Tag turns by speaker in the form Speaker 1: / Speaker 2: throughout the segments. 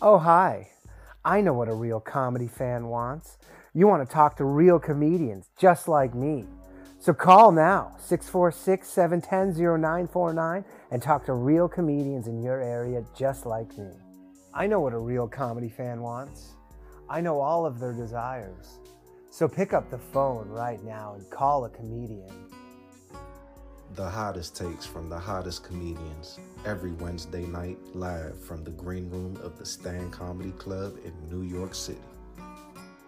Speaker 1: Oh, hi. I know what a real comedy fan wants. You want to talk to real comedians just like me. So call now, 646 710 0949, and talk to real comedians in your area just like me. I know what a real comedy fan wants. I know all of their desires. So pick up the phone right now and call a comedian.
Speaker 2: The hottest takes from the hottest comedians every Wednesday night live from the green room of the Stan Comedy Club in New York City.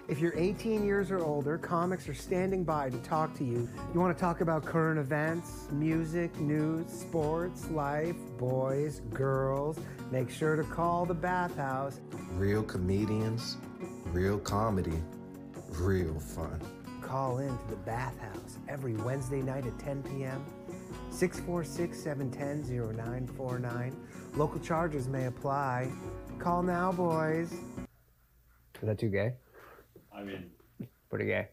Speaker 1: If you're 18 years or older, comics are standing by to talk to you. You want to talk about current events, music, news, sports, life, boys, girls. Make sure to call the bathhouse.
Speaker 2: Real comedians, real comedy, real fun.
Speaker 1: Call in to the bathhouse every Wednesday night at 10 p.m. 646 710 0949. Local charges may apply. Call now, boys. Is that too gay?
Speaker 3: I mean,
Speaker 1: Pretty gay.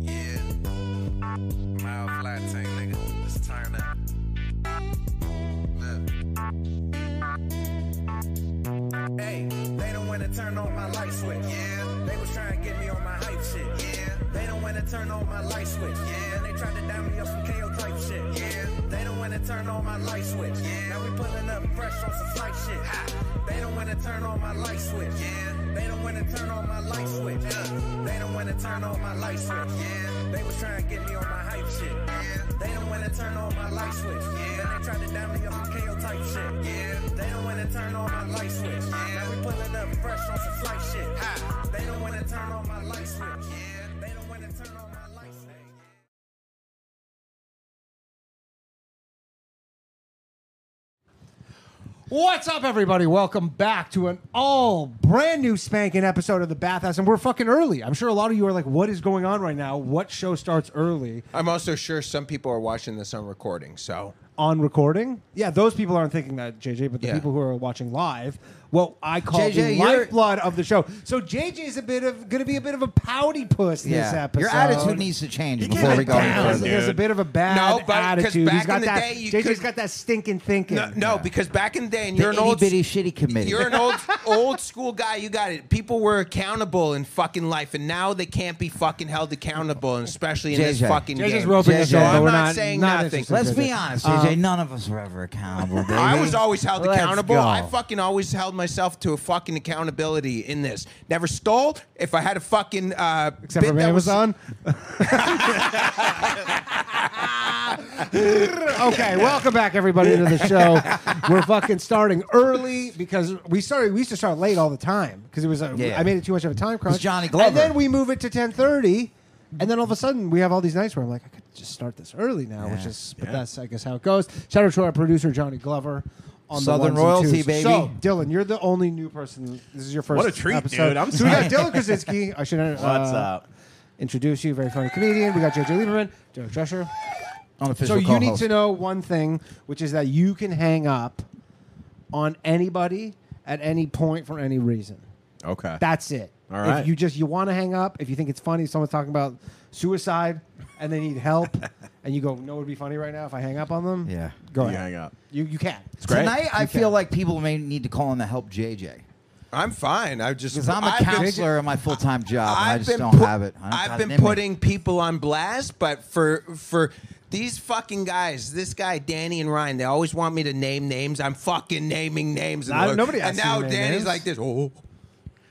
Speaker 4: Yeah. Mild flat tank, nigga. Let's turn up. Look. Hey, they don't wanna turn on my light switch. Yeah. They was trying to get me on my hype shit. Yeah. They don't wanna turn on my light switch. Yeah. And they tried to down me up some KO type shit. Yeah. They don't wanna turn on my light switch. Yeah. Now we pulling up fresh on some slight shit. They don't wanna turn on my light switch. Yeah. They don't wanna turn on my light switch. Yeah. They don't wanna turn on my light switch. Yeah. They was trying to get me on my hype shit. Yeah. They don't wanna turn on my light switch. Yeah. And they tried to down me up some KO type shit. Yeah. They don't wanna turn on my light switch. Yeah. Now we pulling up fresh on some slight shit. They don't wanna turn on my light switch. Yeah. They don't wanna turn on my light switch.
Speaker 1: What's up, everybody? Welcome back to an all brand new spanking episode of The Bathhouse. And we're fucking early. I'm sure a lot of you are like, what is going on right now? What show starts early
Speaker 5: I'm also sure some people are watching this on recording, so
Speaker 1: on recording? Yeah, those people aren't thinking that, JJ, but the
Speaker 5: Yeah.
Speaker 1: people who are watching live, well, I call
Speaker 5: JJ,
Speaker 1: the
Speaker 5: you're-
Speaker 1: lifeblood of the show. So JJ's a bit of going to be a bit of a pouty puss this episode.
Speaker 6: Your attitude needs to change
Speaker 1: He
Speaker 6: before
Speaker 1: can't
Speaker 6: we go
Speaker 1: down,
Speaker 6: any
Speaker 1: He
Speaker 6: further.
Speaker 1: has a bit of a bad
Speaker 5: No, but- 'cause
Speaker 1: attitude.
Speaker 5: back
Speaker 1: He's got
Speaker 5: in the
Speaker 1: that.
Speaker 5: day, you
Speaker 1: JJ's
Speaker 5: could-
Speaker 1: got that stinking thinking.
Speaker 5: no, no, because back in the day, and
Speaker 6: The
Speaker 5: you're an old
Speaker 6: itty bitty shitty committee.
Speaker 5: You're an old old school guy. You got it. People were accountable in fucking life, and now they can't be fucking held accountable, and especially in this
Speaker 6: JJ.
Speaker 5: fucking
Speaker 1: JJ's
Speaker 5: game.
Speaker 1: roping us
Speaker 6: JJ.
Speaker 1: in,
Speaker 6: So
Speaker 1: but
Speaker 5: I'm
Speaker 1: we're
Speaker 5: not
Speaker 1: not
Speaker 5: saying
Speaker 1: not Uh-huh.
Speaker 5: nothing.
Speaker 1: interested.
Speaker 6: Let's be honest, JJ. none of us were ever accountable. Baby.
Speaker 5: I was always held
Speaker 6: Let's
Speaker 5: accountable.
Speaker 6: go.
Speaker 5: I fucking always held myself to a fucking accountability in this. Never stole. If I had a fucking uh,
Speaker 1: Except
Speaker 5: bit
Speaker 1: for
Speaker 5: that was-
Speaker 1: Amazon. okay, welcome back everybody to the show. We're fucking starting early because we started. We used to start late all the time because it was. A,
Speaker 6: Yeah.
Speaker 1: I made it too much of a time crunch.
Speaker 6: Johnny Glover.
Speaker 1: And then we move it to ten thirty, and then all of a sudden we have all these nights where I'm like, I could just start this early now, which
Speaker 6: Yeah.
Speaker 1: is. But that's I guess how it goes. Shout out to our producer Johnny Glover. On
Speaker 6: Southern
Speaker 1: the ones and
Speaker 6: royalty,
Speaker 1: twos.
Speaker 6: baby.
Speaker 1: So, Dylan, you're the only new person. This is your first.
Speaker 7: What a treat,
Speaker 1: episode.
Speaker 7: dude. I'm
Speaker 1: so we got Dylan Krasinski. I should. uh, What's
Speaker 7: What's up?
Speaker 1: introduce you. Very funny comedian. We got JJ Lieberman, Derek Drescher. So
Speaker 6: Unofficial
Speaker 1: you need
Speaker 6: co-host.
Speaker 1: to know one thing, which is that you can hang up on anybody at any point for any reason.
Speaker 7: Okay.
Speaker 1: That's it.
Speaker 7: All right.
Speaker 1: If you just you want to hang up, if you think it's funny, someone's talking about suicide and they need help, and you go, "No, it would be funny right now if I hang up on them."
Speaker 6: Yeah.
Speaker 1: go
Speaker 7: You
Speaker 1: ahead.
Speaker 7: hang up.
Speaker 1: You you can.
Speaker 7: great.
Speaker 6: Tonight, I
Speaker 1: Okay.
Speaker 6: feel like people may need to call in to help JJ
Speaker 5: I'm fine. I just
Speaker 6: because I'm a
Speaker 5: I've been-
Speaker 6: counselor in my full time job. and I just
Speaker 5: been
Speaker 6: don't
Speaker 5: put-
Speaker 6: have it. I don't got
Speaker 5: I've
Speaker 6: it
Speaker 5: been
Speaker 6: in me.
Speaker 5: putting people on blast, but for for these fucking guys, this guy Danny and Ryan, they always want me to name names. I'm fucking naming names. And
Speaker 1: I-
Speaker 5: look-
Speaker 1: nobody asks
Speaker 5: And
Speaker 1: you
Speaker 5: now
Speaker 1: to name
Speaker 5: Danny's
Speaker 1: names.
Speaker 5: like this. Oh,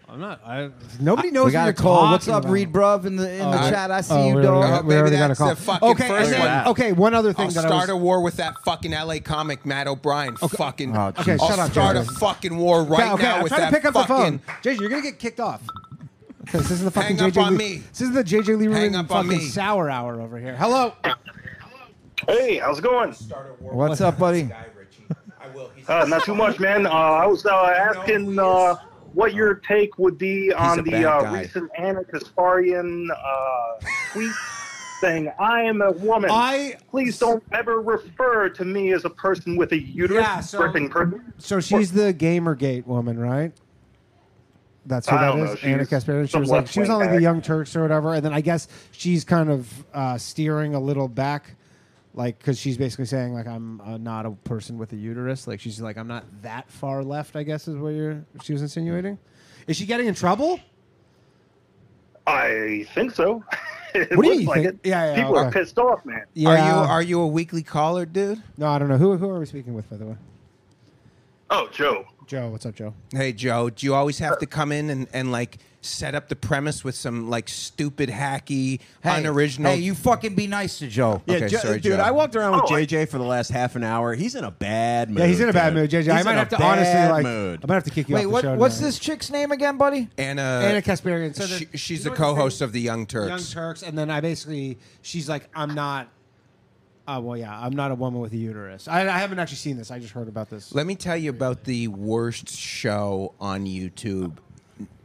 Speaker 1: I'm not. I, nobody knows.
Speaker 6: We
Speaker 1: what
Speaker 6: got
Speaker 1: you're
Speaker 6: a call. What's
Speaker 1: talking
Speaker 6: up,
Speaker 1: about.
Speaker 6: Reed Bruv in the in the
Speaker 1: Oh,
Speaker 6: chat? I see
Speaker 1: oh,
Speaker 6: you,
Speaker 1: we
Speaker 6: dog.
Speaker 1: already got-
Speaker 5: Oh,
Speaker 1: we
Speaker 5: maybe
Speaker 1: already got a
Speaker 5: that's
Speaker 1: call.
Speaker 5: the fucking
Speaker 1: okay,
Speaker 5: first
Speaker 1: and then-
Speaker 7: one.
Speaker 1: okay. One other thing
Speaker 5: I'll
Speaker 1: that I was,
Speaker 5: start a war with that fucking LA comic Matt O'Brien. Fucking.
Speaker 6: Oh, Okay,
Speaker 5: I'll
Speaker 1: shut up,
Speaker 5: start a
Speaker 1: Jared.
Speaker 5: fucking war right
Speaker 1: okay, okay,
Speaker 5: now
Speaker 1: I'm
Speaker 5: with
Speaker 1: trying
Speaker 5: that
Speaker 1: to pick up the
Speaker 5: fucking.
Speaker 1: phone. JJ, you're gonna get kicked off. 'Cause This isn't the fucking
Speaker 5: Hang up
Speaker 1: JJ. Lee-
Speaker 5: on me.
Speaker 1: This is the JJ Lee
Speaker 5: Hang
Speaker 1: Rubin
Speaker 5: up on
Speaker 1: fucking
Speaker 5: me.
Speaker 1: sour hour over here. Hello.
Speaker 8: Hey, how's it going?
Speaker 6: What's up, buddy?
Speaker 8: Uh, not too much, man. Uh, I was uh, asking uh, what your take would be
Speaker 5: a
Speaker 8: on the
Speaker 5: bad
Speaker 8: uh,
Speaker 5: guy.
Speaker 8: recent Anna Kasparian uh, tweet saying, "I am a woman.
Speaker 1: I-
Speaker 8: Please don't ever refer to me as a person with a uterus
Speaker 1: Yeah, so-
Speaker 8: ripping person."
Speaker 1: So she's the Gamergate woman, right? That's who
Speaker 8: I
Speaker 1: that
Speaker 8: don't know.
Speaker 1: is.
Speaker 8: She's
Speaker 1: Anna Kasparian. She
Speaker 8: some
Speaker 1: was like she was on like the
Speaker 8: left-wing
Speaker 1: Young Turks or whatever, and then I guess she's kind of uh, steering a little back, like because she's basically saying like I'm uh, not a person with a uterus. Like she's like I'm not that far left. I guess is what you're she was insinuating. Is she getting in trouble?
Speaker 8: I think so. it
Speaker 1: What do
Speaker 8: looks
Speaker 1: you
Speaker 8: like
Speaker 1: think?
Speaker 8: it.
Speaker 1: Yeah, yeah,
Speaker 8: People are
Speaker 1: okay.
Speaker 8: pissed off, man.
Speaker 1: Yeah.
Speaker 5: Are you are you a weekly caller, dude?
Speaker 1: no, I don't know who who are we speaking with by the way.
Speaker 8: Oh, Joe.
Speaker 1: Joe, what's up, Joe?
Speaker 5: Hey Joe, do you always have to come in and, and like set up the premise with some like stupid hacky
Speaker 6: Hey,
Speaker 5: unoriginal?
Speaker 6: Hey, you fucking be nice to Joe.
Speaker 9: Yeah,
Speaker 5: Okay,
Speaker 9: Ju-
Speaker 5: sorry,
Speaker 9: dude,
Speaker 5: Joe.
Speaker 9: I walked around with
Speaker 8: Oh, I-
Speaker 9: JJ for the last half an hour. He's in a bad mood.
Speaker 1: Yeah, he's in a bad
Speaker 9: dude.
Speaker 1: mood, JJ. I
Speaker 9: He's
Speaker 1: might
Speaker 9: in a
Speaker 1: have to honestly
Speaker 9: bad
Speaker 1: like
Speaker 9: mood.
Speaker 1: I might have to kick you
Speaker 6: Wait,
Speaker 1: off
Speaker 6: what,
Speaker 1: the show.
Speaker 6: what's
Speaker 1: now.
Speaker 6: this chick's name again, buddy?
Speaker 5: Anna,
Speaker 1: Anna Kasparian. So
Speaker 5: she,
Speaker 1: the-
Speaker 5: she's
Speaker 1: you
Speaker 5: the
Speaker 1: know what I'm
Speaker 5: co-host
Speaker 1: saying?
Speaker 5: of the Young Turks.
Speaker 1: Young Turks, and then I basically she's like, I'm not. Uh, well, yeah, I'm not a woman with a uterus. I, I haven't actually seen this. I just heard about this.
Speaker 5: Let me tell you about the worst show on YouTube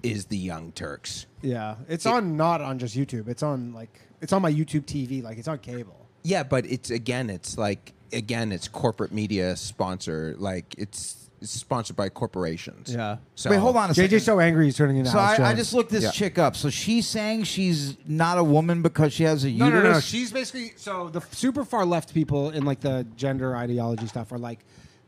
Speaker 5: is the Young Turks.
Speaker 1: yeah, it's on not on just YouTube. It's on like it's on my YouTube TV. Like it's on cable.
Speaker 5: Yeah, but it's again, it's like again, it's corporate media sponsor. Like it's, it's sponsored by corporations.
Speaker 1: Yeah.
Speaker 5: So
Speaker 6: Wait, hold on a second.
Speaker 1: JJ's so angry he's turning into.
Speaker 6: So
Speaker 1: Alex
Speaker 6: I, I
Speaker 1: Jones.
Speaker 6: just looked this
Speaker 5: Yeah.
Speaker 6: chick up. So she's saying she's not a woman because she has a
Speaker 1: No, no,
Speaker 6: uterus.
Speaker 1: no, no. She's basically so the f- super far left people in like the gender ideology stuff are like.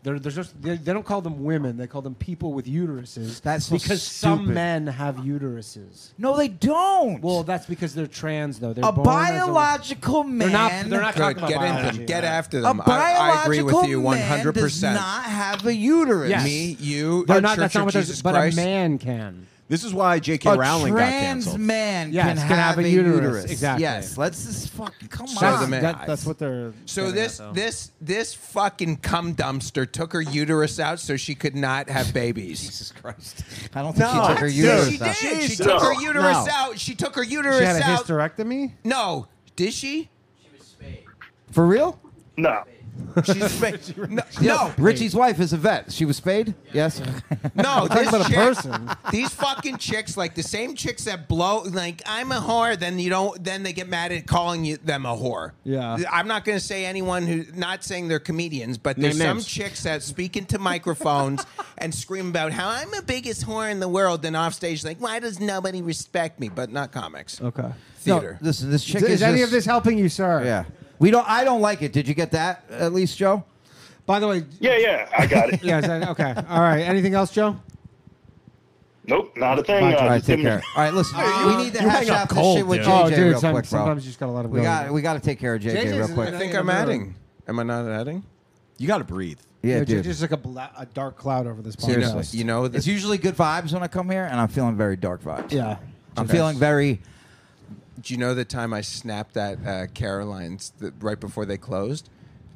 Speaker 1: They're, they're just, they they don't call them women. They call them people with uteruses.
Speaker 6: That's so
Speaker 1: because some
Speaker 6: stupid.
Speaker 1: men have uteruses.
Speaker 6: No, they don't.
Speaker 1: Well, that's because they're trans, though. They're
Speaker 6: a
Speaker 1: born as a-
Speaker 6: biological man.
Speaker 1: They're not. They're not
Speaker 5: Good.
Speaker 1: talking about
Speaker 5: Get into
Speaker 1: biology.
Speaker 5: them. Get after
Speaker 6: A
Speaker 5: them. I,
Speaker 6: biological
Speaker 5: I agree with you
Speaker 6: man
Speaker 5: 100%.
Speaker 6: Does not have a uterus.
Speaker 1: Yes.
Speaker 5: Me, you,
Speaker 1: They're
Speaker 5: uh,
Speaker 1: not.
Speaker 5: Church
Speaker 1: That's not
Speaker 5: of
Speaker 1: what
Speaker 5: Jesus
Speaker 1: they're. But
Speaker 5: Christ.
Speaker 1: a man can.
Speaker 9: This is why J.K.
Speaker 6: A
Speaker 9: Rowling got
Speaker 6: trans
Speaker 9: canceled.
Speaker 6: man
Speaker 1: Yes,
Speaker 6: can, have, a uterus.
Speaker 1: Exactly.
Speaker 6: Yes. Let's just fucking come
Speaker 5: So
Speaker 6: on.
Speaker 5: the man-
Speaker 1: That- that's what they're.
Speaker 5: So
Speaker 1: getting
Speaker 5: this
Speaker 1: at, though.
Speaker 5: this this fucking cum dumpster took her uterus out so she could not have babies.
Speaker 6: Jesus Christ. I don't think
Speaker 9: No,
Speaker 6: she took her
Speaker 9: dude.
Speaker 6: uterus.
Speaker 5: She
Speaker 6: out.
Speaker 5: did. She
Speaker 9: Jesus.
Speaker 5: took her
Speaker 9: No.
Speaker 5: uterus
Speaker 6: No.
Speaker 5: out. She took her
Speaker 1: She had
Speaker 5: uterus
Speaker 1: a
Speaker 5: out.
Speaker 1: hysterectomy.
Speaker 5: No, did she?
Speaker 6: For real?
Speaker 8: No.
Speaker 5: She's no, no,
Speaker 6: Richie's wife is a vet. She was spayed. Yes.
Speaker 5: no. This
Speaker 1: about a
Speaker 5: chick-
Speaker 1: person.
Speaker 5: These fucking chicks, like the same chicks that blow, like I'm a whore. Then you don't. Then they get mad at calling you them a whore.
Speaker 1: Yeah.
Speaker 5: I'm not going to say anyone who. Not saying they're comedians, but there's
Speaker 9: Name
Speaker 5: some
Speaker 9: names.
Speaker 5: chicks that speak into microphones and scream about how I'm the biggest whore in the world. Then off stage, like why does nobody respect me? But not comics.
Speaker 1: Okay.
Speaker 5: Theater.
Speaker 6: No, listen, this chick
Speaker 1: Is,
Speaker 6: is,
Speaker 1: any
Speaker 6: just-
Speaker 1: of this helping you, sir?
Speaker 6: Yeah. We don't. I don't like it. Did you get that at least, Joe?
Speaker 1: By the way.
Speaker 8: Yeah, yeah, I got it.
Speaker 1: Yeah. Is that, okay. All right. Anything else, Joe?
Speaker 8: Nope, not a
Speaker 6: All
Speaker 8: thing. Uh,
Speaker 6: right,
Speaker 8: just
Speaker 6: take
Speaker 8: give me-
Speaker 6: care. All right, listen. we need to
Speaker 9: you
Speaker 6: hash
Speaker 9: hang up
Speaker 6: out this
Speaker 9: cold,
Speaker 6: shit with
Speaker 9: dude.
Speaker 6: JJ
Speaker 1: oh, dude.
Speaker 6: real
Speaker 1: some-
Speaker 6: quick, bro.
Speaker 1: sometimes you just gotta let him
Speaker 6: we
Speaker 1: go.
Speaker 6: got we got to take care of JJ
Speaker 1: JJ's
Speaker 6: real
Speaker 1: an-
Speaker 6: quick.
Speaker 5: I think I'm adding. Am I not adding?
Speaker 9: You got to breathe.
Speaker 6: yeah,
Speaker 1: Yeah,
Speaker 6: dude.
Speaker 1: just like a, bla- a dark cloud over this podcast.
Speaker 5: You know, you know
Speaker 6: it's
Speaker 5: this.
Speaker 6: usually good vibes when I come here, and I'm feeling very dark vibes.
Speaker 1: Yeah.
Speaker 6: I'm
Speaker 5: Okay.
Speaker 6: feeling very.
Speaker 5: Do you know the time I snapped at uh, Caroline's the, right before they closed?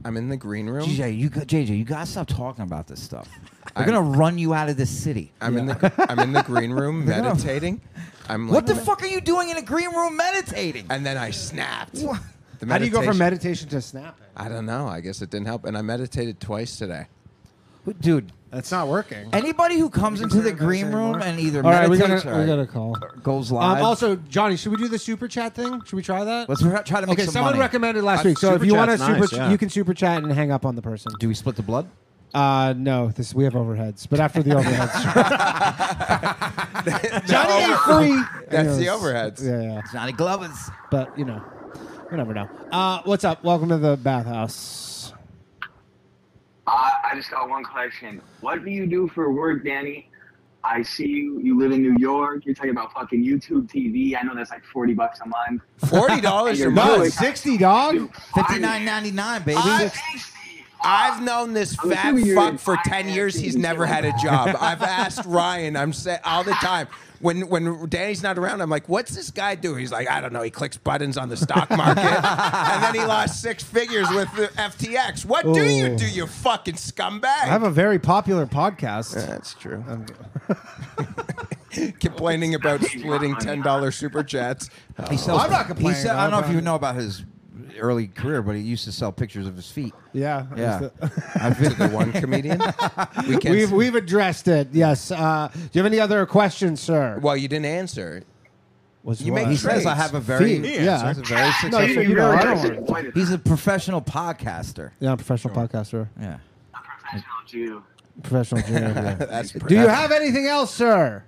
Speaker 5: I'm in the green room.
Speaker 6: JJ, you got JJ, you gotta stop talking about this stuff. They're
Speaker 5: I'm-
Speaker 6: gonna run you out of this city.
Speaker 5: I'm in the I'm in the green room meditating. I'm like,
Speaker 6: What the fuck are you doing in a green room meditating?
Speaker 5: And then I snapped.
Speaker 6: What?
Speaker 5: The
Speaker 1: How do you go from meditation
Speaker 5: meditation-
Speaker 1: to snapping?
Speaker 5: I don't know. I guess it didn't help. And I meditated twice today.
Speaker 6: Dude,
Speaker 1: That's not working.
Speaker 6: anybody who comes into the green room and either
Speaker 1: All right, we
Speaker 6: meditates
Speaker 1: gotta
Speaker 6: or
Speaker 1: we gotta call.
Speaker 6: goes live.
Speaker 1: Um, also, Johnny, should we do the super chat thing? Should we try that?
Speaker 6: let's re- try to make
Speaker 1: okay,
Speaker 6: some
Speaker 1: someone
Speaker 6: money.
Speaker 1: recommended last
Speaker 9: Uh,
Speaker 1: week. So if
Speaker 9: super
Speaker 1: you want to
Speaker 9: chat's
Speaker 1: super,
Speaker 9: nice, yeah.
Speaker 1: you can super chat and hang up on the person.
Speaker 6: Do we split the blood?
Speaker 1: Uh, no, this we have overheads, but after the overheads, Johnny ain't free.
Speaker 5: That's the
Speaker 1: Anyways,
Speaker 5: overheads.
Speaker 1: Yeah, yeah,
Speaker 6: It's not a Glovers.
Speaker 1: but you know, we never know. Uh, what's up? Welcome to the bathhouse.
Speaker 10: I, I just got one question. What do you do for work, Danny? I see you. You live in New York. You're talking about fucking YouTube TV. I know that's like forty bucks a month.
Speaker 5: Forty dollars a
Speaker 10: You're
Speaker 1: No,
Speaker 10: really-
Speaker 5: month.
Speaker 1: it's sixty dog.
Speaker 6: Fifty nine ninety nine, baby.
Speaker 5: I- I've known this
Speaker 10: I'm
Speaker 5: fat
Speaker 10: assuming you're
Speaker 5: fuck
Speaker 10: in
Speaker 5: for ten
Speaker 10: finance
Speaker 5: years.
Speaker 10: and
Speaker 5: He's
Speaker 10: you
Speaker 5: never
Speaker 10: don't
Speaker 5: had a job. I've asked Ryan. I'm say all the time when when Danny's not around. I'm like, "What's this guy do?" He's like, "I don't know. He clicks buttons on the stock market, and then he lost six figures with the FTX. What do you
Speaker 1: Ooh.
Speaker 5: do, you fucking scumbag?"
Speaker 1: Oh. I have a very popular podcast.
Speaker 5: That's true. Complaining about splitting ten dollar super chats.
Speaker 6: He sells,
Speaker 1: I'm not complaining,
Speaker 6: He sell- I don't know if
Speaker 1: though.
Speaker 6: you know about his early career, but he used to sell pictures of his feet.
Speaker 1: Yeah, I
Speaker 6: Yeah.
Speaker 1: used to-
Speaker 6: I've been
Speaker 5: The one comedian. We can't.
Speaker 1: we've we've addressed it. Yes. Uh, do you have any other questions, sir?
Speaker 5: well, you didn't answer.
Speaker 1: Was
Speaker 5: you
Speaker 1: what?
Speaker 5: make
Speaker 6: He
Speaker 5: trades.
Speaker 6: says I have a very,
Speaker 1: Feet,
Speaker 6: he
Speaker 1: yeah.
Speaker 6: has a very
Speaker 1: No,
Speaker 6: successful.
Speaker 1: you, you know, I don't want to.
Speaker 10: Disappointed.
Speaker 6: He's a professional podcaster.
Speaker 1: Yeah, I'm a professional podcaster,
Speaker 6: Yeah.
Speaker 10: I'm a professional Jew.
Speaker 1: professional junior.
Speaker 5: That's
Speaker 1: Do you have anything else, sir?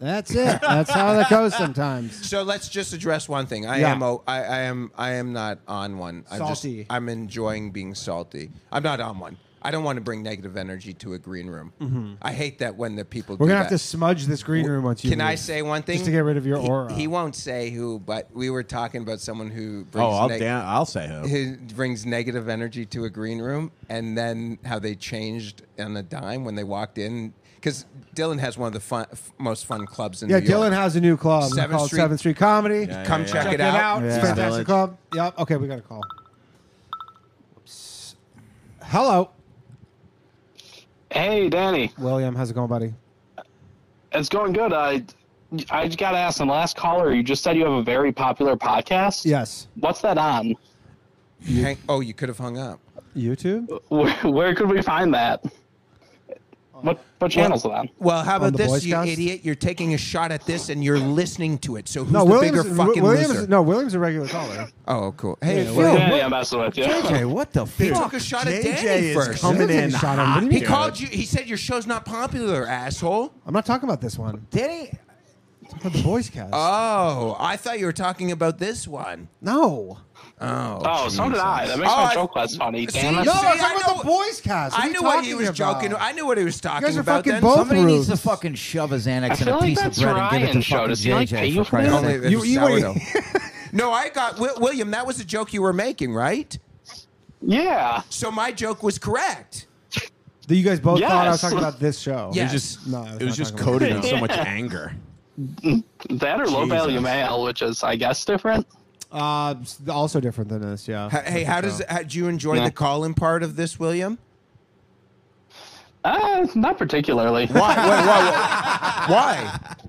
Speaker 1: That's it. That's how that goes sometimes.
Speaker 5: So let's just address one thing. I
Speaker 1: Yeah.
Speaker 5: am o- I, I am I am not on one. I'm
Speaker 1: Salty.
Speaker 5: Just, I'm enjoying being salty. I'm not on one. I don't want to bring negative energy to a green room. I hate that when the people.
Speaker 1: Mm-hmm. We're
Speaker 5: do
Speaker 1: gonna have
Speaker 5: that.
Speaker 1: to smudge this green room once you.
Speaker 5: Can I
Speaker 1: leave.
Speaker 5: say one thing?
Speaker 1: Just to get rid of your
Speaker 5: He-
Speaker 1: aura.
Speaker 5: He, won't say who, but we were talking about someone who brings
Speaker 9: Oh, I'll,
Speaker 5: neg-
Speaker 9: down, I'll say who.
Speaker 5: who brings negative energy to a green room, and then how they changed on a dime when they walked in. Because Dylan has one of the fun, f- most fun clubs in
Speaker 1: Yeah,
Speaker 5: New York.
Speaker 1: Dylan has a new club It's
Speaker 5: Seventh
Speaker 1: called
Speaker 5: Street.
Speaker 1: Seventh Street Comedy.
Speaker 9: Yeah,
Speaker 5: Come check,
Speaker 1: Check it
Speaker 5: it
Speaker 1: out. It's
Speaker 9: Yeah.
Speaker 1: a fantastic
Speaker 9: Village.
Speaker 1: club. Yep. Okay, we got a call. Hello,
Speaker 11: Hey, Danny.
Speaker 1: William. How's it going, buddy?
Speaker 11: It's going good. I I just got to ask the last caller. You just said you have a very popular podcast.
Speaker 1: Yes.
Speaker 11: What's that on?
Speaker 5: Hang- oh, you could have hung up.
Speaker 1: YouTube.
Speaker 11: Where, where could we find that? What what channels are that?
Speaker 5: Well, how
Speaker 1: On
Speaker 5: about
Speaker 1: the
Speaker 5: this,
Speaker 1: Boy
Speaker 5: you
Speaker 1: Scouts?
Speaker 5: idiot? You're taking a shot at this, and you're listening to it. So who's
Speaker 1: No,
Speaker 5: the
Speaker 1: William's
Speaker 5: bigger fucking
Speaker 1: William's
Speaker 5: loser?
Speaker 1: no William's a regular caller.
Speaker 5: Oh, cool. Hey,
Speaker 1: Yeah,
Speaker 5: Phil,
Speaker 1: William-
Speaker 11: Danny, I'm messing with you.
Speaker 6: Okay, what the fuck?
Speaker 5: he took a shot at Danny
Speaker 9: is
Speaker 5: first.
Speaker 9: coming in
Speaker 1: William's a shot on- what do you
Speaker 5: he
Speaker 1: mean?
Speaker 5: called you. He said your show's not popular, asshole.
Speaker 1: I'm not talking about this one.
Speaker 6: Danny,
Speaker 1: It's about the Boy Scouts.
Speaker 5: Oh, I thought you were talking about this one.
Speaker 1: no.
Speaker 5: Oh,
Speaker 11: Oh, so did I. That makes
Speaker 5: Oh, I-
Speaker 11: my joke less funny.
Speaker 5: See,
Speaker 11: Damn it.
Speaker 1: No,
Speaker 5: See,
Speaker 1: I'm
Speaker 5: I
Speaker 1: talking about
Speaker 5: know-
Speaker 1: the Boy Scouts. What
Speaker 5: I
Speaker 1: are you
Speaker 5: knew what he
Speaker 1: talking
Speaker 5: was
Speaker 1: about?
Speaker 5: joking. I knew what he was talking
Speaker 1: guys are
Speaker 5: about.
Speaker 1: fucking
Speaker 5: then.
Speaker 1: both-
Speaker 6: somebody needs to
Speaker 1: Roots.
Speaker 6: fucking shove a
Speaker 11: I
Speaker 6: Xanax
Speaker 11: feel
Speaker 6: in a
Speaker 11: like
Speaker 6: piece of
Speaker 11: that's
Speaker 6: bread and give it to
Speaker 11: Ryan's show.
Speaker 6: fucking
Speaker 11: Does he, like, pay
Speaker 6: JJ
Speaker 11: you
Speaker 6: for
Speaker 11: for
Speaker 6: Christ's
Speaker 11: that?
Speaker 6: sake.
Speaker 5: Only if
Speaker 1: You-
Speaker 5: it's
Speaker 1: you already-
Speaker 5: sourdough. no, I got Wi- William. That was a joke you were making, right?
Speaker 11: Yeah.
Speaker 5: So my joke was correct.
Speaker 1: That you guys both thought I was
Speaker 11: Yes.
Speaker 1: talking about this show.
Speaker 5: Yes.
Speaker 9: just-
Speaker 1: No, I
Speaker 9: It was
Speaker 1: not
Speaker 9: just
Speaker 1: talking about
Speaker 9: coded in so much anger.
Speaker 11: That or low value mail, which is I guess different.
Speaker 1: Uh, s- also different than this, yeah.
Speaker 5: H- Hey, how does how, do you enjoy
Speaker 11: Yeah.
Speaker 5: the call-in part of this, William?
Speaker 11: Uh, not particularly.
Speaker 5: Why? Why? Why? why?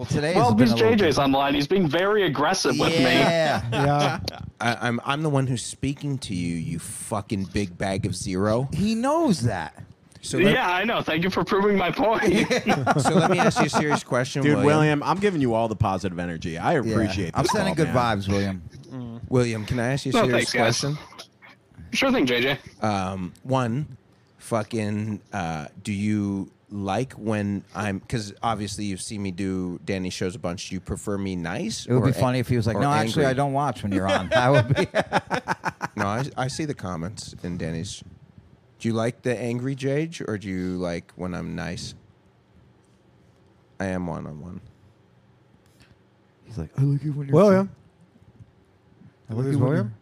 Speaker 6: Well, today
Speaker 11: Well,
Speaker 6: has been
Speaker 11: because
Speaker 6: a little
Speaker 11: JJ's on the line. He's being very aggressive with me.
Speaker 6: yeah.
Speaker 1: yeah.
Speaker 5: I, I'm I'm the one who's speaking to you. You fucking big bag of zero.
Speaker 6: He knows that.
Speaker 5: So let,
Speaker 11: Yeah, I know. Thank you for proving my point.
Speaker 5: so let me ask you a serious question,
Speaker 9: Dude, William.
Speaker 5: William.
Speaker 9: I'm giving you all the positive energy. I
Speaker 6: Yeah.
Speaker 9: appreciate this
Speaker 6: I'm sending
Speaker 9: call,
Speaker 6: good
Speaker 9: man.
Speaker 6: vibes, William.
Speaker 5: William, can I ask you a
Speaker 11: No,
Speaker 5: serious
Speaker 11: thanks, guys.
Speaker 5: question?
Speaker 11: Sure thing, JJ.
Speaker 5: um, one, fucking, uh, do you like when I'm? Because obviously you've seen me do Danny shows a bunch. Do you prefer me nice?
Speaker 6: It would
Speaker 5: or
Speaker 6: be
Speaker 5: an-
Speaker 6: funny if he was like,
Speaker 5: or
Speaker 6: "No, actually, I
Speaker 5: angry?"
Speaker 6: don't watch when you're on." I would be.
Speaker 5: No, I, I see the comments in Danny's. Do you like the angry Jage, or do you like when I'm nice? I am one on one.
Speaker 6: He's like, "I like it when you're."
Speaker 1: William.
Speaker 6: I
Speaker 1: What
Speaker 6: like
Speaker 1: is
Speaker 6: it when
Speaker 1: William?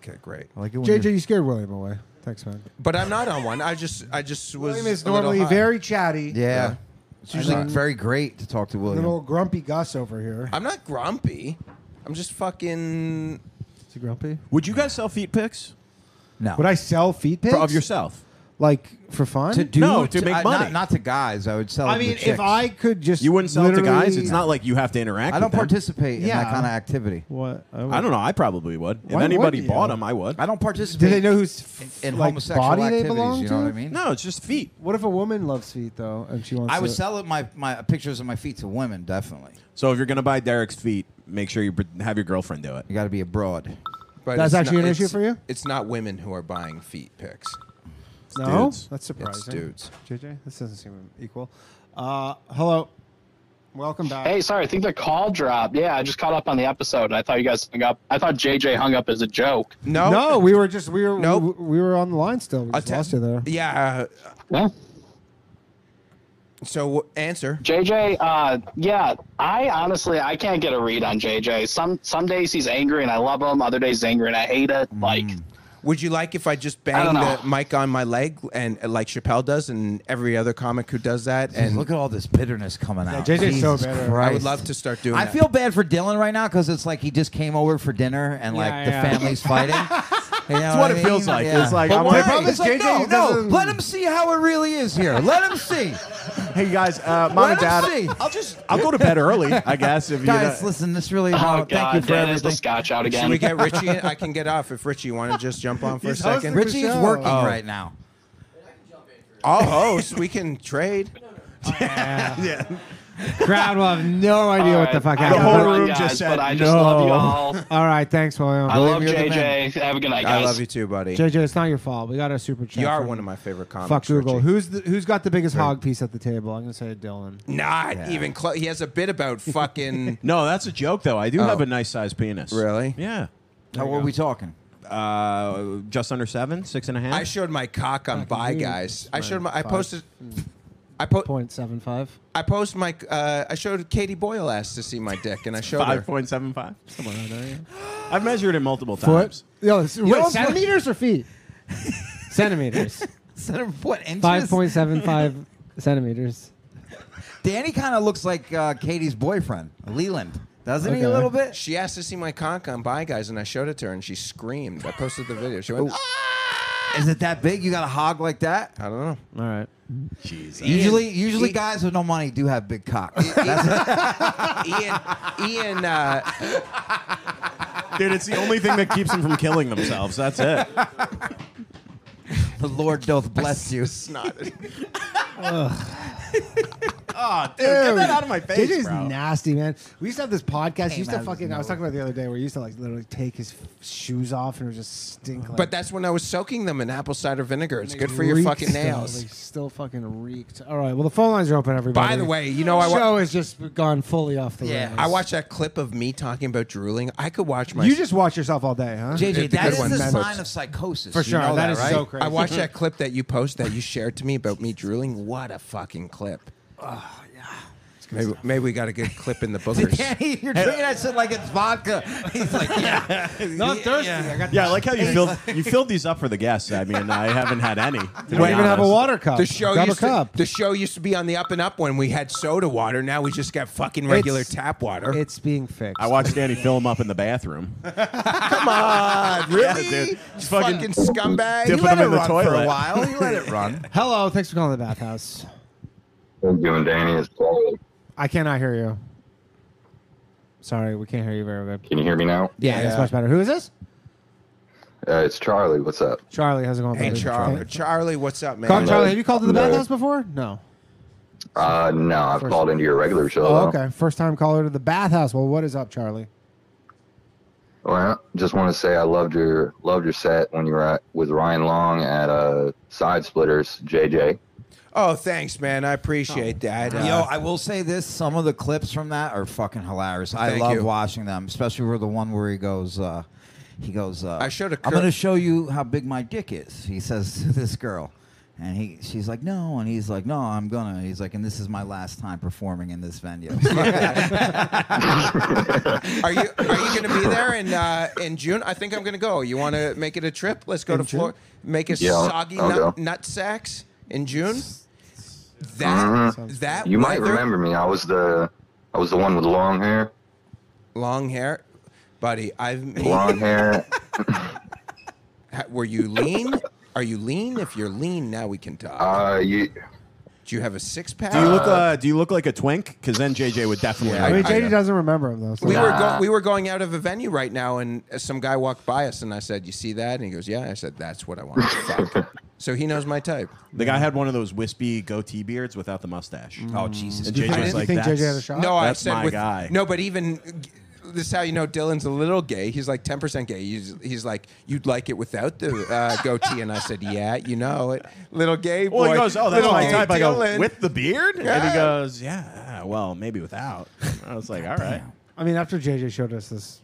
Speaker 5: Okay, great.
Speaker 6: you're- I like it when
Speaker 1: JJ,
Speaker 6: you're-
Speaker 1: you scared William away. Thanks, man.
Speaker 5: But I'm not on one. I just I just was.
Speaker 1: William is
Speaker 5: a little
Speaker 1: normally
Speaker 5: high.
Speaker 1: very chatty.
Speaker 6: Yeah. It's
Speaker 1: I
Speaker 6: usually
Speaker 1: know.
Speaker 6: very great to talk to William.
Speaker 1: Little grumpy Gus over here.
Speaker 5: I'm not grumpy. I'm just fucking.
Speaker 1: Is he grumpy?
Speaker 9: Would you guys sell feet pics?
Speaker 6: no.
Speaker 1: Would I sell feed pics?
Speaker 9: For- Of yourself?
Speaker 1: Like for fun?
Speaker 6: to do
Speaker 9: No, to make
Speaker 6: I-
Speaker 9: money.
Speaker 6: Not, not to guys. I would sell.
Speaker 1: I
Speaker 6: it to
Speaker 1: mean, if
Speaker 6: chicks.
Speaker 1: I could just.
Speaker 9: You wouldn't sell it to guys?
Speaker 1: literally-
Speaker 9: It's not like you have to interact
Speaker 6: I don't
Speaker 9: with them.
Speaker 6: participate in that
Speaker 1: Yeah.
Speaker 6: kind of activity.
Speaker 1: What?
Speaker 9: I don't know. I probably would. If
Speaker 1: Why
Speaker 9: anybody
Speaker 1: wouldn't you?
Speaker 9: bought them, I would.
Speaker 6: I don't participate.
Speaker 1: Do they know whose f-
Speaker 6: in
Speaker 1: like,
Speaker 6: homosexual
Speaker 1: body
Speaker 6: activities?
Speaker 1: they belong
Speaker 6: you know
Speaker 1: to?
Speaker 6: what I mean?
Speaker 9: No, it's just feet.
Speaker 1: What if a woman loves feet though, and she wants?
Speaker 6: I would
Speaker 1: to-
Speaker 6: sell it my, my pictures of my feet to women. Definitely,
Speaker 9: So if you're going to buy Derek's feet, make sure you br- have your girlfriend do it.
Speaker 6: you got to be abroad.
Speaker 5: But
Speaker 1: That's
Speaker 5: it's
Speaker 1: actually
Speaker 5: not-
Speaker 1: an issue
Speaker 5: it's-
Speaker 1: for you?
Speaker 5: It's not women who are buying feet pics.
Speaker 1: No,
Speaker 9: dudes.
Speaker 1: that's surprising.
Speaker 5: dudes.
Speaker 1: JJ, this doesn't seem equal. Uh, hello, welcome
Speaker 5: Uh,
Speaker 1: back.
Speaker 11: Hey, sorry, I think the call dropped. Yeah, I just caught up on the episode, and I thought you guys hung up. I thought JJ hung up as a joke.
Speaker 5: No,
Speaker 1: No, we were just we were
Speaker 5: Nope.
Speaker 1: we, we were on the line still. We
Speaker 5: I'll
Speaker 1: just
Speaker 5: te-
Speaker 1: lost you there.
Speaker 5: Yeah. uh,
Speaker 11: Yeah.
Speaker 5: So answer.
Speaker 11: JJ, uh, yeah, I honestly I can't get a read on JJ. Some some days he's angry and I love him. Other days he's angry and I hate it. Like,
Speaker 5: Mm. Would you like if I just
Speaker 11: I
Speaker 5: bang
Speaker 11: don't
Speaker 5: the
Speaker 11: know.
Speaker 5: mic on my leg and uh, like Chappelle does and every other comic who does that? And
Speaker 6: Look at all this bitterness coming out.
Speaker 1: JJ's so
Speaker 6: Jesus
Speaker 1: bitter.
Speaker 5: I
Speaker 6: Christ.
Speaker 5: would love to start doing.
Speaker 6: I
Speaker 5: that.
Speaker 6: feel bad for Dylan right now because it's like he just came over for dinner and like
Speaker 1: Yeah,
Speaker 6: the
Speaker 1: yeah.
Speaker 6: family's fighting. That's
Speaker 9: That's what it feels like. It's like, I
Speaker 6: but
Speaker 9: wanna-
Speaker 6: why?
Speaker 9: The problem
Speaker 1: is
Speaker 6: It's like,
Speaker 1: JJ
Speaker 6: no, no.
Speaker 1: doesn't-
Speaker 6: Let him see how it really is here. Let him see.
Speaker 9: Hey guys, uh,
Speaker 6: Let
Speaker 9: mom and
Speaker 6: him
Speaker 9: dad,
Speaker 6: see.
Speaker 9: I'll just I'll go to bed early, I guess. If you
Speaker 6: Guys,
Speaker 9: don't-
Speaker 6: listen. This really.
Speaker 11: oh
Speaker 6: about- thank you
Speaker 11: god,
Speaker 6: for
Speaker 11: Dan is the
Speaker 6: everything.
Speaker 11: scotch out
Speaker 5: Should
Speaker 11: again.
Speaker 5: we get Richie? in? I can get off if Richie you want to just jump on for a
Speaker 1: He's
Speaker 5: second.
Speaker 1: hosting-
Speaker 6: Richie's
Speaker 1: Michelle.
Speaker 6: working
Speaker 5: Oh.
Speaker 6: right now.
Speaker 5: I'll host. We can trade.
Speaker 1: Crowd will have no idea what the
Speaker 12: right.
Speaker 1: fuck
Speaker 12: I gotta The
Speaker 1: happened.
Speaker 12: whole run, room just guys, said but I just love you
Speaker 1: no.
Speaker 12: all.
Speaker 1: All right, thanks, William.
Speaker 12: I love JJ. Have a good night, guys.
Speaker 1: JJ, it's not your fault. We got a super chat.
Speaker 5: You are
Speaker 1: from-
Speaker 5: one of my favorite comics,
Speaker 1: Fuck Google.
Speaker 5: Richie.
Speaker 1: Who's the, who's got the biggest hog piece at the table? I'm gonna say Dylan.
Speaker 5: Not
Speaker 1: Yeah.
Speaker 5: even close. He has a bit about fucking.
Speaker 7: No, that's a joke though. I do
Speaker 5: Oh.
Speaker 7: have a nice sized penis.
Speaker 5: Really?
Speaker 7: Yeah.
Speaker 5: How you are go. we
Speaker 7: talking? Uh, just under seven, six and a half.
Speaker 5: I showed my cock on Bye
Speaker 1: you.
Speaker 5: Guys. I showed my. I
Speaker 1: Five.
Speaker 5: posted. I po-
Speaker 1: Point seven five.
Speaker 5: I posted my. Uh, I showed Katie Boyle asked to see my dick, and I showed her.
Speaker 7: Five point seven five. I've measured it multiple times.
Speaker 1: Foot. Yo, it's-
Speaker 7: You know,
Speaker 1: wait, centimeters or feet? centimeters.
Speaker 6: what inches?
Speaker 1: Five point seven five centimeters.
Speaker 6: Danny kind of looks like uh, Katie's boyfriend, Leland, doesn't he? A
Speaker 1: Okay.
Speaker 6: little bit.
Speaker 5: She asked to see my cock on Bye Guys, and I showed it to her, and she screamed. I posted the video. She went. "Ah!"
Speaker 6: Is it that big? You got a hog like that?
Speaker 5: I don't know.
Speaker 1: All right.
Speaker 7: Jesus.
Speaker 6: Usually,
Speaker 5: Ian-
Speaker 6: usually
Speaker 5: Ian-
Speaker 6: guys with no money do have big cocks.
Speaker 5: Ian, Ian, uh,
Speaker 7: Dude, it's the only thing that keeps them from killing themselves. That's it.
Speaker 6: the Lord doth bless you.
Speaker 5: snotted.
Speaker 7: Oh, dude, get that out of my
Speaker 1: JJ's
Speaker 7: face, bro.
Speaker 1: nasty, man. We used to have this podcast.
Speaker 6: Hey,
Speaker 1: used to
Speaker 6: man, I was
Speaker 1: fucking. I was talking about it the other day where he used to like literally take his f- shoes off and it would just stink. Like,
Speaker 5: But that's when I was soaking them in apple cider vinegar. It's
Speaker 1: They
Speaker 5: good for your
Speaker 1: reeked
Speaker 5: fucking
Speaker 1: still.
Speaker 5: nails.
Speaker 1: They still fucking reeked. All right. Well, the phone lines are open, everybody.
Speaker 5: By the way, you know I
Speaker 1: the
Speaker 5: wa-
Speaker 1: show has just gone fully off the rails.
Speaker 5: I watched that clip of me talking about drooling. I could watch my.
Speaker 1: You just watch yourself all day, huh?
Speaker 5: It's a
Speaker 6: JJ, that
Speaker 5: good
Speaker 6: is
Speaker 5: one.
Speaker 6: the
Speaker 5: That's-
Speaker 6: sign of psychosis.
Speaker 1: For
Speaker 6: You
Speaker 1: sure.
Speaker 6: know
Speaker 1: that is
Speaker 6: right?
Speaker 1: so crazy.
Speaker 5: I watched that clip that you post that you shared to me about me drooling. What a fucking clip! Oh yeah. Maybe, maybe we got a good clip in the bookers.
Speaker 6: Danny, you're drinking that shit like it's vodka. He's like, yeah.
Speaker 1: No, I'm thirsty. I got.
Speaker 7: Yeah, I like how you filled you filled these up for the guests. I mean, I haven't had any. to be
Speaker 1: You don't even have a
Speaker 7: honest.
Speaker 1: water cup.
Speaker 5: The show
Speaker 1: Grab a
Speaker 5: used to,
Speaker 1: cup.
Speaker 5: the show used to be on the up and up when we had soda water. Now we just got fucking regular
Speaker 1: It's-
Speaker 5: tap water.
Speaker 1: It's being fixed.
Speaker 7: I watched Danny fill them up in the bathroom.
Speaker 5: Come on, really?
Speaker 7: dude.
Speaker 5: You Fucking, scumbag.
Speaker 7: Dip it
Speaker 5: You let
Speaker 7: in the
Speaker 5: run for
Speaker 7: toilet.
Speaker 5: a while. You let it run.
Speaker 1: Hello. Thanks for calling the bathhouse.
Speaker 10: How you doing, Danny? It's Paul.
Speaker 1: I cannot hear you. Sorry, we can't hear you very good.
Speaker 10: Can you hear me now?
Speaker 1: Yeah, that's much better. Who is this?
Speaker 10: Uh, it's Charlie. What's up?
Speaker 1: Charlie, how's it going?
Speaker 5: Hey,
Speaker 1: buddy?
Speaker 5: Charlie. Charlie, what's up, man?
Speaker 1: Call
Speaker 10: uh,
Speaker 1: Charlie. Have you called to the
Speaker 10: No.
Speaker 1: bathhouse before? No.
Speaker 10: Uh, no, I've
Speaker 1: First-
Speaker 10: called into your regular show.
Speaker 1: Oh,
Speaker 10: though.
Speaker 1: okay. First time caller to the bathhouse. Well, what is up, Charlie?
Speaker 10: Well, just want to say I loved your loved your set when you were at, with Ryan Long at uh, Side Splitters, JJ.
Speaker 5: Oh, thanks, man. I
Speaker 6: Oh.
Speaker 5: appreciate that. Uh,
Speaker 6: Yo, I will say this: some of the clips from that are fucking hilarious. I
Speaker 5: Thank
Speaker 6: love
Speaker 5: you.
Speaker 6: watching them, especially where the one where he goes, uh, he goes. Uh,
Speaker 5: I showed a
Speaker 6: I'm
Speaker 5: cur-
Speaker 6: going to show you how big my dick is. He says to this girl, and he, she's like, no, and he's like, no, I'm gonna. He's like, and this is my last time performing in this venue.
Speaker 5: are you are you going to be there in uh, in June? I think I'm going to go. You want to make it a trip? Let's go to Florida. Make a
Speaker 10: Yeah, I'll-
Speaker 5: soggy
Speaker 10: I'll
Speaker 5: nut,
Speaker 10: go.
Speaker 5: nut sacks in June. That
Speaker 10: Mhm.
Speaker 5: that
Speaker 10: You might
Speaker 5: weather-
Speaker 10: remember me. I was the I was the one with long hair.
Speaker 5: long hair, buddy. I've
Speaker 10: Long hair.
Speaker 5: were you lean? Are you lean? If you're lean, now we can talk.
Speaker 10: Uh, you.
Speaker 5: Do you have a six pack?
Speaker 7: Do you look uh, Do you look like a twink? Because then JJ would definitely.
Speaker 5: Yeah,
Speaker 1: I mean,
Speaker 7: recognize
Speaker 1: JD
Speaker 7: it.
Speaker 1: doesn't remember him though. So
Speaker 5: We were go-
Speaker 10: Nah.
Speaker 5: we were going out of a venue right now, and uh, some guy walked by us, and I said, "You see that?" And he goes, "Yeah." I said, "That's what I want." to fuck." so he knows my type.
Speaker 7: The guy had one of those wispy goatee beards without the mustache.
Speaker 6: oh
Speaker 1: Mm.
Speaker 6: Jesus!
Speaker 7: And
Speaker 6: Christ.
Speaker 7: JJ
Speaker 1: I
Speaker 7: was
Speaker 1: didn't
Speaker 7: like,
Speaker 1: think JJ had a
Speaker 7: "That's-
Speaker 1: shot.
Speaker 5: No,
Speaker 7: That's
Speaker 5: I said
Speaker 7: my
Speaker 5: with,
Speaker 7: guy.
Speaker 5: No, but even this is how you know Dylan's a little gay. He's like ten percent gay. He's, he's like you'd like it without the uh, goatee, and I said, yeah, you know it, little gay boy.
Speaker 7: Well, he goes, "Oh, that's
Speaker 5: little
Speaker 7: my
Speaker 5: gay
Speaker 7: type." I go,
Speaker 5: Dylan."
Speaker 7: "With the beard?" And
Speaker 5: Yeah.
Speaker 7: he goes, "Yeah, well, maybe without." I was like, "All right."
Speaker 1: I mean, after JJ showed us this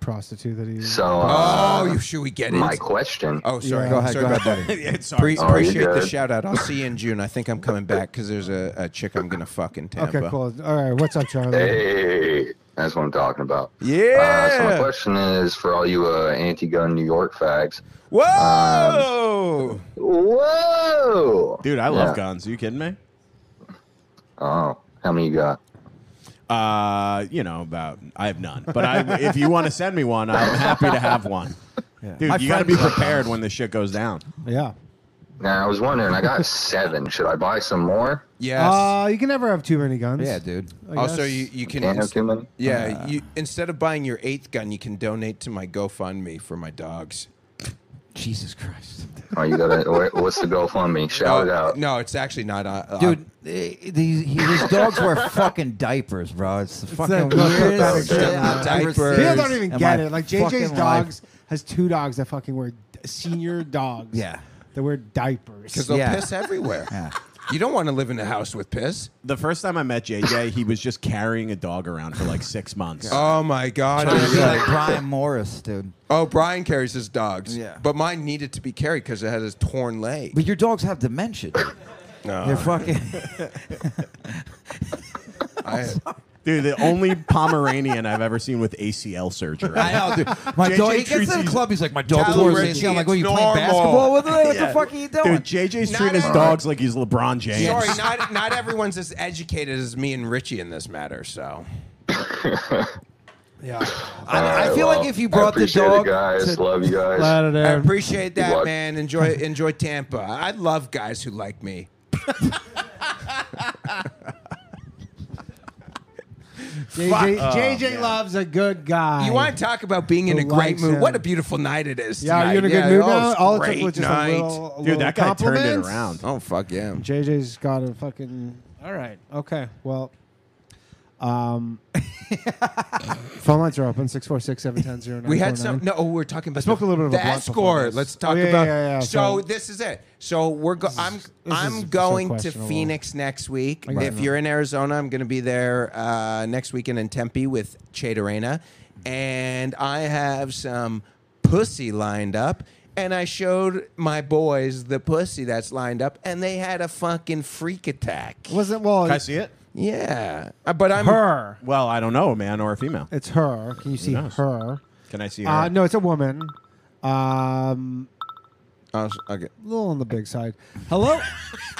Speaker 1: prostitute that he.
Speaker 10: So uh,
Speaker 5: oh, you, should we get
Speaker 10: my
Speaker 5: it?
Speaker 10: question.
Speaker 5: Oh, sorry.
Speaker 1: Yeah. Go
Speaker 5: sorry about that.
Speaker 7: It's
Speaker 5: Pre-
Speaker 7: sorry.
Speaker 10: Oh, you're
Speaker 5: appreciate the
Speaker 10: good.
Speaker 5: shout out. I'll see you in June. I think I'm coming back because there's a, a chick I'm gonna fuck in Tampa.
Speaker 1: Okay, cool. All right, what's up, Charlie?
Speaker 10: Hey, that's what I'm talking about. Uh, so
Speaker 5: Yeah.
Speaker 10: my question is for all you uh, anti-gun New York fags. Um,
Speaker 5: Whoa.
Speaker 10: Whoa!
Speaker 7: Oh. Dude, I love
Speaker 10: Oh. Yeah.
Speaker 7: guns. Are you kidding me?
Speaker 10: Oh, how many you got?
Speaker 7: Uh, you know about I have none, but I, if you want to send me one, I'm happy to have one. Dude,
Speaker 6: My
Speaker 7: you got to
Speaker 6: friend-
Speaker 7: be prepared when this shit goes down.
Speaker 1: Yeah.
Speaker 10: Now I was wondering. I got seven. Should I buy some more?
Speaker 5: yes.
Speaker 1: Uh, you can never have too many guns.
Speaker 6: yeah, dude.
Speaker 1: I
Speaker 5: also,
Speaker 1: guess.
Speaker 5: you, you can.
Speaker 10: Can't have
Speaker 5: inst-
Speaker 10: too many.
Speaker 5: yeah, you, instead of buying your eighth gun, you can donate to my GoFundMe for my dogs.
Speaker 6: Jesus Christ.
Speaker 10: Oh, you got to What's the GoFundMe? Shout it out.
Speaker 5: No, it's actually not. Uh, uh,
Speaker 6: Dude, eh, these, he- these dogs wear fucking diapers, bro. It's the fucking
Speaker 1: the
Speaker 6: weirdest
Speaker 1: most
Speaker 6: shit
Speaker 1: pathetic
Speaker 6: I've ever
Speaker 5: shit. Diapers.
Speaker 6: seen
Speaker 1: People don't even
Speaker 6: in
Speaker 1: get
Speaker 6: my
Speaker 1: it. Like
Speaker 6: fucking
Speaker 1: JJ's
Speaker 6: life.
Speaker 1: dogs has two dogs that fucking wear senior dogs.
Speaker 6: Yeah.
Speaker 1: that wear diapers.
Speaker 5: because they'll
Speaker 6: Yeah.
Speaker 5: piss everywhere.
Speaker 6: Yeah.
Speaker 5: You don't want to live in a house with piss.
Speaker 9: The first time I met JJ, he was just carrying a dog around for like six months.
Speaker 5: Oh my god!
Speaker 6: Trying to be
Speaker 5: Yeah.
Speaker 6: like Brian Morris, dude.
Speaker 5: Oh, Brian carries his dogs.
Speaker 6: Yeah.
Speaker 5: But mine needed to be carried because it had his torn leg.
Speaker 6: But your dogs have dementia. dude.
Speaker 9: Uh,
Speaker 6: They're fucking.
Speaker 5: I-
Speaker 9: Dude, the only Pomeranian I've ever seen with ACL surgery.
Speaker 6: I know, dude. My
Speaker 9: JJ
Speaker 6: dog. He gets
Speaker 9: treats
Speaker 6: to the
Speaker 9: you-
Speaker 6: club. He's like, my dog
Speaker 5: Tyler
Speaker 6: tore his
Speaker 5: Ritchie,
Speaker 6: ACL. I'm like, what are you
Speaker 5: it's
Speaker 6: playing
Speaker 5: normal.
Speaker 6: basketball with? it? What the
Speaker 9: Yeah.
Speaker 6: fuck are you doing?
Speaker 9: Dude, JJ's
Speaker 5: Not
Speaker 9: treating his
Speaker 5: every-
Speaker 9: dogs like he's LeBron James.
Speaker 5: Sorry, not not everyone's as educated as me and Richie in this matter. So
Speaker 6: I, I feel
Speaker 10: Well,
Speaker 6: like if you brought
Speaker 10: I
Speaker 6: the
Speaker 10: appreciate
Speaker 6: dog,
Speaker 10: it, guys.
Speaker 6: to-
Speaker 10: Love you guys.
Speaker 5: I appreciate that,
Speaker 10: luck.
Speaker 5: man. Enjoy enjoy Tampa. I love guys who like me.
Speaker 1: JJ, JJ
Speaker 6: Oh,
Speaker 1: loves a good guy.
Speaker 5: Oh, You want to talk about being in
Speaker 1: Who
Speaker 5: a great
Speaker 1: likes
Speaker 5: mood?
Speaker 1: him.
Speaker 5: What a beautiful night it is.
Speaker 1: Yeah,
Speaker 5: tonight.
Speaker 1: you're in a good mood
Speaker 5: oh,
Speaker 1: now.
Speaker 5: it's
Speaker 1: All it
Speaker 5: great
Speaker 1: took was just
Speaker 5: night.
Speaker 1: a little, a
Speaker 9: Dude,
Speaker 1: little
Speaker 9: that guy turned it
Speaker 1: compliments.
Speaker 9: around.
Speaker 5: Oh fuck yeah!
Speaker 1: JJ's got a fucking. All right. Okay. Well. Um, phone lines are open 646 710
Speaker 5: We had some. No, oh, we we're talking about. I
Speaker 1: spoke a little bit
Speaker 5: the
Speaker 1: about blunt before
Speaker 5: escort.
Speaker 1: this.
Speaker 5: Let's talk
Speaker 1: Oh, yeah,
Speaker 5: about.
Speaker 1: yeah, yeah,
Speaker 5: So,
Speaker 1: so-
Speaker 5: this is it. So we're go- I'm
Speaker 1: this is
Speaker 5: I'm
Speaker 1: so
Speaker 5: going to
Speaker 1: questionable.
Speaker 5: Phoenix next week.
Speaker 1: I got
Speaker 5: If
Speaker 1: it.
Speaker 5: you're in Arizona, I'm going to be there uh, next weekend in Tempe with Chaterena, and I have some pussy lined up. And I showed my boys the pussy that's lined up, and they had a fucking freak attack.
Speaker 1: Wasn't well.
Speaker 9: Can I see it?
Speaker 5: Yeah, Uh, but I'm
Speaker 1: her.
Speaker 9: Well, I don't know, a man or a female.
Speaker 1: It's her. Can you see
Speaker 9: knows?
Speaker 1: her?
Speaker 9: Can I see her?
Speaker 1: Uh, no, it's a woman. Um,
Speaker 5: Oh, s- okay.
Speaker 1: a little on the big side. Hello.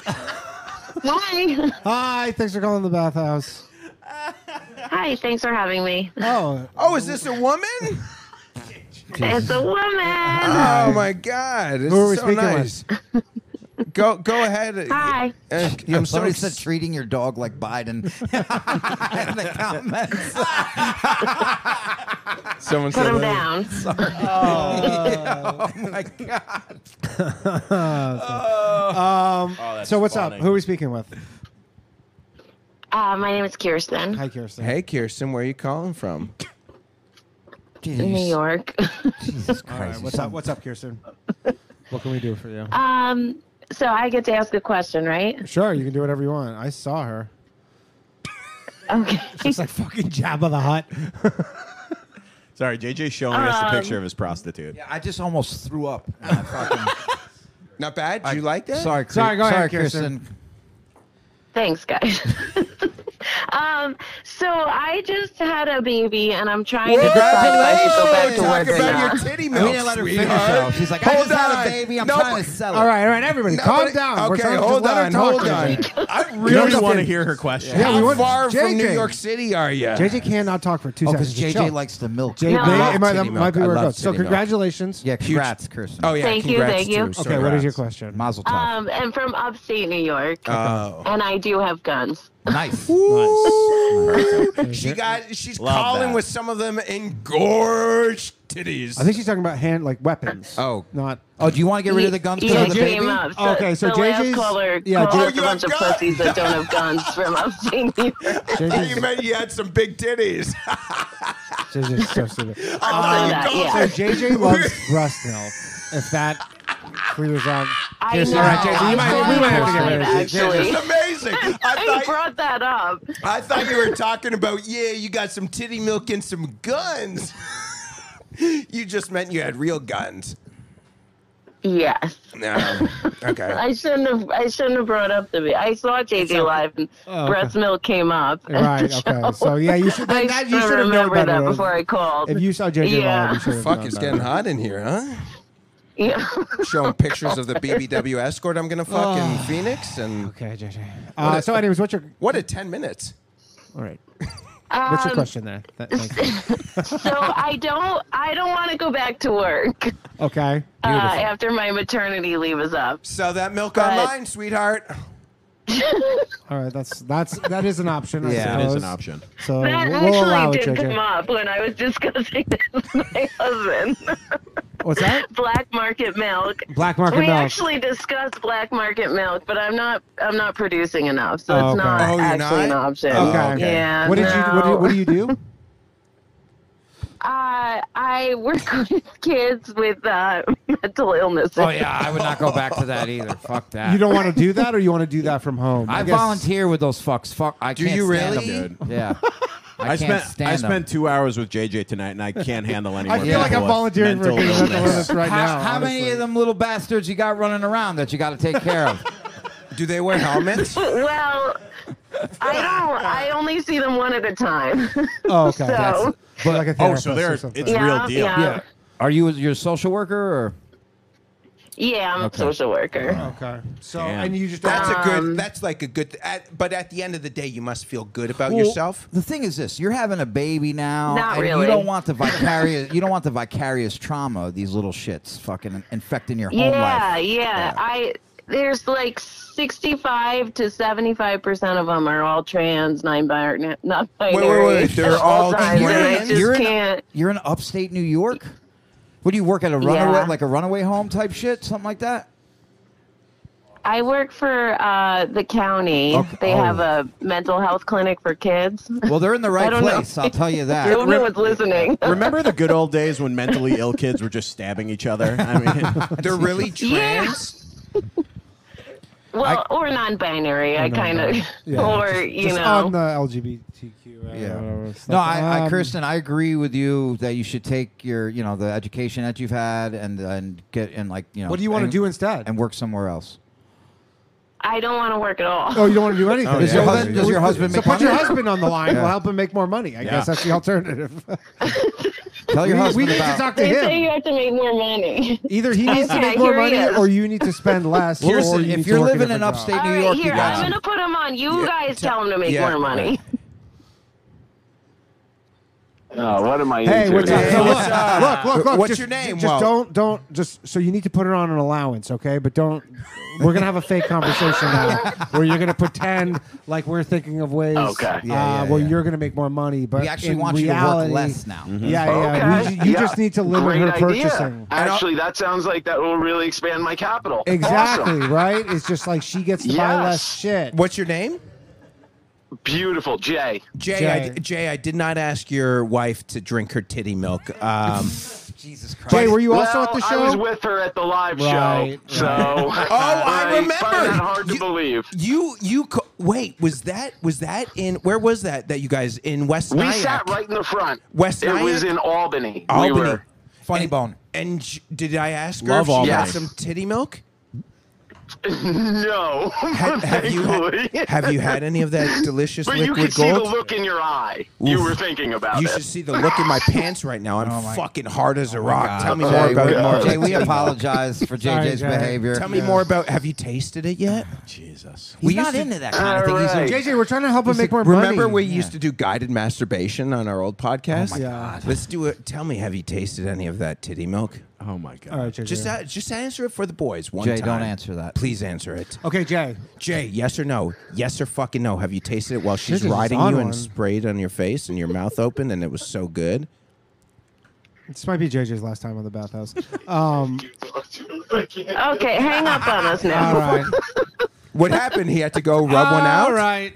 Speaker 13: Hi.
Speaker 1: Hi. Thanks for calling the bathhouse.
Speaker 13: Hi, thanks for having me.
Speaker 1: Oh,
Speaker 5: Oh, is this a woman?
Speaker 13: It's a woman.
Speaker 5: Oh my God! It's
Speaker 1: Who are we
Speaker 5: so
Speaker 1: speaking
Speaker 5: nice. go go ahead.
Speaker 13: Hi.
Speaker 5: Uh,
Speaker 6: Yeah,
Speaker 5: I'm so
Speaker 6: somebody said treating your dog like Biden in the comments.
Speaker 5: someone
Speaker 13: Put
Speaker 5: said
Speaker 13: him
Speaker 5: that.
Speaker 13: down.
Speaker 9: oh my god.
Speaker 1: Um, so what's up?
Speaker 9: Oh. funny.
Speaker 1: Who are we speaking with?
Speaker 13: Uh, my name is Kirsten.
Speaker 1: Hi, Kirsten.
Speaker 5: Hey Kirsten, where are you calling from?
Speaker 6: Jesus,
Speaker 13: New York.
Speaker 6: Jesus
Speaker 1: All right,
Speaker 6: Christ.
Speaker 1: what's up? What's up, Kirsten? What can we do for you?
Speaker 13: um, so I get to ask a question, right?
Speaker 1: Sure, you can do whatever you want. I saw her.
Speaker 13: Okay.
Speaker 1: It's like fucking Jabba the Hutt.
Speaker 9: Sorry, JJ's showing us a
Speaker 13: Um,
Speaker 9: picture of his prostitute.
Speaker 6: I just almost threw up. when I fucking-
Speaker 5: Not bad. Do you like that?
Speaker 6: sorry, Chris-
Speaker 1: Sorry, go
Speaker 6: sorry,
Speaker 1: ahead,
Speaker 6: Kirsten.
Speaker 13: Thanks, guys. um, so I just had a baby, and I'm trying to decide if I should go back to
Speaker 5: Talk
Speaker 13: work or
Speaker 5: about your
Speaker 13: not.
Speaker 5: titty
Speaker 6: We
Speaker 5: milk,
Speaker 6: didn't let her finish
Speaker 5: sweetheart.
Speaker 6: though. She's like, I
Speaker 5: Hold
Speaker 6: just had
Speaker 5: on.
Speaker 6: a baby. I'm
Speaker 5: No,
Speaker 6: trying
Speaker 5: but-
Speaker 6: to sell it.
Speaker 1: All right, all right, everybody,
Speaker 5: No,
Speaker 1: calm
Speaker 5: but-
Speaker 1: down. We're
Speaker 5: Okay,
Speaker 1: trying to
Speaker 5: hold
Speaker 1: let her
Speaker 5: on,
Speaker 1: talk
Speaker 5: hold
Speaker 1: to
Speaker 5: on.
Speaker 1: you.
Speaker 5: I
Speaker 9: Really
Speaker 5: really
Speaker 9: want to
Speaker 5: want
Speaker 9: hear her question.
Speaker 1: Yeah, we
Speaker 5: How
Speaker 1: want-
Speaker 5: far from
Speaker 1: JJ.
Speaker 5: New York City are you?
Speaker 1: JJ cannot talk for two
Speaker 6: Oh,
Speaker 1: seconds.
Speaker 6: because
Speaker 1: Just
Speaker 6: JJ
Speaker 1: chill.
Speaker 6: likes the milk.
Speaker 1: JJ,
Speaker 13: No, I love
Speaker 1: it might, that
Speaker 5: titty
Speaker 1: might be
Speaker 5: milk. I
Speaker 1: where it
Speaker 5: love
Speaker 1: goes. So
Speaker 5: titty milk.
Speaker 1: congratulations.
Speaker 6: Yeah, congrats, Kirsten.
Speaker 5: Oh yeah.
Speaker 13: Thank you,
Speaker 5: congrats
Speaker 13: thank you.
Speaker 5: too.
Speaker 13: Okay,
Speaker 1: Okay, what is your
Speaker 5: Congrats.
Speaker 1: question?
Speaker 6: Mazel tov.
Speaker 13: Um, and from upstate New York,
Speaker 5: Oh.
Speaker 13: and I do have guns.
Speaker 6: nice.
Speaker 5: She got. She's
Speaker 9: Love
Speaker 5: calling
Speaker 9: that.
Speaker 5: with some of them engorged titties.
Speaker 1: I think she's talking about hand like weapons.
Speaker 5: Oh.
Speaker 1: not.
Speaker 6: Oh, do you want to get rid of the guns
Speaker 13: You
Speaker 6: because of the
Speaker 13: just came
Speaker 6: baby?
Speaker 13: up. So,
Speaker 1: Okay, so
Speaker 13: the
Speaker 1: JJ's
Speaker 13: last caller
Speaker 1: yeah,
Speaker 13: called
Speaker 1: J-
Speaker 13: us
Speaker 5: Oh, you
Speaker 13: a bunch
Speaker 5: have
Speaker 13: of
Speaker 5: guns?
Speaker 13: pussies that don't have guns from upstate New York.
Speaker 5: you
Speaker 1: JJ's,
Speaker 5: meant you had some big titties.
Speaker 1: JJ's so stupid. Um, So
Speaker 13: I'll say that, yeah.
Speaker 1: JJ loves breast milk. If that clears up.
Speaker 13: I
Speaker 1: Kirsten,
Speaker 13: know.
Speaker 1: all right, JJ, you
Speaker 13: I'm
Speaker 1: might-
Speaker 13: so
Speaker 1: we might have to get
Speaker 13: glad,
Speaker 1: rid of you.
Speaker 13: Actually,
Speaker 5: Amazing.
Speaker 13: I
Speaker 5: I thought
Speaker 13: brought that up.
Speaker 5: I thought you were talking about yeah, you got some titty milk and some guns. you just meant you had real guns.
Speaker 13: Yes.
Speaker 5: No. Okay.
Speaker 13: I shouldn't have. I shouldn't have brought up the. I saw JJ live and
Speaker 1: okay.
Speaker 13: breast milk came up.
Speaker 1: Right. Okay. So yeah, you should. Then
Speaker 13: I
Speaker 1: that, you
Speaker 13: should
Speaker 1: should have known
Speaker 13: remember
Speaker 1: better.
Speaker 13: that before I called.
Speaker 1: If you saw JJ
Speaker 13: Yeah.
Speaker 1: live, you should have
Speaker 5: Fuck,
Speaker 1: known
Speaker 5: it's
Speaker 1: better.
Speaker 5: getting hot in here, huh?
Speaker 13: yeah.
Speaker 5: Showing pictures of the BBW escort I'm gonna fuck in Phoenix, and
Speaker 1: Oh. Okay, JJ. Uh, so, anyways, what's your
Speaker 5: what a ten minutes.
Speaker 1: all right? What's your question there? That- thank you.
Speaker 13: um, so I don't. I don't want to go back to work uh,
Speaker 1: okay.
Speaker 13: after my maternity leave is up.
Speaker 5: So that milk
Speaker 13: But-
Speaker 5: online, sweetheart.
Speaker 1: All right. That's that's that is an option. I
Speaker 6: Yeah,
Speaker 9: That is
Speaker 1: suppose.
Speaker 9: an option.
Speaker 1: So
Speaker 13: That
Speaker 1: we'll, we'll Oh, allow
Speaker 13: actually
Speaker 1: it,
Speaker 13: did
Speaker 1: JJ.
Speaker 13: come up when I was discussing this with my husband.
Speaker 1: What's that?
Speaker 13: black market milk.
Speaker 1: Black market
Speaker 13: we
Speaker 1: milk.
Speaker 13: actually discussed black market milk, but I'm not I'm not producing enough, so
Speaker 1: Oh,
Speaker 13: it's
Speaker 1: okay.
Speaker 13: not
Speaker 1: Oh, you're
Speaker 13: actually
Speaker 1: not?
Speaker 13: an option.
Speaker 1: Okay.
Speaker 13: Yeah.
Speaker 1: What did you? What,
Speaker 13: no.
Speaker 1: do- what do you do?
Speaker 13: Uh, I work with kids with uh, mental illnesses.
Speaker 14: Oh yeah, I would not go back to that either. Fuck that.
Speaker 1: You don't want to do that, or you want to do that from home?
Speaker 14: I,
Speaker 1: guess-
Speaker 14: volunteer with those fucks. Fuck. I
Speaker 1: Do
Speaker 14: can't
Speaker 1: you
Speaker 14: stand
Speaker 1: really?
Speaker 14: them, dude. Yeah. I,
Speaker 9: I
Speaker 14: can't
Speaker 9: spent
Speaker 14: stand
Speaker 9: I
Speaker 14: them.
Speaker 9: spent two hours with JJ tonight, and I can't handle any.
Speaker 14: I
Speaker 9: more
Speaker 14: feel like
Speaker 9: people
Speaker 14: I'm
Speaker 9: with
Speaker 14: volunteering for a
Speaker 9: mental
Speaker 14: kid's mental
Speaker 9: illness.
Speaker 14: right how, how many of them little bastards you got running around that you got to take care of?
Speaker 5: Do they wear helmets?
Speaker 13: well, I don't. I only see them one at a time.
Speaker 1: Oh, okay.
Speaker 13: So-
Speaker 1: but like a
Speaker 14: oh,
Speaker 1: therapist
Speaker 14: so
Speaker 1: or
Speaker 14: they're
Speaker 1: something.
Speaker 14: it's real
Speaker 13: Yeah,
Speaker 14: deal.
Speaker 13: yeah.
Speaker 14: Are you you're a social worker or?
Speaker 13: yeah, I'm
Speaker 14: Okay.
Speaker 13: a social worker.
Speaker 1: Okay. So
Speaker 9: Damn.
Speaker 1: and you just
Speaker 5: that's a
Speaker 13: Um,
Speaker 5: good. That's like a good. At, but at the end of the day, you must feel good about
Speaker 6: Well,
Speaker 5: yourself.
Speaker 6: The thing is this: you're having a baby now.
Speaker 13: Not
Speaker 6: and
Speaker 13: really.
Speaker 6: You don't want the vicarious. you don't want the vicarious trauma of these little shits fucking infecting your home
Speaker 13: yeah,
Speaker 6: life.
Speaker 13: yeah, I there's like 65 to 75 percent of them are all trans, nine binary, not
Speaker 6: Wait,
Speaker 13: binary. times, and I just
Speaker 6: You're in,
Speaker 13: can't.
Speaker 6: you're in upstate New York. What do you work at a runaway,
Speaker 13: Yeah.
Speaker 6: like a runaway home type shit, something like that?
Speaker 13: I work for uh, the county.
Speaker 6: Okay.
Speaker 13: They
Speaker 6: Oh.
Speaker 13: have a mental health clinic for kids.
Speaker 6: Well, they're in the
Speaker 13: I
Speaker 6: right
Speaker 13: don't know.
Speaker 6: place. I'll tell you
Speaker 13: I hope no one's listening.
Speaker 9: Remember the good old days when mentally ill kids were just stabbing each other? I mean,
Speaker 5: they're really
Speaker 13: trans? Well, or non-binary. I, kind of, or
Speaker 1: Just-
Speaker 13: you
Speaker 1: just
Speaker 13: know,
Speaker 6: um,
Speaker 1: on the LGBTQ. uh, whatever stuff.
Speaker 6: No, I, I,
Speaker 1: Um,
Speaker 6: Kirsten, I agree with you that you should take your, you know, the education that you've had and and get and like, you know,
Speaker 1: What do you wanna
Speaker 6: and-
Speaker 1: do instead?
Speaker 6: And work somewhere else.
Speaker 13: I don't want to work at all.
Speaker 1: Oh, you don't want to do anything.
Speaker 6: Does your husband- does your husband
Speaker 1: so
Speaker 6: make
Speaker 1: put your
Speaker 6: money?
Speaker 1: husband on the line.
Speaker 6: Yeah.
Speaker 1: We'll help him make more money. I
Speaker 6: Yeah.
Speaker 1: guess that's the alternative.
Speaker 6: Tell your
Speaker 1: we,
Speaker 6: husband
Speaker 1: We need
Speaker 6: about-
Speaker 1: to talk to
Speaker 13: They say
Speaker 1: him.
Speaker 13: you have to make more money.
Speaker 1: Either he needs to
Speaker 13: Okay,
Speaker 1: make more
Speaker 13: here he
Speaker 1: money,
Speaker 13: is.
Speaker 1: or you need to spend less.
Speaker 6: Kirsten,
Speaker 1: or you
Speaker 6: if
Speaker 1: need to
Speaker 6: you're
Speaker 1: work a
Speaker 6: living in
Speaker 1: different
Speaker 6: upstate
Speaker 1: job.
Speaker 13: All
Speaker 6: New
Speaker 13: right,
Speaker 6: York, you
Speaker 13: here
Speaker 6: got
Speaker 13: I'm
Speaker 6: it.
Speaker 13: gonna put him on. You
Speaker 5: Yeah,
Speaker 13: guys
Speaker 5: t-
Speaker 13: tell him to make
Speaker 5: yeah.
Speaker 13: more money.
Speaker 10: Oh, what am I?
Speaker 1: Hey,
Speaker 10: into?
Speaker 1: what's up?
Speaker 10: Yeah.
Speaker 1: So look, look, look, look.
Speaker 5: What's
Speaker 1: just-
Speaker 5: your name?
Speaker 1: Just
Speaker 5: Well-
Speaker 1: don't, don't, just. So you need to put it on an allowance, okay? But don't. We're gonna have a fake conversation now, where you're gonna pretend like we're thinking of ways.
Speaker 10: Okay.
Speaker 1: Uh,
Speaker 6: Yeah, yeah,
Speaker 1: where
Speaker 6: yeah.
Speaker 1: you're gonna make more money, but
Speaker 6: We actually
Speaker 1: in
Speaker 6: want you to work
Speaker 1: reality,
Speaker 6: less now.
Speaker 15: Mm-hmm.
Speaker 6: Mhm.
Speaker 1: Yeah, yeah. yeah.
Speaker 10: Okay.
Speaker 1: We ju- you
Speaker 10: Yeah.
Speaker 1: just need to limit
Speaker 10: Great
Speaker 1: her
Speaker 10: idea.
Speaker 1: purchasing.
Speaker 10: Actually, that sounds like that will really expand my capital.
Speaker 1: Exactly,
Speaker 10: Awesome.
Speaker 1: right? It's just like she gets to buy less
Speaker 10: Yes.
Speaker 1: shit.
Speaker 5: What's your name?
Speaker 10: Beautiful, Jay.
Speaker 5: Jay,
Speaker 1: Jay.
Speaker 5: I, Jay, I did not ask your wife to drink her titty milk. Um,
Speaker 6: Jesus Christ.
Speaker 1: Jay, were you also
Speaker 10: well,
Speaker 1: at the
Speaker 10: I was
Speaker 1: show?
Speaker 10: with her at the live
Speaker 1: Right,
Speaker 10: show, so oh,
Speaker 5: I remember.
Speaker 10: Find that hard to
Speaker 5: You-
Speaker 10: believe.
Speaker 5: you, you. Co- wait, was that was that in where was that that you guys in West?
Speaker 10: We
Speaker 5: Nyack?
Speaker 10: sat right in the front.
Speaker 5: West
Speaker 10: it was
Speaker 5: Nyack?
Speaker 10: in Albany.
Speaker 5: Albany.
Speaker 10: We were,
Speaker 14: Funny bone.
Speaker 5: And j- did I ask her
Speaker 9: Love
Speaker 5: if she
Speaker 9: Albany.
Speaker 5: had some titty milk?
Speaker 10: no,
Speaker 5: Have, have you
Speaker 10: thankfully.
Speaker 5: had, have you had any of that delicious
Speaker 10: but you
Speaker 5: liquid
Speaker 10: could see
Speaker 5: gold?
Speaker 10: the look in your eye. You
Speaker 5: Oof.
Speaker 10: were thinking about
Speaker 5: you
Speaker 10: it.
Speaker 5: should see the look in my pants right now. I'm fucking hard as a rock. Tell me
Speaker 6: Jay,
Speaker 5: more about
Speaker 6: we,
Speaker 5: it. More
Speaker 6: Jay, we
Speaker 5: about-
Speaker 6: apologize for
Speaker 1: Sorry,
Speaker 6: JJ's
Speaker 1: Jay.
Speaker 6: behavior.
Speaker 5: Tell me more about. Have you tasted it yet?
Speaker 9: Jesus.
Speaker 6: He's
Speaker 5: We
Speaker 6: not
Speaker 5: used to-
Speaker 6: into that kind of thing. He's
Speaker 10: Alright.
Speaker 6: like,
Speaker 1: JJ, we're trying to help him make more money.
Speaker 5: Remember, we used to do guided masturbation on our old podcast.
Speaker 1: Oh my Yeah. God.
Speaker 5: Let's do it. Tell me, have you tasted any of that titty milk?
Speaker 9: Oh my god.
Speaker 1: All right, JJ.
Speaker 5: Just, a- just answer it for the boys. One
Speaker 6: Jay,
Speaker 5: time.
Speaker 6: don't answer that.
Speaker 5: Please answer it.
Speaker 1: okay, Jay.
Speaker 5: Jay, yes or no? Yes or fucking no? Have you tasted it while she's
Speaker 1: This is
Speaker 5: riding
Speaker 1: on
Speaker 5: you
Speaker 1: one.
Speaker 5: and sprayed on your face and your mouth open and it was so good?
Speaker 1: This might be JJ's last time on the bathhouse. Um,
Speaker 13: Okay, hang up on us now.
Speaker 1: all right.
Speaker 5: What happened? He had to go rub one out.
Speaker 14: All right.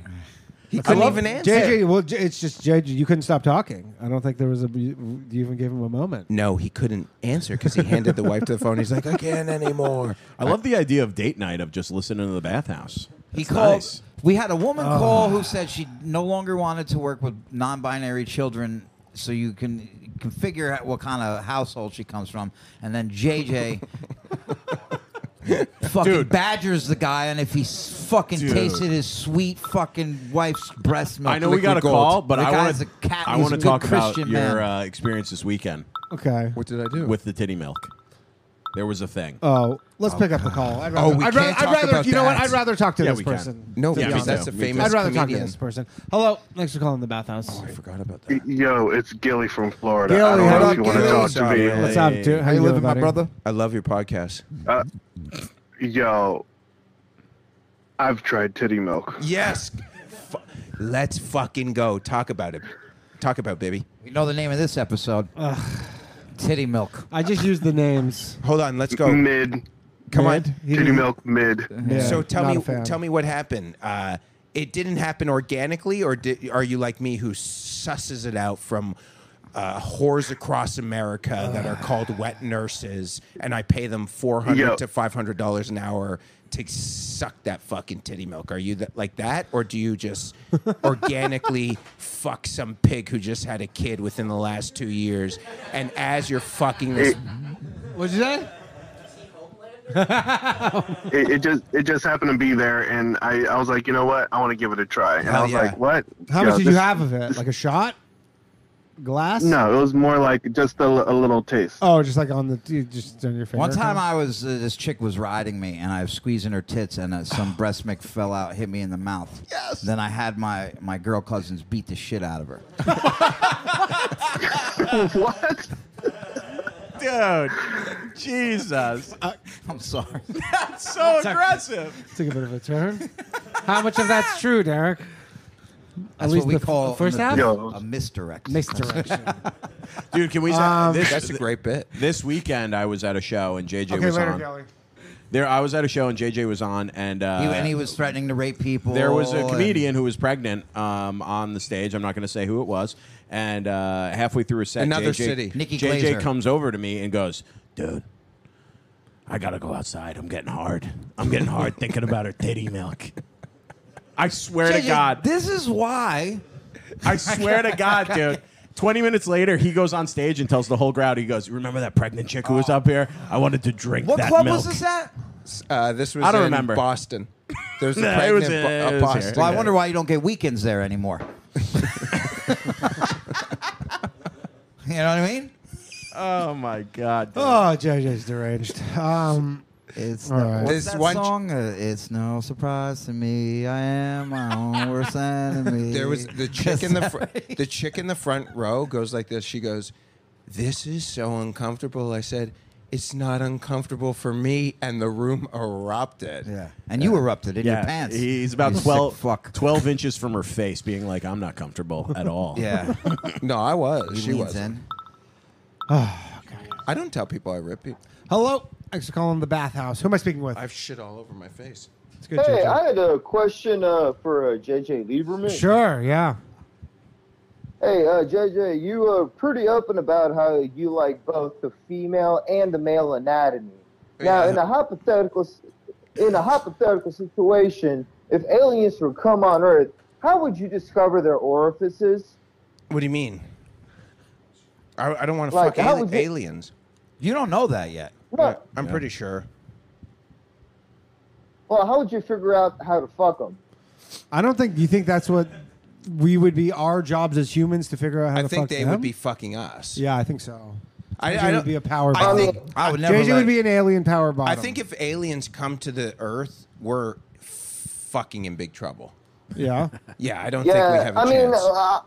Speaker 5: He couldn't even answer.
Speaker 1: JJ, well, Oh, J- it's just JJ. You couldn't stop talking. I don't think there was a. You you even gave him a moment.
Speaker 5: No, he couldn't answer because he handed the wife to the phone. He's like, I can't anymore.
Speaker 9: I love the idea of date night of just listening to the bathhouse.
Speaker 6: He
Speaker 9: That's
Speaker 6: called.
Speaker 9: nice.
Speaker 6: We had a woman
Speaker 7: Oh.
Speaker 9: Oh.
Speaker 6: call who said she no longer wanted to work with non-binary children. So you can configure out what kind of household she comes from, and then JJ fucking
Speaker 9: Dude.
Speaker 6: badgers the guy, and if he s- fucking
Speaker 9: Dude.
Speaker 6: tasted his sweet fucking wife's breast milk,
Speaker 9: I know we got a
Speaker 6: liquid gold,
Speaker 9: call, but
Speaker 6: the
Speaker 9: I
Speaker 6: guy's
Speaker 9: want to.
Speaker 6: a cat.
Speaker 9: I
Speaker 6: He's
Speaker 9: want
Speaker 6: a
Speaker 9: to
Speaker 6: good
Speaker 9: talk
Speaker 6: Christian
Speaker 9: about
Speaker 6: man.
Speaker 9: your uh, experience this weekend
Speaker 1: Okay.
Speaker 5: What did I do?
Speaker 9: with the titty milk. There was a thing.
Speaker 1: Oh, let's pick up the call. I'd rather,
Speaker 5: Oh, we
Speaker 1: I'd rather,
Speaker 5: can't talk
Speaker 1: I'd rather
Speaker 5: about
Speaker 1: you know what?
Speaker 5: that.
Speaker 1: I'd rather talk to
Speaker 9: Yeah,
Speaker 1: this
Speaker 9: we can.
Speaker 1: person.
Speaker 5: No,
Speaker 1: to be
Speaker 5: because
Speaker 1: honest.
Speaker 5: that's a famous
Speaker 1: I'd rather talk to
Speaker 5: comedian. Oh,
Speaker 1: this person. Hello, thanks for calling the bathhouse.
Speaker 5: I forgot about that.
Speaker 8: Yo, it's Gilly from Florida.
Speaker 1: Gilly,
Speaker 8: I don't
Speaker 1: how
Speaker 8: know
Speaker 1: about
Speaker 8: if you want to
Speaker 1: Gilly?
Speaker 8: talk to me.
Speaker 1: What's up, dude? How, you doing, buddy?
Speaker 5: I love your podcast.
Speaker 15: Uh,
Speaker 8: Yo, I've tried titty milk.
Speaker 5: Yes. Fu- Let's fucking go. Talk about it. Talk about it, baby.
Speaker 6: We know the name of this episode. Titty milk.
Speaker 1: I just used the names.
Speaker 5: Hold on, let's go.
Speaker 15: Mid.
Speaker 5: Come on.
Speaker 15: Titty milk mid.
Speaker 5: so tell me, tell me what happened. Uh, it didn't happen organically, or did, are you like me who susses it out from uh, whores across America that are called wet nurses, and I pay them four hundred
Speaker 15: Yo.
Speaker 5: to five hundred dollars an hour to suck that fucking titty milk? Are you that, like that, or do you just organically fuck some pig who just had a kid within the last two years, and as you're fucking this
Speaker 1: What'd you say?
Speaker 15: it, it just it just happened to be there, and I, I was like, you know what, I want to give it a try. And I
Speaker 1: Hell
Speaker 15: was
Speaker 1: yeah.
Speaker 15: like, what?
Speaker 1: How
Speaker 15: You
Speaker 1: much
Speaker 15: know,
Speaker 1: did you
Speaker 15: this-
Speaker 1: have of it? Like a shot? Glass?
Speaker 15: No, it was more like just a, a little taste.
Speaker 1: Oh, just like on the you just on your finger.
Speaker 6: One time
Speaker 1: kind
Speaker 6: I was, uh, this chick was riding me and I was squeezing her tits and uh, some breast milk fell out, hit me in the mouth. Yes. Then I had my, my girl cousins beat the shit out of her.
Speaker 15: what?
Speaker 7: Dude, Jesus.
Speaker 6: I'm sorry.
Speaker 7: That's so
Speaker 1: Sorry.
Speaker 7: aggressive.
Speaker 1: of? Took a bit of a turn. How much of that's true, Derek?
Speaker 6: That's what we
Speaker 1: the f-
Speaker 6: call
Speaker 1: first
Speaker 6: in the-
Speaker 1: half.
Speaker 6: a misdirect.
Speaker 1: Misdirection.
Speaker 7: Dude, can we? say
Speaker 1: Um,
Speaker 7: this,
Speaker 1: That's a
Speaker 5: great bit.
Speaker 7: This weekend, I was at a show and JJ
Speaker 1: Okay,
Speaker 7: was
Speaker 1: later,
Speaker 7: on.
Speaker 1: Kelly.
Speaker 7: There, I was at a show and JJ was on, and uh,
Speaker 6: He- and he was threatening to rape people.
Speaker 7: There was a
Speaker 6: and-
Speaker 7: comedian who was pregnant um, on the stage. I'm not going to say who it was. And uh, halfway through a set,
Speaker 5: Another
Speaker 7: JJ,
Speaker 5: city. Nikki
Speaker 7: JJ
Speaker 5: Glaser.
Speaker 7: comes over to me and goes, "Dude, I gotta go outside. I'm getting hard. I'm getting hard thinking about her titty milk." I swear to
Speaker 6: JJ,
Speaker 7: God,
Speaker 6: This is why.
Speaker 7: I swear to God, dude. 20 minutes later, he goes on stage and tells the whole crowd, he goes, Remember that pregnant chick who was up here? I wanted to drink
Speaker 6: What
Speaker 7: that
Speaker 6: club
Speaker 7: milk.
Speaker 6: was this at?
Speaker 5: Uh, this was
Speaker 7: I don't
Speaker 5: in
Speaker 7: remember.
Speaker 5: Boston. There's a
Speaker 7: No, it
Speaker 5: pregnant
Speaker 7: was
Speaker 5: was,
Speaker 7: in- it was here.
Speaker 5: Boston.
Speaker 6: Well, I wonder why you don't get weekends there anymore. you know what I mean?
Speaker 7: Oh, my God. dude.
Speaker 1: Oh, JJ's deranged. Um,
Speaker 6: It's
Speaker 1: all
Speaker 6: no,
Speaker 1: right.
Speaker 6: what's that song? Uh, it's no surprise to me. I am my own worst enemy.
Speaker 5: There was the chick in the fr- the chick in the front row goes like this. She goes, "This is so uncomfortable." I said, "It's not uncomfortable for me," and the room erupted.
Speaker 6: Yeah, and you erupted in your pants.
Speaker 7: He's about
Speaker 6: You sick
Speaker 7: 12,
Speaker 6: fuck.
Speaker 7: 12 inches from her face, being like, I'm not comfortable at all.
Speaker 6: Yeah. Oh,
Speaker 5: no, I was.
Speaker 6: He
Speaker 5: she
Speaker 6: leans
Speaker 5: was.
Speaker 6: in.
Speaker 5: I don't tell people I rip people.
Speaker 1: Hello. Thanks for calling the bathhouse. Who am I speaking with?
Speaker 5: I have shit all over my face.
Speaker 1: It's good,
Speaker 16: Hey,
Speaker 1: JJ.
Speaker 16: I had a question uh, for uh, JJ Lieberman.
Speaker 1: Sure. Yeah.
Speaker 16: Hey, uh, JJ, you are pretty open about how you like both the female and the male anatomy. Now, in a hypothetical, in a hypothetical situation, if aliens were come on Earth, how would you discover their orifices?
Speaker 5: What do you mean? I, I don't want to
Speaker 16: Like,
Speaker 5: fuck
Speaker 16: how
Speaker 5: ali-
Speaker 16: would you-
Speaker 5: aliens.
Speaker 6: You don't know that yet.
Speaker 16: No.
Speaker 5: I'm pretty sure.
Speaker 16: Well, how would you figure out how to fuck them?
Speaker 1: I don't think you think that's what we would be our jobs as humans to figure out how
Speaker 5: I
Speaker 1: to
Speaker 5: think
Speaker 1: fuck
Speaker 5: they
Speaker 1: them?
Speaker 5: would be fucking us.
Speaker 1: Yeah, I think so.
Speaker 5: I-
Speaker 1: JJ
Speaker 5: I
Speaker 1: would
Speaker 5: don't-
Speaker 1: be a power.
Speaker 5: I
Speaker 1: bottom.
Speaker 5: think- I would never
Speaker 1: JJ
Speaker 5: let-
Speaker 1: would be an alien power bottom.
Speaker 5: I think if aliens come to the Earth, we're fucking in big trouble.
Speaker 1: Yeah.
Speaker 5: Yeah, I don't
Speaker 16: yeah,
Speaker 5: think we have a
Speaker 16: I mean,
Speaker 5: chance.
Speaker 16: uh,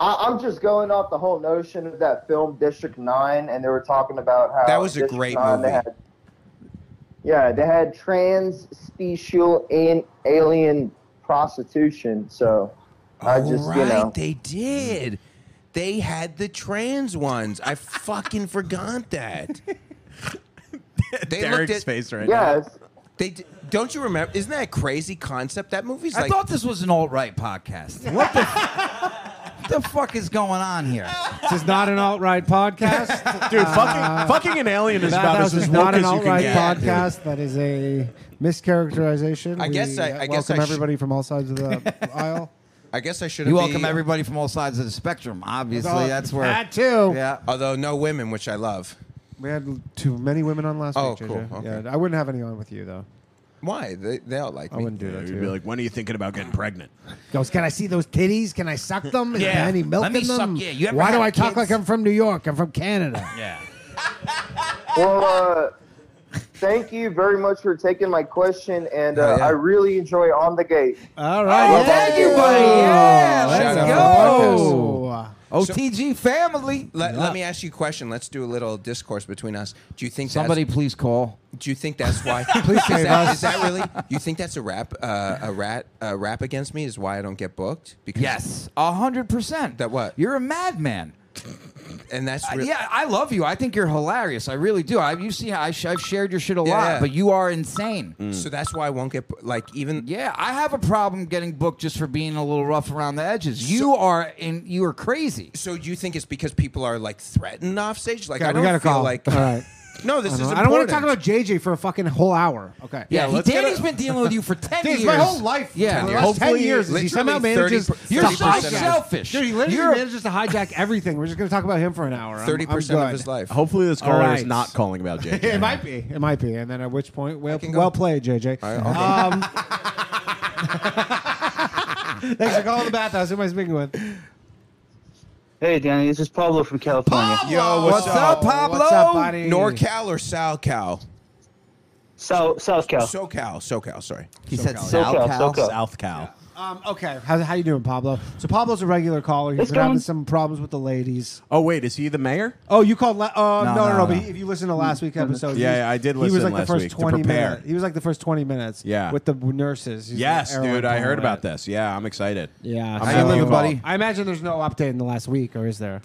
Speaker 16: I, I'm just going off the whole notion of that film District Nine, and they were talking about how
Speaker 5: That was a
Speaker 16: District
Speaker 5: great
Speaker 16: 9, they
Speaker 5: movie.
Speaker 16: had- yeah, they had transspecial and alien prostitution. So I just
Speaker 5: right,
Speaker 16: you know
Speaker 5: they did. They had the trans ones. I fucking forgot that. they
Speaker 7: Derek's face right
Speaker 16: now. Yes.
Speaker 5: They d- don't you remember? Isn't that a crazy concept? That movie's
Speaker 6: I
Speaker 5: like
Speaker 6: thought this was an alt right podcast. What the, f- the fuck is going on here?
Speaker 1: This is not an alt right podcast. Uh,
Speaker 7: Dude,
Speaker 6: Ah.
Speaker 7: fucking- fucking an alien is
Speaker 1: that
Speaker 7: about
Speaker 1: house
Speaker 7: as
Speaker 1: is
Speaker 7: woke
Speaker 1: not an
Speaker 7: as you can
Speaker 1: alt-right
Speaker 7: get.
Speaker 1: podcast. That is a mischaracterization.
Speaker 5: I
Speaker 1: We,
Speaker 5: guess I-
Speaker 1: uh,
Speaker 5: I guess
Speaker 1: welcome
Speaker 5: I sh-
Speaker 1: everybody from all sides of the aisle.
Speaker 5: I guess I should.
Speaker 6: You welcome everybody from all sides of the spectrum. Obviously, that's where.
Speaker 1: that too.
Speaker 6: Yeah.
Speaker 5: Although no women, which I love.
Speaker 1: We had too many women on last
Speaker 5: Oh,
Speaker 1: week. JJ.
Speaker 5: cool. Okay.
Speaker 1: Yeah, I wouldn't have any on with you though.
Speaker 5: Why? They, they all like
Speaker 1: I
Speaker 5: me.
Speaker 1: wouldn't do that.
Speaker 7: You'd
Speaker 1: To
Speaker 7: be
Speaker 1: you.
Speaker 7: like, When are you thinking about getting pregnant?
Speaker 1: Goes, can I see those titties? Can I suck them? Is
Speaker 7: Yeah.
Speaker 1: there any milk
Speaker 7: Let me
Speaker 1: in them?
Speaker 7: suck- yeah, you ever
Speaker 1: Why do
Speaker 7: had
Speaker 1: I talk
Speaker 7: kids?
Speaker 1: like I'm from New York? I'm from Canada.
Speaker 7: Yeah.
Speaker 16: Well, uh, thank you very much for taking my question, and uh,
Speaker 5: Oh, yeah.
Speaker 16: I really enjoy On the Gate.
Speaker 1: All right.
Speaker 16: Oh, thank you, buddy.
Speaker 6: Yeah,
Speaker 5: Shout
Speaker 6: let's
Speaker 5: out to
Speaker 1: Oh,
Speaker 6: go. OTG family.
Speaker 5: Let, let me ask you a question. Let's do a little discourse between us. Do you think
Speaker 6: Somebody,
Speaker 5: That's,
Speaker 6: please call.
Speaker 5: do you think that's why?
Speaker 1: Please
Speaker 5: is
Speaker 1: save
Speaker 5: that,
Speaker 1: us.
Speaker 5: Is that really? You think that's a rap? Uh, a rat? A rap against me is why I don't get booked? Because
Speaker 6: Yes, a hundred percent.
Speaker 5: That what?
Speaker 6: You're a madman.
Speaker 5: and that's really,
Speaker 6: yeah, I love you. I think you're hilarious. I really do. I, you see how I sh- I've shared your shit a
Speaker 5: Yeah,
Speaker 6: lot,
Speaker 5: yeah.
Speaker 6: but you are insane.
Speaker 5: So that's why I won't get like even.
Speaker 6: Yeah, I have a problem getting booked just for being a little rough around the edges. You are in. You are crazy.
Speaker 5: So you think it's because people are like threatened off stage? Like
Speaker 1: Okay,
Speaker 5: I
Speaker 1: we
Speaker 5: don't
Speaker 1: gotta
Speaker 5: feel
Speaker 1: call.
Speaker 5: like.
Speaker 1: All right.
Speaker 5: No, this
Speaker 1: I
Speaker 5: is.
Speaker 1: don't know. I don't want to
Speaker 5: important.
Speaker 1: talk about JJ for a fucking whole hour. Okay.
Speaker 5: Yeah,
Speaker 6: he,
Speaker 5: let's get
Speaker 6: Danny's
Speaker 5: a-
Speaker 6: been dealing with you for ten
Speaker 1: Dude,
Speaker 6: years.
Speaker 1: it's my whole life.
Speaker 6: Yeah,
Speaker 1: For the last ten years. is He somehow manages.
Speaker 6: You're
Speaker 1: to
Speaker 6: so
Speaker 1: hijack-
Speaker 6: selfish.
Speaker 1: Dude, he literally
Speaker 6: You're-
Speaker 1: manages to hijack everything. We're just going to talk about him for an hour. I'm- I'm
Speaker 5: 30% of
Speaker 1: good.
Speaker 5: his life.
Speaker 7: Hopefully, this
Speaker 1: All
Speaker 7: caller
Speaker 1: right.
Speaker 7: is not calling about JJ.
Speaker 1: it might be. It might be. And then at which point, well,
Speaker 7: can go.
Speaker 1: well played, JJ. um, thanks for calling the bathhouse. Who am I speaking with?
Speaker 14: Hey, Danny, this is Pablo from California.
Speaker 5: Yo, what's, up, Pablo?
Speaker 14: What's up, buddy?
Speaker 5: NorCal or SoCal?
Speaker 14: South SoCal.
Speaker 5: SoCal, SoCal. Sorry,
Speaker 7: He said
Speaker 1: SoCal,
Speaker 7: SoCal,
Speaker 1: SoCal.
Speaker 7: South Cal.
Speaker 1: Um, okay. How, how you doing, Pablo? So Pablo's a regular caller. He's
Speaker 7: It's
Speaker 1: been having
Speaker 7: going.
Speaker 1: some problems with the ladies.
Speaker 7: Oh wait, is he the mayor?
Speaker 1: Oh, you called. La- uh, no,
Speaker 7: No,
Speaker 1: no, no,
Speaker 7: no,
Speaker 1: But
Speaker 7: no.
Speaker 1: he, if you listen to last week's
Speaker 6: Mm-hmm.
Speaker 1: episode, he
Speaker 7: Mm. Yeah,
Speaker 1: was-
Speaker 7: yeah, I did
Speaker 1: He was
Speaker 7: listen
Speaker 1: like
Speaker 7: last
Speaker 1: the first
Speaker 7: week to
Speaker 1: twenty
Speaker 7: prepare.
Speaker 1: minutes. He was like the first twenty minutes.
Speaker 7: Yeah.
Speaker 1: with the w- nurses. He's
Speaker 7: Yes,
Speaker 1: the airline
Speaker 7: dude. I
Speaker 1: pilot.
Speaker 7: heard about this. Yeah, I'm excited.
Speaker 1: Yeah.
Speaker 7: I'm having a call.
Speaker 1: I imagine there's no update in the last week, or is there?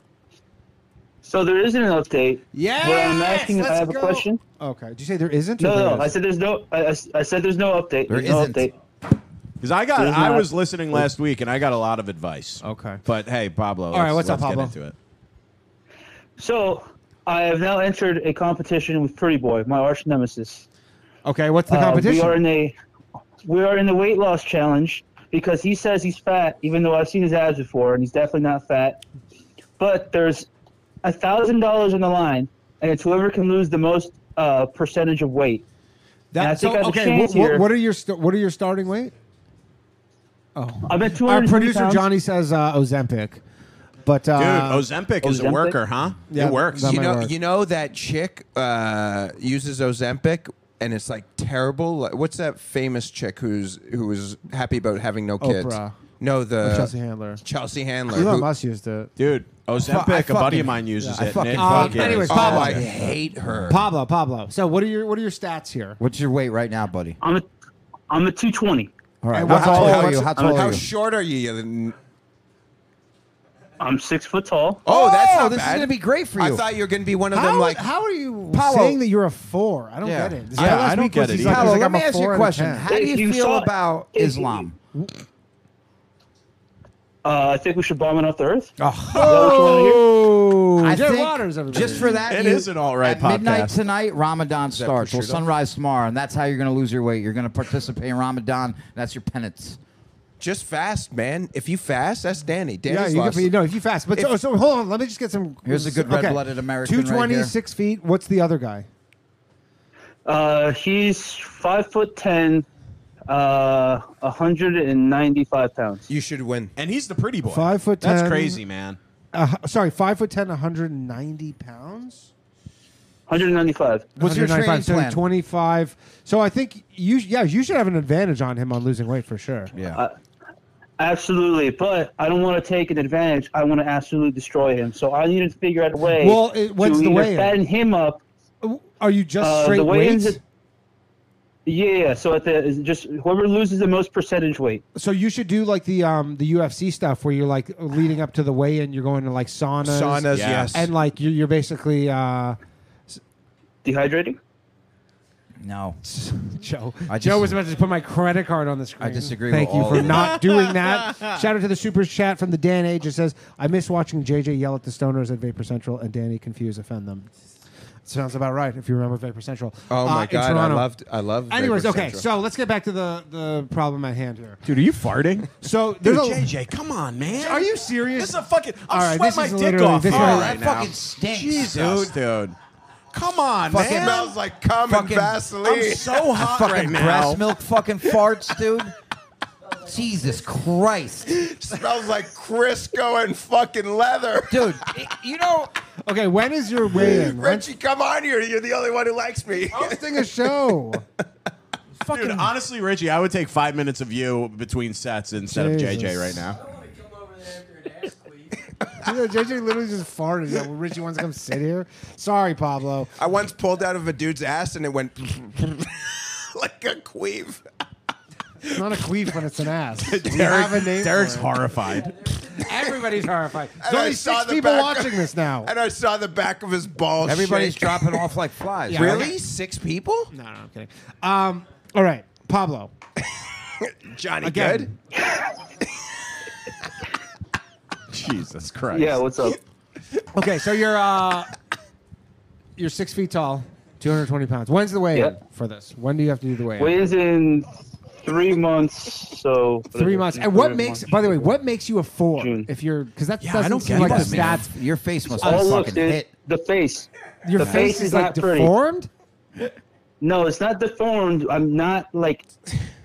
Speaker 14: So there isn't an update.
Speaker 1: Yeah.
Speaker 14: But I'm asking if I
Speaker 1: let's
Speaker 14: have
Speaker 1: go.
Speaker 14: a question.
Speaker 1: Okay. Did you say there isn't? or
Speaker 14: No,
Speaker 1: there
Speaker 14: no,
Speaker 1: is?
Speaker 14: I said there's no. I, I- I said there's no update.
Speaker 7: There
Speaker 14: there's no
Speaker 7: isn't.
Speaker 14: update.
Speaker 7: Because I got,
Speaker 14: There's
Speaker 7: I
Speaker 14: not-
Speaker 7: was listening last week and I got a lot of advice. Okay. But hey, Pablo.
Speaker 14: All right,
Speaker 7: let's-
Speaker 14: what's up,
Speaker 7: let's
Speaker 14: Pablo?
Speaker 7: Get into it.
Speaker 14: So I have now entered a competition with Pretty Boy, my arch nemesis.
Speaker 1: Okay, what's the
Speaker 14: Uh,
Speaker 1: competition?
Speaker 14: we are in a we are in the weight loss challenge because he says he's fat, even though I've seen his abs before, and he's definitely not fat. But there's a thousand dollars on the line, and it's whoever can lose the most uh, percentage of weight. And I
Speaker 1: That,
Speaker 14: think
Speaker 1: so,
Speaker 14: I have a
Speaker 1: okay.
Speaker 14: chance
Speaker 1: What, what,
Speaker 14: here.
Speaker 1: what are your st- what are your starting weight? Oh,
Speaker 14: I bet
Speaker 1: Our
Speaker 14: 250
Speaker 1: producer
Speaker 14: pounds.
Speaker 1: Johnny says uh, Ozempic, but uh,
Speaker 7: Dude, Ozempic is a Ozempic? worker, huh?
Speaker 1: Yeah, that
Speaker 5: You
Speaker 1: might
Speaker 5: know,
Speaker 1: work.
Speaker 5: you know that chick uh, uses Ozempic, and it's like terrible. Like, what's that famous chick who's who was happy about having no kids?
Speaker 1: Oprah.
Speaker 5: No, the
Speaker 1: Or Chelsea Handler.
Speaker 5: Chelsea Handler.
Speaker 1: Elon
Speaker 5: who-
Speaker 1: Musk used it.
Speaker 7: Dude, Ozempic, a buddy of mine uses it. and it fucking
Speaker 1: anyways,
Speaker 7: is
Speaker 1: Pablo.
Speaker 7: awesome.
Speaker 1: Pablo, Pablo. So, what are your what are your stats here?
Speaker 6: What's your weight right now, buddy?
Speaker 14: I'm a I'm a 220.
Speaker 6: All right.
Speaker 1: And
Speaker 6: How
Speaker 1: what's
Speaker 6: tall
Speaker 1: all-
Speaker 6: are
Speaker 1: what's-
Speaker 6: you? How tall
Speaker 5: How
Speaker 6: are you?
Speaker 5: short are you?
Speaker 14: I'm six foot tall.
Speaker 5: Oh, that's
Speaker 1: Oh,
Speaker 5: not
Speaker 1: this is
Speaker 5: bad.
Speaker 1: gonna be great for
Speaker 5: I
Speaker 1: you.
Speaker 5: thought you were going to be one of
Speaker 1: how,
Speaker 5: them. Like,
Speaker 1: how are you
Speaker 5: Pablo-
Speaker 1: saying that you're a four? I don't
Speaker 5: Yeah.
Speaker 1: get it.
Speaker 5: Yeah,
Speaker 1: guy last
Speaker 5: I don't
Speaker 1: week
Speaker 5: get
Speaker 1: was-
Speaker 5: it
Speaker 1: he's
Speaker 5: either.
Speaker 1: like- he's
Speaker 5: Pablo,
Speaker 1: like,
Speaker 5: let
Speaker 1: I'm
Speaker 5: me ask
Speaker 1: four
Speaker 5: you a
Speaker 1: and
Speaker 5: question.
Speaker 1: ten.
Speaker 6: How do you, feel about Islam?
Speaker 14: Uh, I think we should bomb it off the earth.
Speaker 1: Oh,
Speaker 6: I
Speaker 1: Jed
Speaker 6: think
Speaker 1: Waters, everybody.
Speaker 6: Just for that,
Speaker 1: It
Speaker 6: you-
Speaker 1: is an all right
Speaker 6: at Midnight
Speaker 1: podcast.
Speaker 6: tonight, Ramadan
Speaker 1: that
Speaker 6: starts. Well,
Speaker 1: prosciutto?
Speaker 6: sunrise tomorrow, and that's how you're going to lose your weight. You're going to participate in Ramadan. and that's your penance.
Speaker 5: Just fast, man. If you fast, that's Danny.
Speaker 1: yeah,
Speaker 5: Danny's
Speaker 1: you
Speaker 5: lost.
Speaker 1: can, you know, if you fast. But
Speaker 5: If-
Speaker 1: so, so hold on. Let me just get some.
Speaker 5: Here's a good red-blooded
Speaker 14: American right
Speaker 1: 220,
Speaker 14: here.
Speaker 1: six feet. What's the other guy?
Speaker 14: Uh, he's five foot ten, uh, 195 pounds.
Speaker 5: You should win.
Speaker 7: And he's the pretty boy.
Speaker 1: Five foot ten.
Speaker 7: That's crazy, man.
Speaker 1: Uh, sorry, five foot ten, 190 pounds.
Speaker 14: 195.
Speaker 1: What's your training plan? 25. So I think you, yeah, you should have an advantage on him on losing weight for sure.
Speaker 6: Yeah.
Speaker 14: Uh, absolutely, but I don't want to take an advantage. I want to absolutely destroy him. So I need to figure out a way.
Speaker 1: Well, it- what's
Speaker 14: to
Speaker 1: the
Speaker 14: either
Speaker 1: way in?
Speaker 14: Fatten him up.
Speaker 1: Are you just
Speaker 14: uh,
Speaker 1: straight
Speaker 14: the way
Speaker 1: weights?
Speaker 14: That, yeah, yeah. So at the is just whoever loses the most percentage weight.
Speaker 1: So you should do like the um the UFC stuff where you're like leading up to the weigh in, you're going to like saunas,
Speaker 5: Saunas, Yeah. yes.
Speaker 1: and like you're, you're basically uh,
Speaker 14: dehydrating.
Speaker 6: No,
Speaker 1: Joe.
Speaker 6: I
Speaker 1: Joe
Speaker 6: dis-
Speaker 1: was about to put my credit card on the screen.
Speaker 6: disagree
Speaker 1: Thank
Speaker 6: with
Speaker 1: you
Speaker 6: all
Speaker 1: for
Speaker 6: of
Speaker 1: not
Speaker 6: that.
Speaker 1: doing that. Shout out to the super chat from the Dan Age. It says, "I miss watching JJ yell at the stoners at Vapor Central and Danny confuse offend them." Sounds about right if you remember Vapor Central.
Speaker 5: Oh my
Speaker 1: uh, in
Speaker 5: God, I
Speaker 1: Toronto.
Speaker 5: loved- I love Vapor
Speaker 1: Anyways, okay,
Speaker 5: Central.
Speaker 1: so let's get back to the the problem at hand here.
Speaker 7: Dude, are you farting?
Speaker 1: So
Speaker 7: Dude,
Speaker 1: there's a-
Speaker 7: JJ, come on, man.
Speaker 1: Are you serious?
Speaker 7: This is a fucking. I'm
Speaker 1: All right,
Speaker 7: sweating
Speaker 1: this
Speaker 7: my
Speaker 1: is
Speaker 7: dick
Speaker 1: literally-
Speaker 7: off. Oh,
Speaker 1: this
Speaker 7: here
Speaker 1: is- That
Speaker 7: right now.
Speaker 1: fucking
Speaker 6: stinks.
Speaker 7: Jesus, dude. Come on,
Speaker 6: Fucking-
Speaker 7: man.
Speaker 6: Smells
Speaker 5: like cum and Vaseline.
Speaker 7: I'm so hot
Speaker 6: fucking
Speaker 7: right now.
Speaker 6: breast milk, fucking farts, dude. Jesus Christ,
Speaker 5: Smells like Crisco and fucking leather.
Speaker 6: dude. You know.
Speaker 1: Okay, when is your weigh in?
Speaker 5: Richie, come on here. You're the only one who likes me.
Speaker 1: Hosting a show.
Speaker 7: Dude, honestly, Richie, I would take five minutes of you between sets instead of JJ
Speaker 1: Jesus.
Speaker 7: right now.
Speaker 1: You know, JJ literally just farted. Yeah, well, Richie wants to come sit here. Sorry, Pablo.
Speaker 5: I once pulled out of a dude's ass and it went like a queef.
Speaker 1: It's not a queef when it's an ass. We
Speaker 7: Derek-
Speaker 1: have a name
Speaker 7: Derek's
Speaker 1: for it.
Speaker 7: horrified.
Speaker 1: Everybody's horrified. There's
Speaker 5: And I
Speaker 1: only
Speaker 5: saw
Speaker 1: six
Speaker 5: the
Speaker 1: people
Speaker 5: back of-
Speaker 1: watching this now.
Speaker 5: And I saw the back of his balls.
Speaker 1: Everybody's
Speaker 5: shake.
Speaker 1: dropping off like flies, Yeah,
Speaker 5: really?
Speaker 1: okay.
Speaker 5: Six people?
Speaker 1: No, no, I'm kidding. Um, all right, Pablo.
Speaker 5: Johnny
Speaker 1: Again.
Speaker 9: Jesus Christ.
Speaker 17: Yeah, what's up?
Speaker 1: Okay, so you're uh, you're six feet tall, 220 pounds. When's the weigh-in
Speaker 17: Yeah.
Speaker 1: for this? When do you have to do the weigh-in?
Speaker 17: Weigh-in's in three months, so
Speaker 1: Three months. And what makes? By the way, what makes you a four? If you're because that
Speaker 17: Yeah, I
Speaker 1: doesn't
Speaker 17: don't
Speaker 1: seem
Speaker 17: get
Speaker 1: like
Speaker 17: that,
Speaker 1: the
Speaker 17: man.
Speaker 1: stats.
Speaker 6: Your face must
Speaker 17: Oh, look, dude, the face.
Speaker 1: Your
Speaker 17: the
Speaker 1: face is,
Speaker 17: not
Speaker 1: like,
Speaker 17: pretty.
Speaker 1: deformed?
Speaker 17: No, it's not deformed. I'm not like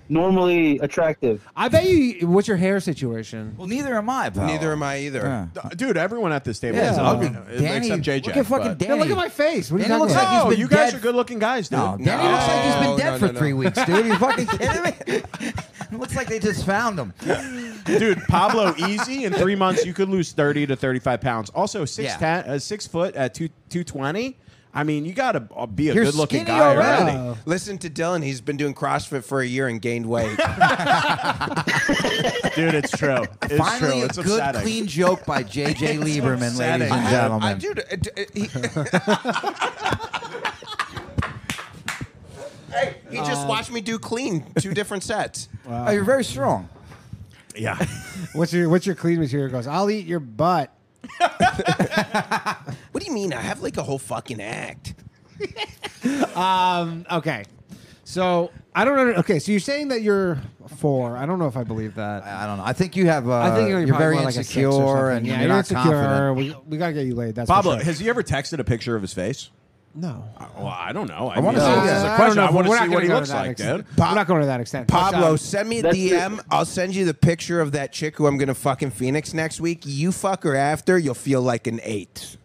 Speaker 17: normally attractive.
Speaker 1: I bet you. What's your hair situation?
Speaker 6: Well, neither am I, pal.
Speaker 17: Neither am I
Speaker 7: either. Dude, everyone at this table
Speaker 1: Yeah.
Speaker 7: is ugly
Speaker 1: Uh,
Speaker 7: Danny, except JJ.
Speaker 1: look at fucking
Speaker 7: but-
Speaker 1: Danny. Yeah, look at my face. What are you talking
Speaker 7: Danny looks
Speaker 1: about?
Speaker 7: like he's
Speaker 1: No,
Speaker 7: been
Speaker 1: you
Speaker 7: dead.
Speaker 1: guys are
Speaker 7: good-looking guys, dude.
Speaker 6: No, Danny looks like he's been
Speaker 7: No,
Speaker 6: dead
Speaker 7: no,
Speaker 6: for
Speaker 7: no, no.
Speaker 6: three weeks, dude. You fucking kidding me? looks like they just found him.
Speaker 7: Dude, Pablo, easy in three months you could lose thirty to thirty-five pounds. Also, six
Speaker 6: Yeah.
Speaker 7: ten- uh, six foot at two two twenty. I mean, you gotta uh, be a
Speaker 5: You're
Speaker 7: good-looking
Speaker 5: skinny
Speaker 7: guy already.
Speaker 5: Listen to Dylan. He's been doing CrossFit for a year and gained weight.
Speaker 7: Dude, it's true. It's
Speaker 6: Finally,
Speaker 7: true.
Speaker 6: a
Speaker 7: It's
Speaker 6: good,
Speaker 7: upsetting.
Speaker 6: clean joke by J.J.
Speaker 7: It's
Speaker 6: Lieberman,
Speaker 7: upsetting.
Speaker 6: ladies and
Speaker 7: I-
Speaker 6: gentlemen.
Speaker 5: I, dude, uh, d- uh, he,
Speaker 7: uh,
Speaker 5: hey, he just
Speaker 6: Uh,
Speaker 5: watched me do clean two different sets.
Speaker 1: Wow.
Speaker 6: Oh, you're very strong.
Speaker 7: Yeah.
Speaker 1: what's your what's your clean material? Goes. I'll eat your butt.
Speaker 5: What do you mean? I have like a whole fucking act.
Speaker 1: um, okay. So I don't know. Okay, so you're saying that you're four. I don't know if I believe that.
Speaker 6: I, don't know. I think you have. Uh,
Speaker 1: I think
Speaker 6: you're,
Speaker 1: probably
Speaker 6: very
Speaker 1: more like a six or
Speaker 6: insecure
Speaker 1: something.
Speaker 6: and
Speaker 1: yeah,
Speaker 6: you're not confident.
Speaker 1: We, we gotta get you laid. That's for
Speaker 7: Pablo,
Speaker 1: sure.
Speaker 7: has he ever texted a picture of his face? Uh,
Speaker 1: No.
Speaker 7: Well, I don't know. I,
Speaker 1: wanna
Speaker 7: mean,
Speaker 1: see
Speaker 7: this
Speaker 1: that.
Speaker 7: is
Speaker 1: I don't
Speaker 7: a question.
Speaker 1: know
Speaker 7: I
Speaker 1: if-
Speaker 7: want
Speaker 1: we're
Speaker 7: to
Speaker 1: not
Speaker 7: see what
Speaker 1: gonna
Speaker 7: he
Speaker 1: go to
Speaker 7: looks
Speaker 1: that
Speaker 7: like,
Speaker 1: extent.
Speaker 7: dude.
Speaker 1: We're not going to that extent.
Speaker 5: Pablo,
Speaker 1: That's, um,
Speaker 5: send me a
Speaker 1: that's the-
Speaker 5: DM. I'll send you the picture of that chick who I'm gonna fuck in Phoenix next week. You fuck her after, you'll feel like an eight.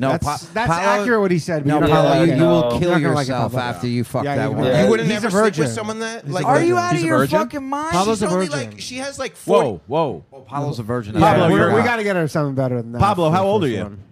Speaker 6: No,
Speaker 1: that's,
Speaker 6: Pa-
Speaker 1: that's
Speaker 6: Paolo-
Speaker 1: accurate what he said. but
Speaker 6: No,
Speaker 1: you're not
Speaker 6: Paolo,
Speaker 1: gonna like
Speaker 6: you,
Speaker 1: it.
Speaker 6: you will
Speaker 1: You're
Speaker 6: kill
Speaker 1: not gonna like it,
Speaker 6: yourself
Speaker 1: Pablo.
Speaker 6: after you fuck
Speaker 1: Yeah,
Speaker 6: that
Speaker 1: you're
Speaker 6: one.
Speaker 1: right.
Speaker 5: You wouldn't
Speaker 1: He's
Speaker 5: ever
Speaker 1: a
Speaker 5: sleep with
Speaker 1: virgin.
Speaker 5: someone that-
Speaker 1: He's a
Speaker 5: like-
Speaker 6: Are you
Speaker 1: virgin.
Speaker 6: out of
Speaker 1: He's a
Speaker 6: your
Speaker 1: virgin?
Speaker 6: fucking mind?
Speaker 1: Pablo's
Speaker 6: She's
Speaker 1: a
Speaker 6: only
Speaker 1: virgin.
Speaker 6: like-
Speaker 5: She has like four.
Speaker 7: Whoa, whoa.
Speaker 6: Well, Paolo's a virgin.
Speaker 1: Yeah,
Speaker 6: Pablo,
Speaker 1: we're-
Speaker 6: you're
Speaker 1: we
Speaker 6: hot.
Speaker 1: got to get her something better than that.
Speaker 7: Pablo,
Speaker 1: for
Speaker 7: how
Speaker 1: the
Speaker 7: old are
Speaker 1: first
Speaker 7: you?
Speaker 1: one.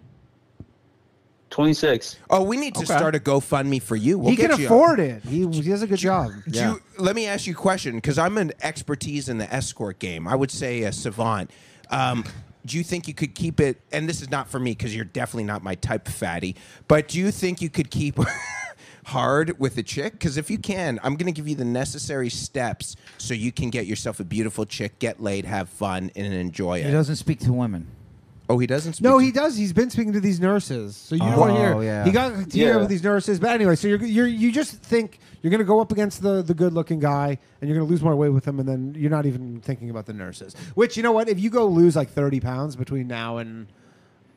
Speaker 17: Twenty six.
Speaker 5: Oh, we need to
Speaker 1: Okay.
Speaker 5: start a GoFundMe for you. We'll
Speaker 1: he can
Speaker 5: get you
Speaker 1: afford it. He, he does a good job.
Speaker 5: Do you, let me ask you a question because I'm an expertise in the escort game. I would say a savant. Um, do you think you could keep it? And this is not for me because you're definitely not my type, fatty. But do you think you could keep hard with a chick? Because if you can, I'm going to give you the necessary steps so you can get yourself a beautiful chick, get laid, have fun, and enjoy
Speaker 6: He
Speaker 5: it.
Speaker 6: doesn't speak to women.
Speaker 5: Oh, he doesn't. Speak
Speaker 1: No, he does. He's been speaking to these nurses, so you don't
Speaker 6: Oh,
Speaker 1: want to hear.
Speaker 6: yeah.
Speaker 1: He got to hear
Speaker 6: Yeah.
Speaker 1: with these nurses, but anyway, so you're, you're you just think you're going to go up against the the good looking guy, and you're going to lose more weight with him, and then you're not even thinking about the nurses. Which you know what? If you go lose like thirty pounds between now and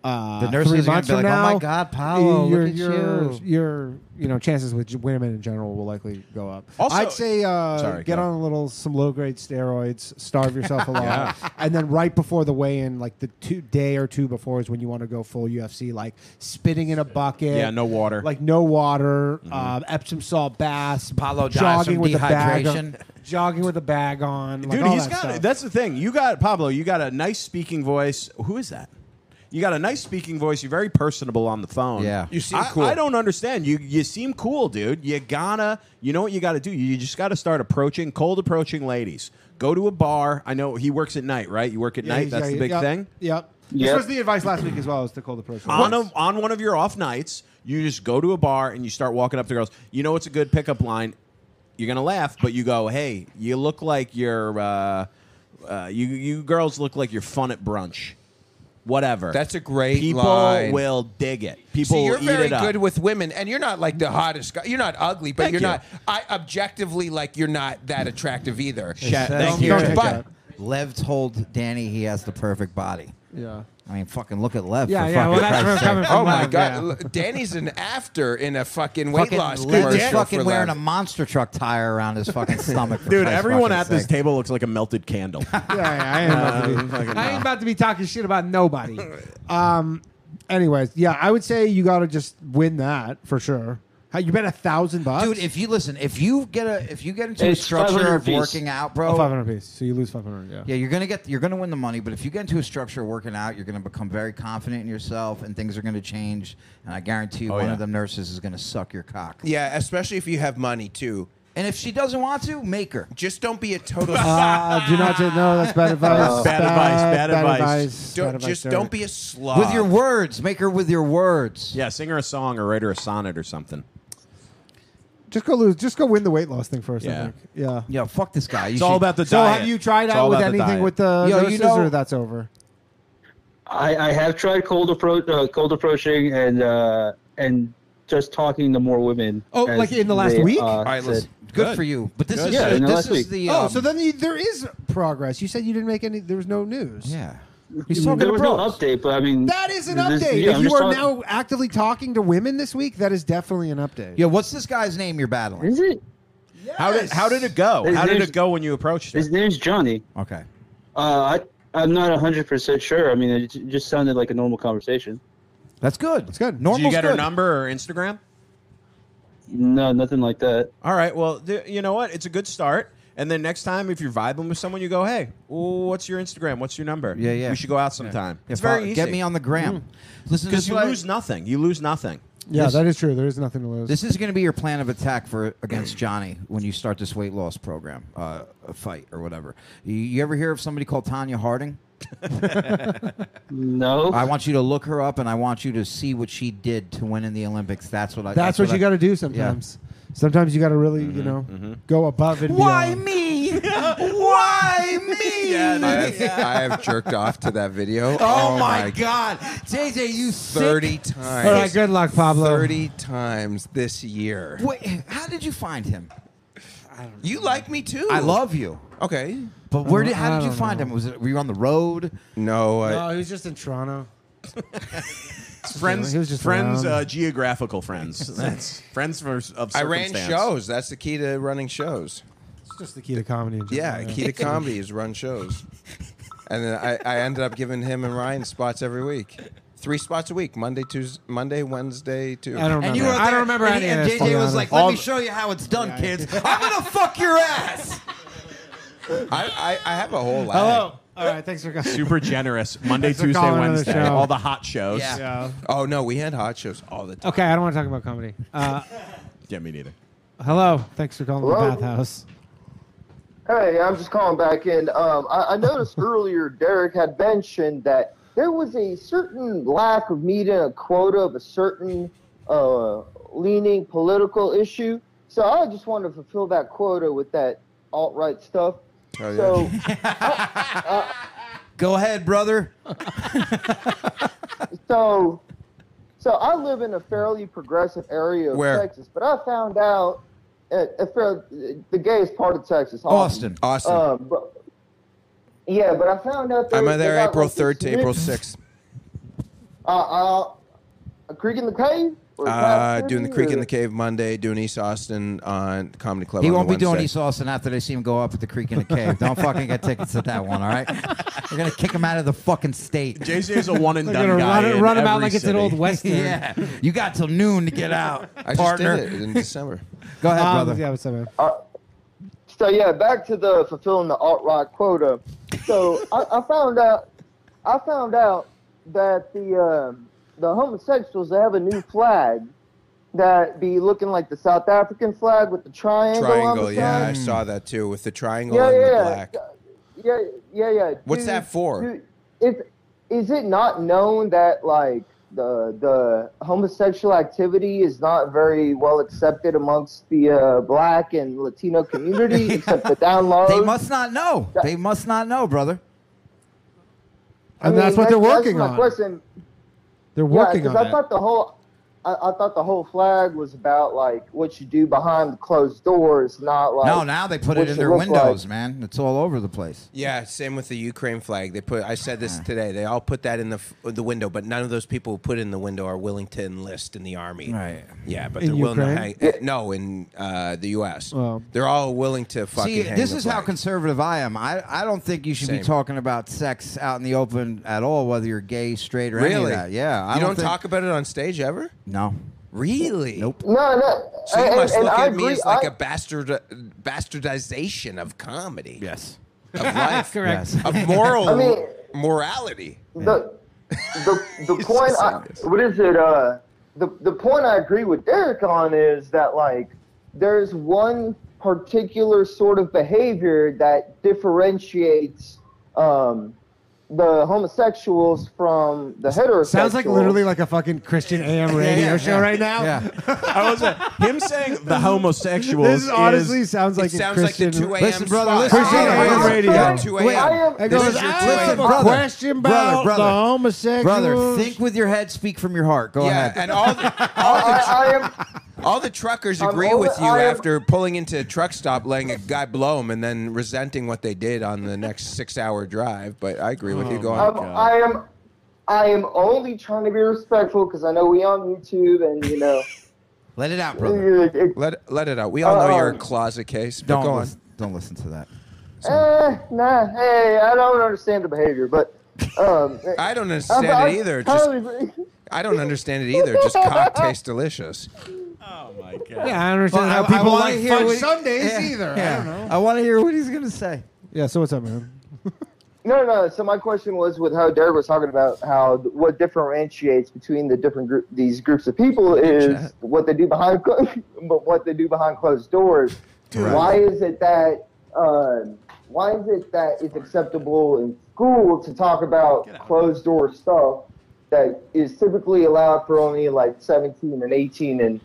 Speaker 1: uh,
Speaker 6: The nurses
Speaker 1: three
Speaker 6: are gonna
Speaker 1: months
Speaker 6: be
Speaker 1: from
Speaker 6: like, "Oh
Speaker 1: now,
Speaker 6: my God, Paolo, look
Speaker 1: your,
Speaker 6: at
Speaker 1: your,
Speaker 6: you."
Speaker 1: your you know chances with women in general will likely go up.
Speaker 7: Also-
Speaker 1: I'd say uh,
Speaker 7: Sorry,
Speaker 1: get
Speaker 7: go.
Speaker 1: on a little some low grade steroids, starve yourself a lot,
Speaker 7: Yeah.
Speaker 1: and then right before the weigh in, like the two day or two before, is when you want to go full UFC, like spitting in a bucket.
Speaker 7: Yeah, no water. Mm-hmm.
Speaker 1: Like no water, uh, Epsom salt baths. Paulo
Speaker 7: dies
Speaker 1: jogging
Speaker 7: from
Speaker 1: with a bag,
Speaker 7: dehydration.
Speaker 1: on, jogging with a bag on. like
Speaker 7: Dude,
Speaker 1: all
Speaker 7: he's
Speaker 1: that
Speaker 7: got.
Speaker 1: stuff.
Speaker 7: That's the thing. You got Pablo. You got a nice speaking voice. Who is that? You got a nice speaking voice. You're very personable on the phone.
Speaker 6: Yeah.
Speaker 5: You seem
Speaker 7: I,
Speaker 5: cool.
Speaker 7: I don't understand. You you seem cool, dude. You gotta. You know what you gotta do. You just gotta start approaching cold approaching ladies. Go to a bar. I know he works at night, right? You work at
Speaker 1: Yeah,
Speaker 7: night.
Speaker 1: he's-
Speaker 7: That's
Speaker 1: yeah,
Speaker 7: the big
Speaker 1: yep,
Speaker 7: thing.
Speaker 1: Yep. This
Speaker 7: Yep.
Speaker 1: was the advice last week as well as the cold approach.
Speaker 7: on a, on one of your off nights, you just go to a bar and you start walking up to girls. You know it's a good pickup line. You're gonna laugh, but you go, "Hey, you look like you're uh, uh, you you girls look like you're fun at brunch." Whatever.
Speaker 5: That's a great
Speaker 7: People
Speaker 5: line.
Speaker 7: will dig it. People
Speaker 5: See,
Speaker 7: will
Speaker 5: you're
Speaker 7: eat
Speaker 5: very
Speaker 7: it up.
Speaker 5: good with women, and you're not like the hottest guy. You're not ugly, but
Speaker 7: Thank
Speaker 5: you're
Speaker 7: you.
Speaker 5: not. I objectively like you're not that attractive either.
Speaker 6: Sha-
Speaker 5: Don't-
Speaker 6: thank you.
Speaker 5: don't- But
Speaker 6: Lev told Danny he has the perfect body.
Speaker 1: Yeah.
Speaker 6: I mean, fucking look at Lev.
Speaker 1: Yeah,
Speaker 6: for
Speaker 1: yeah,
Speaker 6: fucking
Speaker 1: well, that's
Speaker 6: Christ's
Speaker 1: where I'm
Speaker 6: sake.
Speaker 5: oh my god, L- Danny's an after in a fucking weight
Speaker 6: Fucking
Speaker 5: loss
Speaker 6: Lev is
Speaker 5: commercial.
Speaker 6: fucking
Speaker 5: for
Speaker 6: wearing
Speaker 5: Lev.
Speaker 6: a monster truck tire around his fucking stomach. for
Speaker 7: Dude,
Speaker 6: Christ's
Speaker 7: everyone
Speaker 6: fucking
Speaker 7: at this
Speaker 6: sake.
Speaker 7: table looks like a melted candle.
Speaker 1: Yeah, yeah, I ain't, about to
Speaker 7: Uh,
Speaker 1: be,
Speaker 7: fucking
Speaker 1: I ain't about to be talking shit about nobody. Um, anyways, yeah, I would say you got to just win that for sure. How- You bet a thousand bucks,
Speaker 6: Dude, if you listen, if you get a if you get into
Speaker 1: It's
Speaker 6: a structure
Speaker 1: 500
Speaker 6: of
Speaker 1: piece.
Speaker 6: working out, bro,
Speaker 1: Oh, 500 piece. So you lose 500. Yeah.
Speaker 6: Yeah, you're gonna get you're gonna win the money, but if you get into a structure of working out, you're gonna become very confident in yourself, and things are gonna change. And I guarantee you,
Speaker 5: Oh,
Speaker 6: one
Speaker 5: yeah.
Speaker 6: of them nurses is gonna suck your cock.
Speaker 5: Yeah, especially if you have money too.
Speaker 6: And if she doesn't want to, make her.
Speaker 5: Just don't be a total.
Speaker 1: Ah, do not do- no, that's bad advice.
Speaker 6: Bad advice, bad advice.
Speaker 5: Don't-
Speaker 1: bad advice,
Speaker 5: just
Speaker 1: Derek.
Speaker 5: don't be a slob.
Speaker 6: With your words, make her with your words.
Speaker 7: Yeah, sing her a song or write her a sonnet or something.
Speaker 1: Just go lose. Just go win the weight loss thing first. I
Speaker 7: Yeah.
Speaker 1: think. Yeah.
Speaker 6: Yeah, fuck this guy. You
Speaker 7: It's all
Speaker 6: should-
Speaker 7: about the
Speaker 1: So
Speaker 7: diet.
Speaker 1: have you tried
Speaker 7: It's
Speaker 1: out
Speaker 7: all
Speaker 1: with
Speaker 7: about the
Speaker 1: anything
Speaker 7: diet.
Speaker 1: with the
Speaker 17: Yo, you
Speaker 1: nurses
Speaker 17: know-
Speaker 1: or that's over?
Speaker 17: I, I have tried cold approach, uh, cold approaching, and uh, and just talking to more women.
Speaker 1: Oh,
Speaker 17: as
Speaker 1: like in the last
Speaker 17: they,
Speaker 1: week?
Speaker 17: uh,
Speaker 1: All right,
Speaker 17: said.
Speaker 1: listen.
Speaker 6: Good Good. for you. But this Good. is-
Speaker 17: yeah, in the
Speaker 6: this
Speaker 17: last
Speaker 6: is
Speaker 17: week.
Speaker 6: the, um,
Speaker 1: oh, so then you, there is progress. You said you didn't make any. There was no news.
Speaker 6: Yeah.
Speaker 14: Mm,
Speaker 1: He's talking
Speaker 17: there
Speaker 1: to
Speaker 17: was
Speaker 1: bros.
Speaker 17: no update, but I mean
Speaker 1: That is an
Speaker 17: this-
Speaker 1: update.
Speaker 17: yeah,
Speaker 1: if
Speaker 17: I'm
Speaker 1: you
Speaker 17: just
Speaker 1: are
Speaker 17: talking-
Speaker 1: now actively talking to women this week, that is definitely an update.
Speaker 6: Yeah, what's this guy's name you're battling?
Speaker 17: Is it?
Speaker 7: How did how did it go?
Speaker 17: His
Speaker 7: How did
Speaker 17: name's-
Speaker 7: it go when you approached her?
Speaker 17: His name's Johnny.
Speaker 6: Okay.
Speaker 17: Uh, I I'm not hundred percent sure. I mean, it j- just sounded like a normal conversation.
Speaker 6: That's good. That's
Speaker 1: good.
Speaker 7: Did you
Speaker 17: Normal's
Speaker 7: get her
Speaker 17: good.
Speaker 7: number or Instagram?
Speaker 17: No, nothing like that.
Speaker 7: All right. Well, th- you know what? It's a good start. And then next time, if you're vibing with someone, you go, "Hey, ooh, what's your Instagram? What's your number?
Speaker 6: Yeah, yeah.
Speaker 7: We should go out sometime.
Speaker 6: Yeah,
Speaker 7: It's
Speaker 6: fo-
Speaker 7: very easy.
Speaker 6: Get me on the gram. Listen, this
Speaker 7: because
Speaker 6: is
Speaker 7: you
Speaker 6: what I-
Speaker 7: lose nothing. You lose nothing.
Speaker 1: Yeah,
Speaker 6: This-
Speaker 1: that is true. There is nothing to lose.
Speaker 6: This is going to be your plan of attack for against Johnny when you start this weight loss program, uh, a fight or whatever. You, you ever hear of somebody called Tanya Harding?
Speaker 17: no.
Speaker 6: I want you to look her up and I want you to see what she did to win in the Olympics. That's what I.
Speaker 1: that's, what, you
Speaker 6: I-
Speaker 1: got to do
Speaker 6: Yeah.
Speaker 1: sometimes. Sometimes you got to really, you know, go above and
Speaker 6: Why
Speaker 1: beyond.
Speaker 6: me? Why me?
Speaker 5: I have, I have jerked off to that video.
Speaker 6: Oh, my, God, JJ, you sick-
Speaker 5: Thirty times.
Speaker 1: All right, good luck, Pablo.
Speaker 5: Thirty times this year.
Speaker 6: Wait, how did you find him?
Speaker 5: You like me too.
Speaker 6: I love you.
Speaker 5: Okay.
Speaker 6: But where did? How did you find him? Was it? Were you on the road?
Speaker 5: No,
Speaker 7: uh,
Speaker 5: I,
Speaker 1: No, Oh, he was just in Toronto.
Speaker 7: Friends,
Speaker 1: He was just
Speaker 7: friends,
Speaker 1: around.
Speaker 7: uh, geographical friends. That's friends for, of
Speaker 5: I ran
Speaker 7: circumstance.
Speaker 5: shows. That's the key to running shows.
Speaker 1: It's just the key to comedy. in general,
Speaker 5: Yeah, key to comedy is run shows. And then I, I ended up giving him and Ryan spots every week. Three spots a week, Monday, Tuesday, Monday, Wednesday, Tuesday.
Speaker 1: I don't
Speaker 6: And you were there, and, he- and JJ was like, "Let me show you how it's done, kids. I'm gonna fuck your ass."
Speaker 5: I, I, I have a whole lot.
Speaker 1: Hello.
Speaker 6: Oh,
Speaker 1: All right, thanks for coming.
Speaker 7: Super generous. Monday,
Speaker 1: Thanks for
Speaker 7: Tuesday,
Speaker 1: calling another
Speaker 7: Wednesday.
Speaker 1: show.
Speaker 7: All the hot shows.
Speaker 1: Yeah. Yeah.
Speaker 5: Oh no, we had hot shows all the time.
Speaker 1: Okay, I don't want to talk about comedy. Uh,
Speaker 7: Yeah, me neither.
Speaker 1: hello, thanks for calling
Speaker 16: Hello?
Speaker 1: the bathhouse.
Speaker 16: Hey, I'm just calling back in. Um, I, I noticed earlier Derek had mentioned that there was a certain lack of meeting a quota of a certain uh, leaning political issue. So I just wanted to fulfill that quota with that alt right stuff.
Speaker 5: Oh, yeah.
Speaker 16: So
Speaker 6: Go ahead, brother.
Speaker 16: so so I live in a fairly progressive area of
Speaker 5: Where?
Speaker 16: Texas, but I found out at, at fair, the gayest part of Texas,
Speaker 6: Austin.
Speaker 5: Austin.
Speaker 16: Um, but, yeah, but I found out.
Speaker 5: I'm
Speaker 16: they- they
Speaker 5: there
Speaker 16: got,
Speaker 5: April
Speaker 16: like,
Speaker 5: third to
Speaker 16: this
Speaker 5: April
Speaker 16: new-
Speaker 5: sixth.
Speaker 16: Uh, uh, a creek in the cave. Or
Speaker 5: Uh,
Speaker 16: Cloud
Speaker 5: doing the
Speaker 16: City,
Speaker 5: Creek in
Speaker 16: or-
Speaker 5: the Cave Monday, doing East Austin on Comedy Club.
Speaker 6: He
Speaker 5: on
Speaker 6: won't be
Speaker 5: Wednesday.
Speaker 6: doing East Austin after they see him go up at the creek in the cave. Don't fucking get tickets to that one, all right? We're gonna kick him out of the fucking state.
Speaker 7: JJ is a one and
Speaker 1: They're
Speaker 7: done
Speaker 1: gonna
Speaker 7: guy.
Speaker 1: run, it-
Speaker 7: in
Speaker 1: run 'em out
Speaker 7: every
Speaker 1: like it's an
Speaker 7: city.
Speaker 1: old western.
Speaker 6: yeah, you got till noon to get out,
Speaker 5: I just
Speaker 6: partner.
Speaker 5: did it in December.
Speaker 6: Go ahead,
Speaker 1: Um,
Speaker 6: brother.
Speaker 1: yeah, what's up, man?
Speaker 16: So yeah, back to the fulfilling the alt rock quota. So I, I found out, I found out that the um, the homosexuals they have a new flag that be looking like the South African flag with the triangle. on
Speaker 5: Triangle,
Speaker 16: the
Speaker 5: yeah, I
Speaker 16: side.
Speaker 5: saw that too with the triangle
Speaker 16: yeah,
Speaker 5: and
Speaker 16: yeah,
Speaker 5: the
Speaker 16: yeah,
Speaker 5: black.
Speaker 16: yeah, yeah, yeah.
Speaker 5: What's
Speaker 16: Dude,
Speaker 5: that for?
Speaker 16: dude, Is is it not known that like the the homosexual activity is not very well accepted amongst the uh, black and Latino community, except the down low?
Speaker 6: They must not know. They must not know, brother.
Speaker 1: And that's what they're working
Speaker 16: that's my
Speaker 1: on.
Speaker 16: Question.
Speaker 1: They're
Speaker 16: Yeah,
Speaker 1: working
Speaker 16: 'cause
Speaker 1: on
Speaker 16: I
Speaker 1: that.
Speaker 16: thought the whole. I, I thought the whole flag was about like what you do behind the closed doors, not like
Speaker 6: No, now they put
Speaker 16: what
Speaker 6: it in
Speaker 16: you
Speaker 6: their
Speaker 16: look like.
Speaker 6: windows, man. It's all over the place.
Speaker 5: Yeah, same with the Ukraine flag. They put. I said this today. They all put that in the f- the window, but none of those people who put it in the window are willing to enlist in the army.
Speaker 6: Right.
Speaker 5: Yeah, but
Speaker 1: In
Speaker 5: they're willing
Speaker 1: Ukraine? Oh.
Speaker 5: to hang. eh, No, in uh, the U.S.
Speaker 1: Well.
Speaker 5: they're all willing to fucking.
Speaker 6: See,
Speaker 5: hang
Speaker 6: this
Speaker 5: the
Speaker 6: is how
Speaker 5: flag.
Speaker 6: conservative I am. I, I don't think you should
Speaker 5: Same.
Speaker 6: be talking about sex out in the open at all, whether you're gay, straight, or any of
Speaker 5: Really?
Speaker 6: that. Yeah, I
Speaker 5: you don't,
Speaker 6: think-
Speaker 5: talk about it on stage ever.
Speaker 6: No,
Speaker 5: Really?
Speaker 6: nope.
Speaker 16: No, no.
Speaker 5: So you
Speaker 16: and,
Speaker 5: must
Speaker 16: and
Speaker 5: look at
Speaker 16: I agree,
Speaker 5: me as like
Speaker 16: I-
Speaker 5: a bastard bastardization of comedy,
Speaker 6: Yes,
Speaker 5: of life,
Speaker 1: Correct.
Speaker 6: Yes.
Speaker 5: of moral
Speaker 16: I mean-
Speaker 5: morality.
Speaker 16: the the, the point I, what is it uh the the point I agree with Derek on is that like there's one particular sort of behavior that differentiates um, the homosexuals from the heterosexuals.
Speaker 1: Sounds like literally like a fucking Christian AM radio show right now.
Speaker 7: I was uh, him saying the homosexuals.
Speaker 1: This is honestly sounds like a Christian- Listen, brother, listen, AM radio. Wait, I am- It goes, I have a question about the homosexuals.
Speaker 6: Brother, think with your head, speak from your heart. Go
Speaker 5: Yeah,
Speaker 6: ahead.
Speaker 5: and all the, all the, all the truckers
Speaker 16: I'm
Speaker 5: agree
Speaker 16: only-
Speaker 5: with you
Speaker 16: I am-
Speaker 5: after pulling into a truck stop, letting a guy blow him, and then resenting what they did on the next six-hour drive. But I agree with
Speaker 6: Oh
Speaker 5: you.
Speaker 1: "Oh
Speaker 5: Go on.
Speaker 16: Um, I am, I am only trying to be respectful because I know we on YouTube and you know.
Speaker 6: Let it out,
Speaker 16: brother.
Speaker 5: Let let it out. We all know you're a
Speaker 16: Um,
Speaker 5: closet case. but
Speaker 6: Don't
Speaker 5: go on.
Speaker 6: listen, don't listen to that.
Speaker 16: Eh, nah, hey, I don't understand the behavior, but um,
Speaker 5: I don't understand it either, just- I don't understand it either. Just cock tastes delicious. Oh my god.
Speaker 1: Yeah, I understand how people like fudge sundaes either. I don't know.
Speaker 6: I want to hear what he's gonna say.
Speaker 1: Yeah, so what's up, man?
Speaker 16: no, no. So my question was with how Derek was talking about how th- what differentiates between the different group, these groups of people is what they do behind, clo- but what they do behind closed doors.
Speaker 3: Right.
Speaker 16: Why is it that? Um, why is it that it's acceptable in school to talk about closed door stuff that is typically allowed for only like 17 and 18 and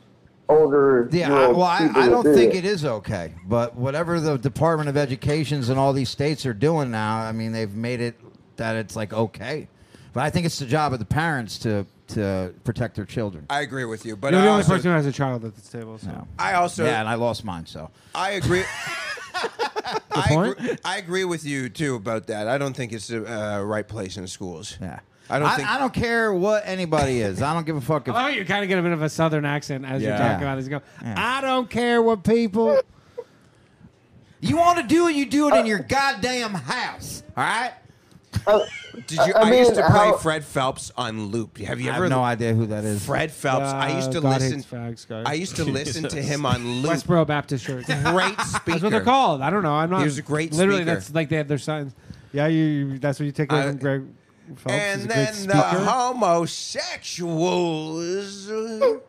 Speaker 16: older?
Speaker 6: Yeah,
Speaker 16: year
Speaker 6: I,
Speaker 16: old
Speaker 6: well, I,
Speaker 16: people
Speaker 6: I don't
Speaker 16: do
Speaker 6: think it is okay, but whatever the Department of Education's and all these states are doing now, I mean, they've made it that it's like okay, but I think it's the job of the parents to to protect their children.
Speaker 5: I agree with you, but uh,
Speaker 1: you're
Speaker 5: I
Speaker 1: the only
Speaker 5: also,
Speaker 1: person who has a child at this table. So.
Speaker 5: I also
Speaker 6: yeah, and I lost mine, so
Speaker 5: I agree. I, Agree, I agree with you too about that. I don't think it's the uh, right place in schools.
Speaker 6: Yeah,
Speaker 5: I don't
Speaker 6: I,
Speaker 5: think.
Speaker 6: I don't care what anybody is. I don't give a fuck if
Speaker 1: I like Oh, you kind of get a bit of a southern accent as
Speaker 6: Yeah.
Speaker 1: you're talking about this. You Go, I don't care what people.
Speaker 6: you want to do it, you do it in your goddamn house. All right.
Speaker 5: Did you? I, used to play Fred Phelps on loop. Have you
Speaker 6: I
Speaker 5: ever?
Speaker 6: have no idea who that is.
Speaker 5: Fred Phelps. I used to
Speaker 1: Uh, God
Speaker 5: listen.
Speaker 1: hates fags, guys.
Speaker 5: I used to listen to him on loop.
Speaker 1: Westboro Baptist Church.
Speaker 5: Great
Speaker 1: That's
Speaker 5: speaker.
Speaker 1: what they're called. I don't know. I'm not.
Speaker 5: He was a great
Speaker 1: Literally,
Speaker 5: speaker.
Speaker 1: that's like they have their signs. Yeah, you. you- That's what you take away
Speaker 5: I-
Speaker 1: from Greg. Phelps
Speaker 5: and
Speaker 1: is a great
Speaker 5: then uh, the
Speaker 1: speaker.
Speaker 5: homosexuals.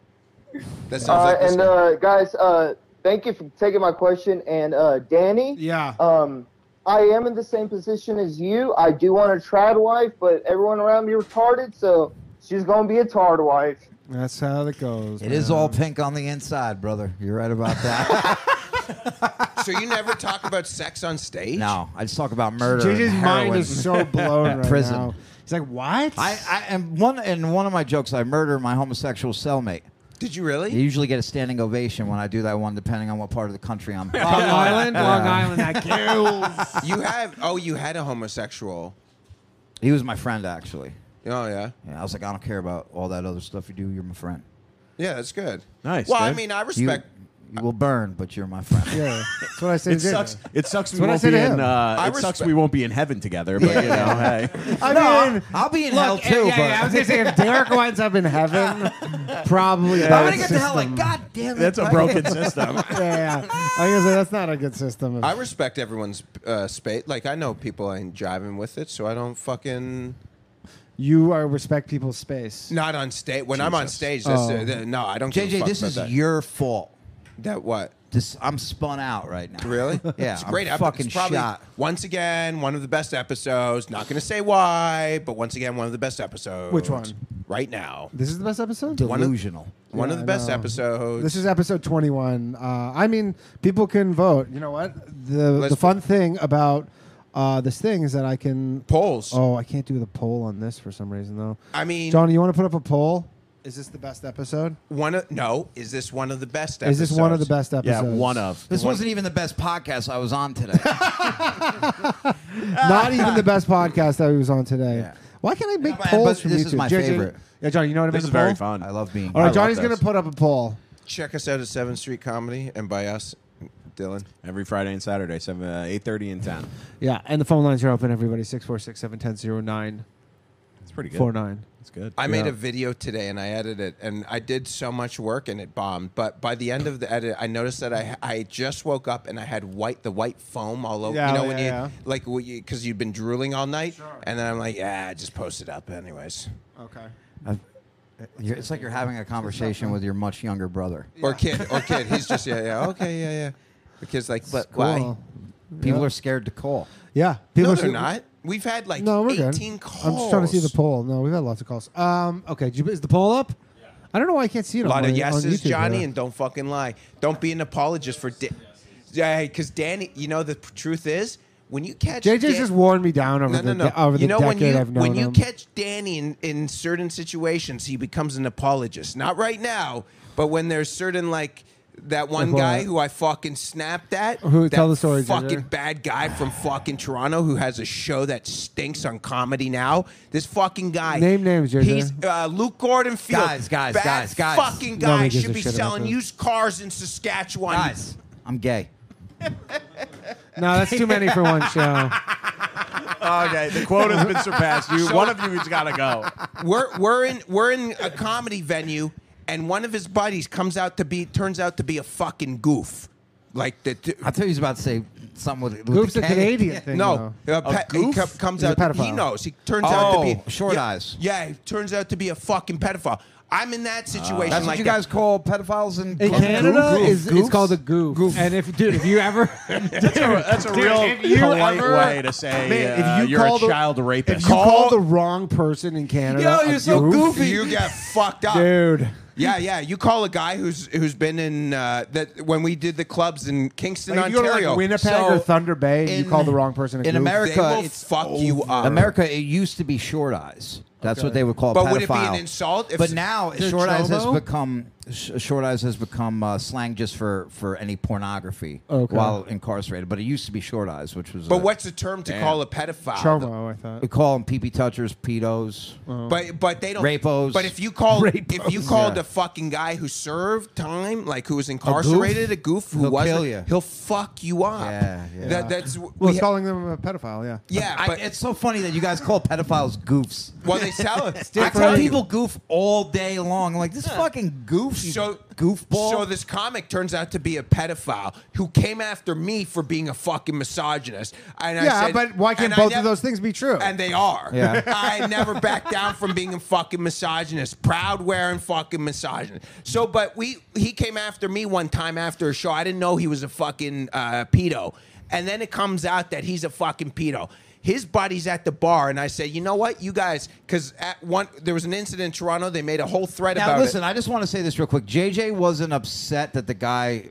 Speaker 5: That sounds
Speaker 16: Uh,
Speaker 5: like this
Speaker 16: and
Speaker 5: guy.
Speaker 16: uh, guys, uh, thank you for taking my question. And uh, Danny,
Speaker 1: yeah,
Speaker 16: um, I am in the same position as you. I do want a trad wife, but everyone around me retarded, so she's gonna be a tard wife.
Speaker 1: That's how it goes.
Speaker 6: It is all pink on the inside, brother. You're right about that.
Speaker 1: uh,
Speaker 5: so you never talk about sex on stage?
Speaker 6: no, I just talk about murder.
Speaker 1: JJ's
Speaker 6: and
Speaker 1: mind
Speaker 6: heroin.
Speaker 1: is so blown right
Speaker 6: Prison.
Speaker 1: now. He's like, what?
Speaker 6: I, I and one in one of my jokes, I murder my homosexual cellmate.
Speaker 5: Did you really?
Speaker 6: I usually get a standing ovation when I do that one, depending on what part of the country I'm.
Speaker 1: Long Island, Long Island, that kills.
Speaker 5: You have. Oh, you had a homosexual.
Speaker 6: He was my friend, actually.
Speaker 5: Oh yeah.
Speaker 6: Yeah, I was like, I don't care about all that other stuff you do. You're my friend.
Speaker 5: Yeah, that's good.
Speaker 7: Nice,
Speaker 5: Well, I
Speaker 7: dude.
Speaker 5: mean, I
Speaker 6: You-
Speaker 5: respect.
Speaker 6: You, will burn, but you're my friend.
Speaker 1: Yeah, that's what I said.
Speaker 7: It sucks. It sucks.
Speaker 1: That's
Speaker 7: We
Speaker 1: what I
Speaker 7: won't
Speaker 1: said
Speaker 7: be
Speaker 1: to
Speaker 7: in.
Speaker 1: him.
Speaker 7: Uh,
Speaker 1: I
Speaker 7: it sucks.
Speaker 1: respect-
Speaker 7: We won't be in heaven together. But you know, hey.
Speaker 1: I
Speaker 6: No,
Speaker 1: mean,
Speaker 6: I'll be in hell
Speaker 1: yeah,
Speaker 6: too,
Speaker 1: Yeah, yeah,
Speaker 6: but-
Speaker 1: I was gonna say if Derek winds up in heaven, probably.
Speaker 6: I'm
Speaker 1: not
Speaker 6: gonna get to hell like,
Speaker 1: system.
Speaker 6: God damn it.
Speaker 5: That's a broken system.
Speaker 1: yeah, yeah. I was gonna say that's not a good system.
Speaker 5: I respect everyone's uh, space. Like I know people I ain't jiving with it, so I don't fucking
Speaker 1: you are respect people's space.
Speaker 5: not on stage. When I'm on
Speaker 1: Jesus.
Speaker 5: stage, that's,
Speaker 1: Oh.
Speaker 5: uh, th- no, I don't. give a
Speaker 6: JJ,
Speaker 5: fuck
Speaker 6: this
Speaker 5: about
Speaker 6: is
Speaker 5: that.
Speaker 6: your fault.
Speaker 5: That what?
Speaker 6: This I'm spun out right now.
Speaker 5: Really?
Speaker 6: Yeah,
Speaker 5: it's a
Speaker 6: I'm
Speaker 5: great. epi-
Speaker 6: fucking
Speaker 5: it's probably,
Speaker 6: shot.
Speaker 5: Once again, one of the best episodes. Not going to say why, but once again, one of the best episodes.
Speaker 1: Which one?
Speaker 5: Right now.
Speaker 1: This is the best episode.
Speaker 5: One of- One of,
Speaker 1: Yeah,
Speaker 5: the best
Speaker 1: I know.
Speaker 5: episodes.
Speaker 1: This is episode 21. Uh, I mean, people can vote. You know what? The
Speaker 5: Let's
Speaker 1: the fun thing about uh, this thing is that I can
Speaker 5: polls.
Speaker 1: Oh, I can't do the poll on this for some reason though.
Speaker 5: I mean-
Speaker 1: John, you want to put up a poll? Is this the best episode?
Speaker 5: One of no. Is this one of the best?
Speaker 1: Is
Speaker 5: episodes?
Speaker 1: this one of the best episodes?
Speaker 6: This wasn't even the best podcast I was on today. Uh,
Speaker 1: Not even the best podcast that we was on today. Why can't I make
Speaker 6: but-
Speaker 1: polls
Speaker 6: but
Speaker 1: from
Speaker 6: this
Speaker 1: YouTube?
Speaker 6: is
Speaker 1: JJ
Speaker 6: my favorite.
Speaker 1: Yeah, John, you know how to make
Speaker 7: This is
Speaker 1: a poll?
Speaker 7: very fun. I
Speaker 6: love being.
Speaker 1: All right, Johnny's going to put up a poll.
Speaker 5: Check us out at Seventh Street Comedy, and by us, Dylan.
Speaker 7: Every Friday and Saturday, seven, uh, eight thirty and ten.
Speaker 1: Yeah, and the phone lines are open, everybody. 646 710 09.
Speaker 7: It's pretty good.
Speaker 1: Four nine.
Speaker 7: It's good.
Speaker 5: I made
Speaker 1: Yeah.
Speaker 5: a video today and I edited it and I did so much work and it bombed. But by the end of the edit, I noticed that I I just woke up and I had white the white foam all over.
Speaker 1: Yeah,
Speaker 5: you know
Speaker 1: yeah,
Speaker 5: when
Speaker 1: yeah.
Speaker 5: you like when you because you've been drooling all night and then I'm like yeah, I just post it up anyways.
Speaker 1: Okay.
Speaker 6: You're- it's like you're having a conversation with your much younger brother.
Speaker 5: Or kid or kid, he's just yeah yeah okay yeah yeah. because like, but why?
Speaker 6: People
Speaker 5: Yeah.
Speaker 6: are scared to call.
Speaker 1: Yeah,
Speaker 5: People no,
Speaker 1: are
Speaker 5: they're
Speaker 1: scared-
Speaker 5: not. We've had like
Speaker 1: no, we're
Speaker 5: 18
Speaker 1: good.
Speaker 5: calls.
Speaker 1: I'm just trying to see the poll. No, we've had lots of calls. Um, okay, did you- is the poll up? I don't know why I can't see it.
Speaker 5: A lot
Speaker 1: on
Speaker 5: of
Speaker 1: my- on
Speaker 5: yeses,
Speaker 1: YouTube,
Speaker 5: Johnny,
Speaker 1: yeah.
Speaker 5: and don't fucking lie. Don't be an apologist for. Da- yeah, because Danny, you know the p- truth is when you catch
Speaker 1: JJ's
Speaker 5: Dan-
Speaker 1: just worn me down over
Speaker 5: no, no,
Speaker 1: the
Speaker 5: no.
Speaker 1: de- over
Speaker 5: you
Speaker 1: the
Speaker 5: know
Speaker 1: decade
Speaker 5: when you
Speaker 1: I've known
Speaker 5: when you
Speaker 1: him.
Speaker 5: catch Danny in, in certain situations, he becomes an apologist. Not right now, but when there's certain like. That one
Speaker 1: Like what?
Speaker 5: guy who I fucking snapped at,
Speaker 1: Who-
Speaker 5: that
Speaker 1: tell the story,
Speaker 5: fucking
Speaker 1: JJ.
Speaker 5: bad guy from fucking Toronto who has a show that stinks on comedy now. This fucking guy,
Speaker 1: Name names, JJ.
Speaker 5: he's uh, Luke Gordon Field.
Speaker 6: Guys, guys,
Speaker 5: Bad
Speaker 6: guys, guys.
Speaker 5: Fucking
Speaker 6: Nobody
Speaker 5: guy
Speaker 6: gives
Speaker 5: should
Speaker 6: a
Speaker 5: be
Speaker 6: shit about
Speaker 5: selling
Speaker 6: this.
Speaker 5: used cars in Saskatchewan.
Speaker 6: Guys, I'm gay.
Speaker 1: no, that's too many for one show.
Speaker 7: Okay, the quota's been surpassed. You, one of you has got to go.
Speaker 5: We're we're in we're in a comedy venue, and one of his buddies comes out to be turns out to be a fucking goof. Like the, I
Speaker 6: thought he was about to say something with, with
Speaker 5: Goof's
Speaker 6: the
Speaker 5: a
Speaker 6: K.
Speaker 5: Canadian thing, No, though. a
Speaker 6: A
Speaker 5: pe- he
Speaker 6: goof?
Speaker 5: co- comes
Speaker 6: He's a
Speaker 5: out- he
Speaker 6: pedophile.
Speaker 5: knows. He turns out to be-
Speaker 6: Oh, short
Speaker 5: yeah.
Speaker 6: eyes. Ah.
Speaker 5: yeah, it turns out to be a fucking pedophile. I'm in that situation.
Speaker 6: That's what
Speaker 5: like
Speaker 6: you
Speaker 5: that.
Speaker 6: guys call pedophiles in,
Speaker 1: In Canada, is, it's called a goof.
Speaker 6: Goof.
Speaker 1: And if dude, if you ever,
Speaker 7: That's a, that's a
Speaker 1: Dude,
Speaker 7: real
Speaker 1: if you
Speaker 7: polite
Speaker 1: ever-
Speaker 7: way to say
Speaker 1: Man,
Speaker 7: uh,
Speaker 1: if you
Speaker 7: you are
Speaker 1: call
Speaker 7: a
Speaker 1: the-
Speaker 7: child rapist.
Speaker 1: if you call the wrong person in Canada,
Speaker 5: Yo,
Speaker 1: a
Speaker 5: you're so
Speaker 1: goof,
Speaker 5: goofy. You get fucked up.
Speaker 1: dude.
Speaker 5: Yeah, yeah. You call a guy who's who's been in uh, that when we did the clubs in Kingston,
Speaker 1: Like, you go to
Speaker 5: Ontario,
Speaker 1: like Winnipeg or Thunder Bay, and you call the wrong person a
Speaker 6: in
Speaker 1: goof.
Speaker 6: America,
Speaker 5: They will
Speaker 6: it's
Speaker 5: fuck you up.
Speaker 6: America, it used to be short eyes. That's
Speaker 5: Okay.
Speaker 6: what they would call. a
Speaker 5: But would it be
Speaker 6: pedophile.
Speaker 5: an insult if-
Speaker 6: but now,
Speaker 5: Is there
Speaker 6: short eyes has
Speaker 5: Jomo?
Speaker 6: become sh- short eyes has become uh, slang just for for any pornography
Speaker 5: Okay.
Speaker 6: while incarcerated. But it used to be short eyes, which was.
Speaker 5: But
Speaker 6: a-
Speaker 5: what's the term to
Speaker 6: Yeah.
Speaker 5: call a pedophile?
Speaker 1: Chomo, I thought.
Speaker 6: We call them peepee touchers, pedos.
Speaker 5: But but they don't
Speaker 6: rapos.
Speaker 5: But if you call if you
Speaker 6: Rapos.
Speaker 5: called
Speaker 6: Yeah.
Speaker 5: the fucking guy who served time, like who was incarcerated, a goof, who
Speaker 6: He'll
Speaker 5: wasn't,
Speaker 6: kill you.
Speaker 5: he'll fuck you up.
Speaker 6: Yeah, yeah.
Speaker 5: That, that's
Speaker 1: well,
Speaker 5: we
Speaker 1: it's
Speaker 5: ha-
Speaker 1: calling them a pedophile. Yeah,
Speaker 5: yeah.
Speaker 6: I, it's so funny that you guys call pedophiles goofs.
Speaker 5: Well, they sell it.
Speaker 6: I
Speaker 5: I
Speaker 6: call
Speaker 5: tell you.
Speaker 6: people goof all day long. I'm like this fucking goof. you
Speaker 5: So
Speaker 6: goofball.
Speaker 5: So this comic turns out to be a pedophile who came after me for being a fucking misogynist. And I
Speaker 1: yeah.
Speaker 5: said-
Speaker 1: but why
Speaker 5: and
Speaker 1: can't
Speaker 5: I
Speaker 1: both
Speaker 5: nev-
Speaker 1: of those things be true?
Speaker 5: And they are.
Speaker 1: Yeah.
Speaker 5: I never back down from being a fucking misogynist, proud wearing fucking misogynist. So, but we he came after me one time after a show. I didn't know he was a fucking uh, pedo, and then it comes out that he's a fucking pedo. His buddy's at the bar, and I said, "You know what, you guys? Because at one there was an incident in Toronto. They made a whole thread
Speaker 6: Now
Speaker 5: about
Speaker 6: listen,
Speaker 5: it.
Speaker 6: I just want to say this real quick. JJ wasn't upset that the guy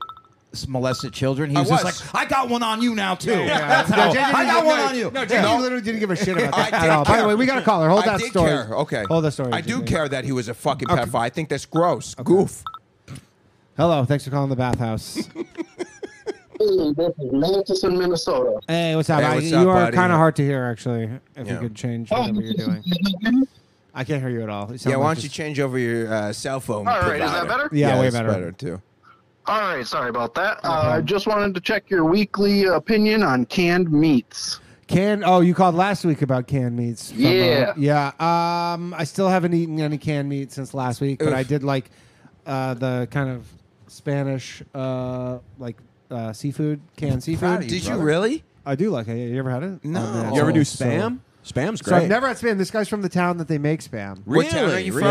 Speaker 6: s- molested children. He was,
Speaker 5: was.
Speaker 6: just like, I got one on you now too. That's
Speaker 1: No,
Speaker 6: how-
Speaker 1: JJ
Speaker 6: I got
Speaker 1: didn't-
Speaker 6: one
Speaker 1: no,
Speaker 6: on you.
Speaker 1: No,
Speaker 6: Yeah.
Speaker 1: JJ literally didn't give a shit about
Speaker 5: I
Speaker 1: that at
Speaker 5: did
Speaker 1: all. By the
Speaker 5: care.
Speaker 1: way, we got a caller. Hold
Speaker 5: I
Speaker 1: that
Speaker 5: did
Speaker 1: story.
Speaker 5: care. Okay,
Speaker 1: Hold that story.
Speaker 5: I do
Speaker 1: JJ.
Speaker 5: care that he was a fucking
Speaker 1: Okay.
Speaker 5: pedophile. I think that's gross. Goof.
Speaker 1: Hello, thanks for calling the bathhouse.
Speaker 11: Hey, this is Manchester, Minnesota.
Speaker 1: hey, what's up?
Speaker 11: Hey,
Speaker 1: I-
Speaker 11: what's
Speaker 1: you
Speaker 11: up,
Speaker 1: are
Speaker 11: buddy?
Speaker 1: kind of hard to hear, actually. If
Speaker 5: Yeah.
Speaker 1: you could change whatever you're doing, I can't hear you at all. You sound
Speaker 5: Yeah, why
Speaker 1: like
Speaker 5: don't you
Speaker 1: just-
Speaker 5: change over your uh, cell phone?
Speaker 11: All right, is that
Speaker 5: provider.
Speaker 11: better?
Speaker 1: Yeah, way
Speaker 5: that's
Speaker 1: better.
Speaker 5: too.
Speaker 11: All right, sorry about that. Uh, I just wanted to check your weekly opinion on canned meats.
Speaker 1: Canned. Oh, you called last week about canned meats. from, uh,
Speaker 11: Yeah.
Speaker 1: yeah. Um, I still haven't eaten any canned meat since last week, but
Speaker 5: Oof.
Speaker 1: I did like uh, the kind of Spanish uh, like uh, seafood, canned seafood.
Speaker 5: you, Did you brother. really?
Speaker 1: I do like it. You ever had it?
Speaker 5: No.
Speaker 1: Oh, man,
Speaker 7: You ever do
Speaker 1: it's so-
Speaker 7: spam? Spam's
Speaker 1: So I've
Speaker 7: great.
Speaker 1: never had spam. This guy's from the town that they make spam.
Speaker 7: What town are you Really?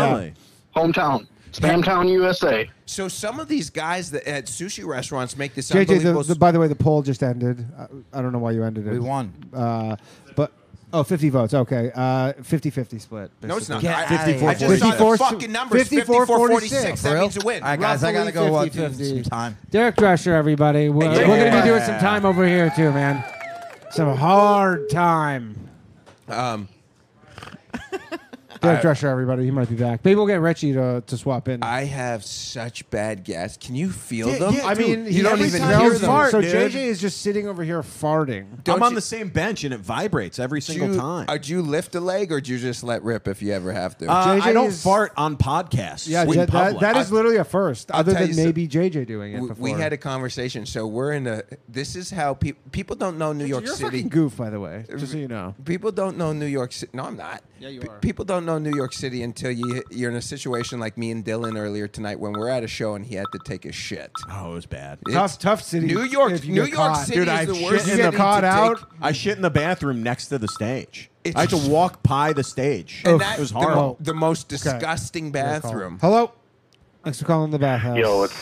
Speaker 7: from? Really?
Speaker 11: Hometown, Spamtown, USA.
Speaker 5: So some of these guys that at sushi restaurants make this
Speaker 1: JJ, the,
Speaker 5: unbelievable.
Speaker 1: the, by the way, the poll just ended. I, I don't know why you ended it.
Speaker 5: We
Speaker 6: won.
Speaker 1: Uh, but oh, 50 votes. Okay. Uh, 50-50 split.
Speaker 5: no, it's not.
Speaker 1: basically.
Speaker 5: I, I just saw the fucking numbers. 54, 46. That means a win.
Speaker 6: All right, guys, I gotta go watch
Speaker 1: 50-50.
Speaker 6: some time.
Speaker 1: Derek Drescher, everybody. We're,
Speaker 6: Hey,
Speaker 1: we're going to
Speaker 6: yeah.
Speaker 1: be doing some time over here, too, man. Some hard time.
Speaker 5: Um,
Speaker 1: Derek
Speaker 5: I-
Speaker 1: Drescher, everybody. He might be back. Maybe we'll get Richie to, to swap in.
Speaker 5: I have such bad gas. Can you feel
Speaker 1: Yeah,
Speaker 5: them?
Speaker 1: yeah,
Speaker 5: I
Speaker 1: dude.
Speaker 5: mean,
Speaker 1: Yeah,
Speaker 5: you don't
Speaker 1: every
Speaker 5: even
Speaker 1: time
Speaker 5: hear
Speaker 1: you
Speaker 5: them.
Speaker 1: fart, So
Speaker 7: dude.
Speaker 1: JJ is just sitting over here farting.
Speaker 7: I'm on the same bench and it vibrates every
Speaker 5: Do
Speaker 7: single
Speaker 5: you,
Speaker 7: time.
Speaker 5: uh, do you lift a leg or do you just let rip if you ever have to?
Speaker 7: Uh, I don't
Speaker 1: is-
Speaker 7: fart on podcasts.
Speaker 1: Yeah,
Speaker 7: in
Speaker 1: that, that,
Speaker 7: public.
Speaker 1: that is
Speaker 7: I-
Speaker 1: literally a 1st
Speaker 5: I'll
Speaker 1: other
Speaker 5: tell
Speaker 1: than
Speaker 5: you so-
Speaker 1: maybe JJ doing it
Speaker 5: We,
Speaker 1: before.
Speaker 5: we had a conversation. So we're in a. This is how people people don't know New York
Speaker 1: You're a
Speaker 5: City.
Speaker 1: fucking goof, by the way. Just so you know.
Speaker 5: People don't know New York City. No, I'm not. Yeah, you
Speaker 1: are.
Speaker 5: People don't know New York City until you you're in a situation like me and Dylan earlier tonight when we're at a show and he had to take a shit.
Speaker 7: Oh, it was bad.
Speaker 1: Tough, tough city.
Speaker 5: New York-
Speaker 1: if you
Speaker 5: New
Speaker 1: get
Speaker 5: York
Speaker 1: caught.
Speaker 5: City Dude, is I've the worst
Speaker 1: If You
Speaker 5: city
Speaker 1: get
Speaker 5: to
Speaker 1: caught
Speaker 5: take-
Speaker 1: out.
Speaker 7: I shit in the bathroom next to the stage.
Speaker 5: It's
Speaker 7: I had to walk by the stage.
Speaker 5: And
Speaker 7: it
Speaker 5: that-
Speaker 7: was
Speaker 5: the-
Speaker 7: horrible.
Speaker 5: The, most disgusting
Speaker 1: Good call.
Speaker 5: bathroom.
Speaker 1: Hello. Thanks for calling the bathhouse.
Speaker 5: Yo, it's-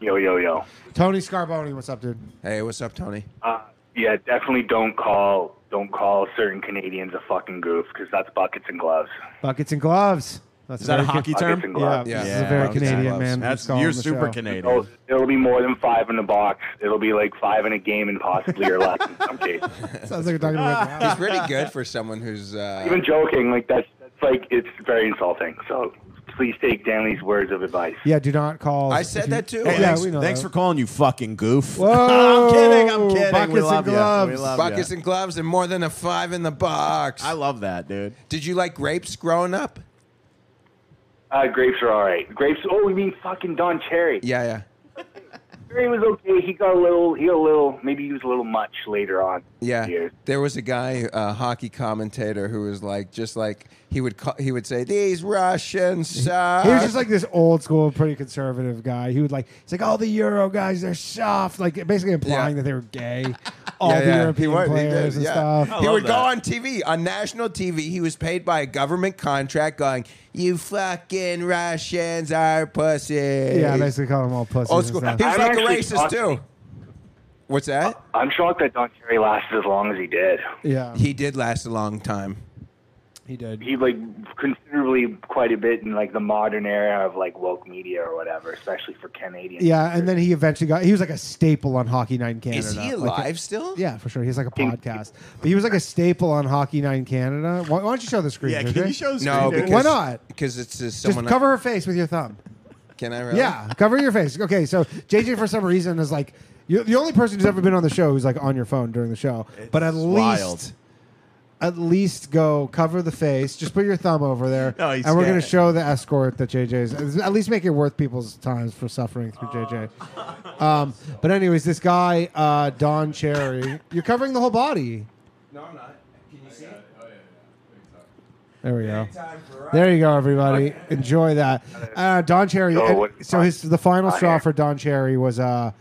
Speaker 3: Yo, yo, yo.
Speaker 1: Tony Scarboni, what's up, dude?
Speaker 5: Hey, what's up, Tony?
Speaker 3: Uh, yeah, definitely don't call don't call certain Canadians a fucking goof because that's buckets and gloves.
Speaker 1: Buckets and gloves. That's
Speaker 3: Is that a
Speaker 1: very
Speaker 3: hockey
Speaker 1: good-
Speaker 3: term? Buckets and gloves.
Speaker 1: Yeah, this
Speaker 3: Yeah.
Speaker 1: is a very
Speaker 3: Buckets and
Speaker 1: Canadian
Speaker 3: gloves.
Speaker 1: man.
Speaker 3: That's-
Speaker 1: who's calling
Speaker 3: you're
Speaker 1: the
Speaker 3: super
Speaker 1: show.
Speaker 3: Canadian. It'll, it'll be more than five in the box. It'll be like five in a game in possibly or less in some cases.
Speaker 1: Sounds like we're talking about.
Speaker 5: He's pretty good for someone who's. Uh,
Speaker 3: Even joking, like that's that's like it's very insulting. So please take Danley's words of advice.
Speaker 1: Yeah, do not call. Oh,
Speaker 5: I said that too.
Speaker 1: yeah,
Speaker 7: thanks,
Speaker 1: we know.
Speaker 7: thanks
Speaker 1: that.
Speaker 7: for calling, you fucking goof.
Speaker 1: Whoa,
Speaker 7: I'm kidding. I'm kidding.
Speaker 1: buckets
Speaker 7: we
Speaker 1: and
Speaker 7: love
Speaker 1: gloves.
Speaker 7: You. We love
Speaker 5: buckets
Speaker 7: you.
Speaker 5: and gloves and more than a five in the box. I
Speaker 7: love that, dude.
Speaker 5: Did you like grapes growing up?
Speaker 3: Uh, grapes are all right. Grapes. Oh, we mean fucking Don Cherry.
Speaker 5: Yeah, yeah.
Speaker 3: Cherry was okay. He got a little. He got a little. Maybe he was a little much later on.
Speaker 5: Yeah,
Speaker 3: Years.
Speaker 5: there was a guy, a hockey commentator, who was like, just like he would call, he would say, "These Russians suck."
Speaker 1: He was just like this old school, pretty conservative guy. He would like, he's like, all the Euro guys, they're soft. Like, basically implying that they were gay. All
Speaker 5: Yeah,
Speaker 1: the
Speaker 5: yeah.
Speaker 1: European
Speaker 5: He would- he
Speaker 1: players
Speaker 5: did,
Speaker 1: and
Speaker 5: yeah.
Speaker 1: stuff.
Speaker 5: He would go on TV, on national TV. He was paid by a government contract, going, "You fucking Russians are pussies."
Speaker 1: Yeah, basically calling them all pussies.
Speaker 5: Old
Speaker 1: and
Speaker 5: school. He
Speaker 1: stuff.
Speaker 5: was like a
Speaker 3: actually
Speaker 5: racist
Speaker 3: shocked.
Speaker 5: too. What's that?
Speaker 3: I'm shocked that Don Cherry lasted as long as he did.
Speaker 1: Yeah,
Speaker 5: he did last a long time.
Speaker 1: He did.
Speaker 3: He like considerably quite a bit in like the modern era of like woke media or whatever, especially for Canadians.
Speaker 1: Yeah, and then he eventually got. He was like a staple on Hockey Night in Canada.
Speaker 5: Is he
Speaker 1: Like,
Speaker 5: alive still?
Speaker 1: yeah, for sure. He's like a podcast, but he was like a staple on Hockey Night in Canada. Why, why don't you show the screen? JJ?
Speaker 5: no? Because,
Speaker 1: why not?
Speaker 5: Because it's
Speaker 1: Just
Speaker 5: just someone.
Speaker 1: cover her face with your thumb.
Speaker 5: Can I? Really?
Speaker 1: Yeah, cover your face. Okay, so JJ for some reason is like you're the only person who's ever been on the show who's like on your phone during the show. but at
Speaker 7: wild.
Speaker 1: least at least go cover the face. Just put your thumb over there,
Speaker 7: No, he's
Speaker 1: and we're gonna
Speaker 7: scared.
Speaker 1: show the escort that JJ's. At least make it worth people's times for suffering through JJ. Um, but anyways, this guy uh, Don Cherry, you're covering the whole body.
Speaker 5: No, I'm not. Can you see?
Speaker 1: There we go. There you go, everybody. Enjoy that. Uh, Don Cherry.
Speaker 3: Oh,
Speaker 1: and-
Speaker 3: what-
Speaker 1: so his the final
Speaker 3: I
Speaker 1: straw
Speaker 3: hear.
Speaker 1: for Don Cherry was uh,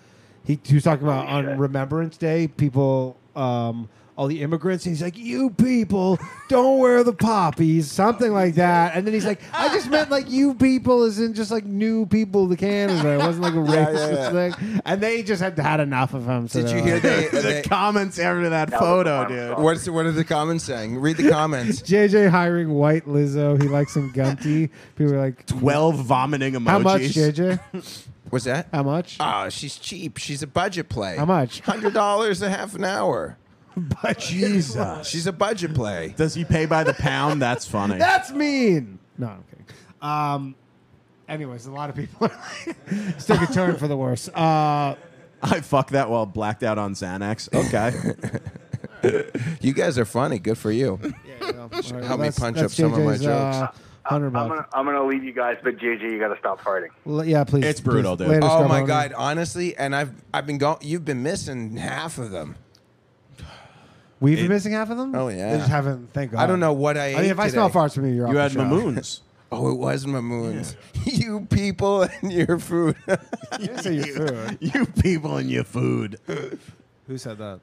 Speaker 1: he, he was talking
Speaker 7: Oh,
Speaker 1: about on Remembrance Day, people, um, all the immigrants, and he's like, "You people don't wear the poppies," something like that. And then he's like, "I just meant like you people, as in just like new people to Canada. It wasn't like a
Speaker 7: Yeah,
Speaker 1: racist
Speaker 7: yeah,
Speaker 1: thing." And they just had had enough of him. So
Speaker 5: Did
Speaker 1: they're
Speaker 5: you hear
Speaker 1: like-
Speaker 5: the,
Speaker 7: The comments after that photo, dude.
Speaker 5: What's what are the comments saying? Read the comments.
Speaker 1: JJ hiring white Lizzo. He likes some gunty. People are like
Speaker 7: twelve vomiting emojis.
Speaker 1: How much, JJ?
Speaker 5: What's that?
Speaker 1: How much?
Speaker 5: Oh, she's cheap. She's a budget play.
Speaker 1: How much?
Speaker 5: Hundred dollars a half an hour.
Speaker 7: But Jesus,
Speaker 5: she's a budget play.
Speaker 7: Does he pay by the pound? That's funny.
Speaker 1: That's mean. No, I'm kidding. Um, anyways, a lot of people Let's take a turn for the worse. Uh,
Speaker 7: I fucked that while blacked out on Xanax. Okay.
Speaker 5: you guys are funny. Good for you. Help me punch up some of my jokes.
Speaker 1: uh, Hundred
Speaker 3: I'm
Speaker 1: bucks.
Speaker 3: gonna, I'm gonna leave you guys, but JJ, you gotta stop farting.
Speaker 1: L- yeah, please.
Speaker 7: It's brutal,
Speaker 1: please,
Speaker 7: dude.
Speaker 1: later,
Speaker 5: oh my
Speaker 1: Scarboni.
Speaker 5: god, honestly, and I've I've been going. You've been missing half of them.
Speaker 1: We've been missing half of them.
Speaker 5: Oh, yeah.
Speaker 1: They just haven't. Thank God.
Speaker 5: I don't know what I
Speaker 1: I mean,
Speaker 5: ate
Speaker 1: if I smell
Speaker 5: today.
Speaker 1: farts from you, you're off the show.
Speaker 5: oh, it was Mamoons. you people and your food.
Speaker 1: You say your food.
Speaker 7: You people and your food.
Speaker 1: Who said that?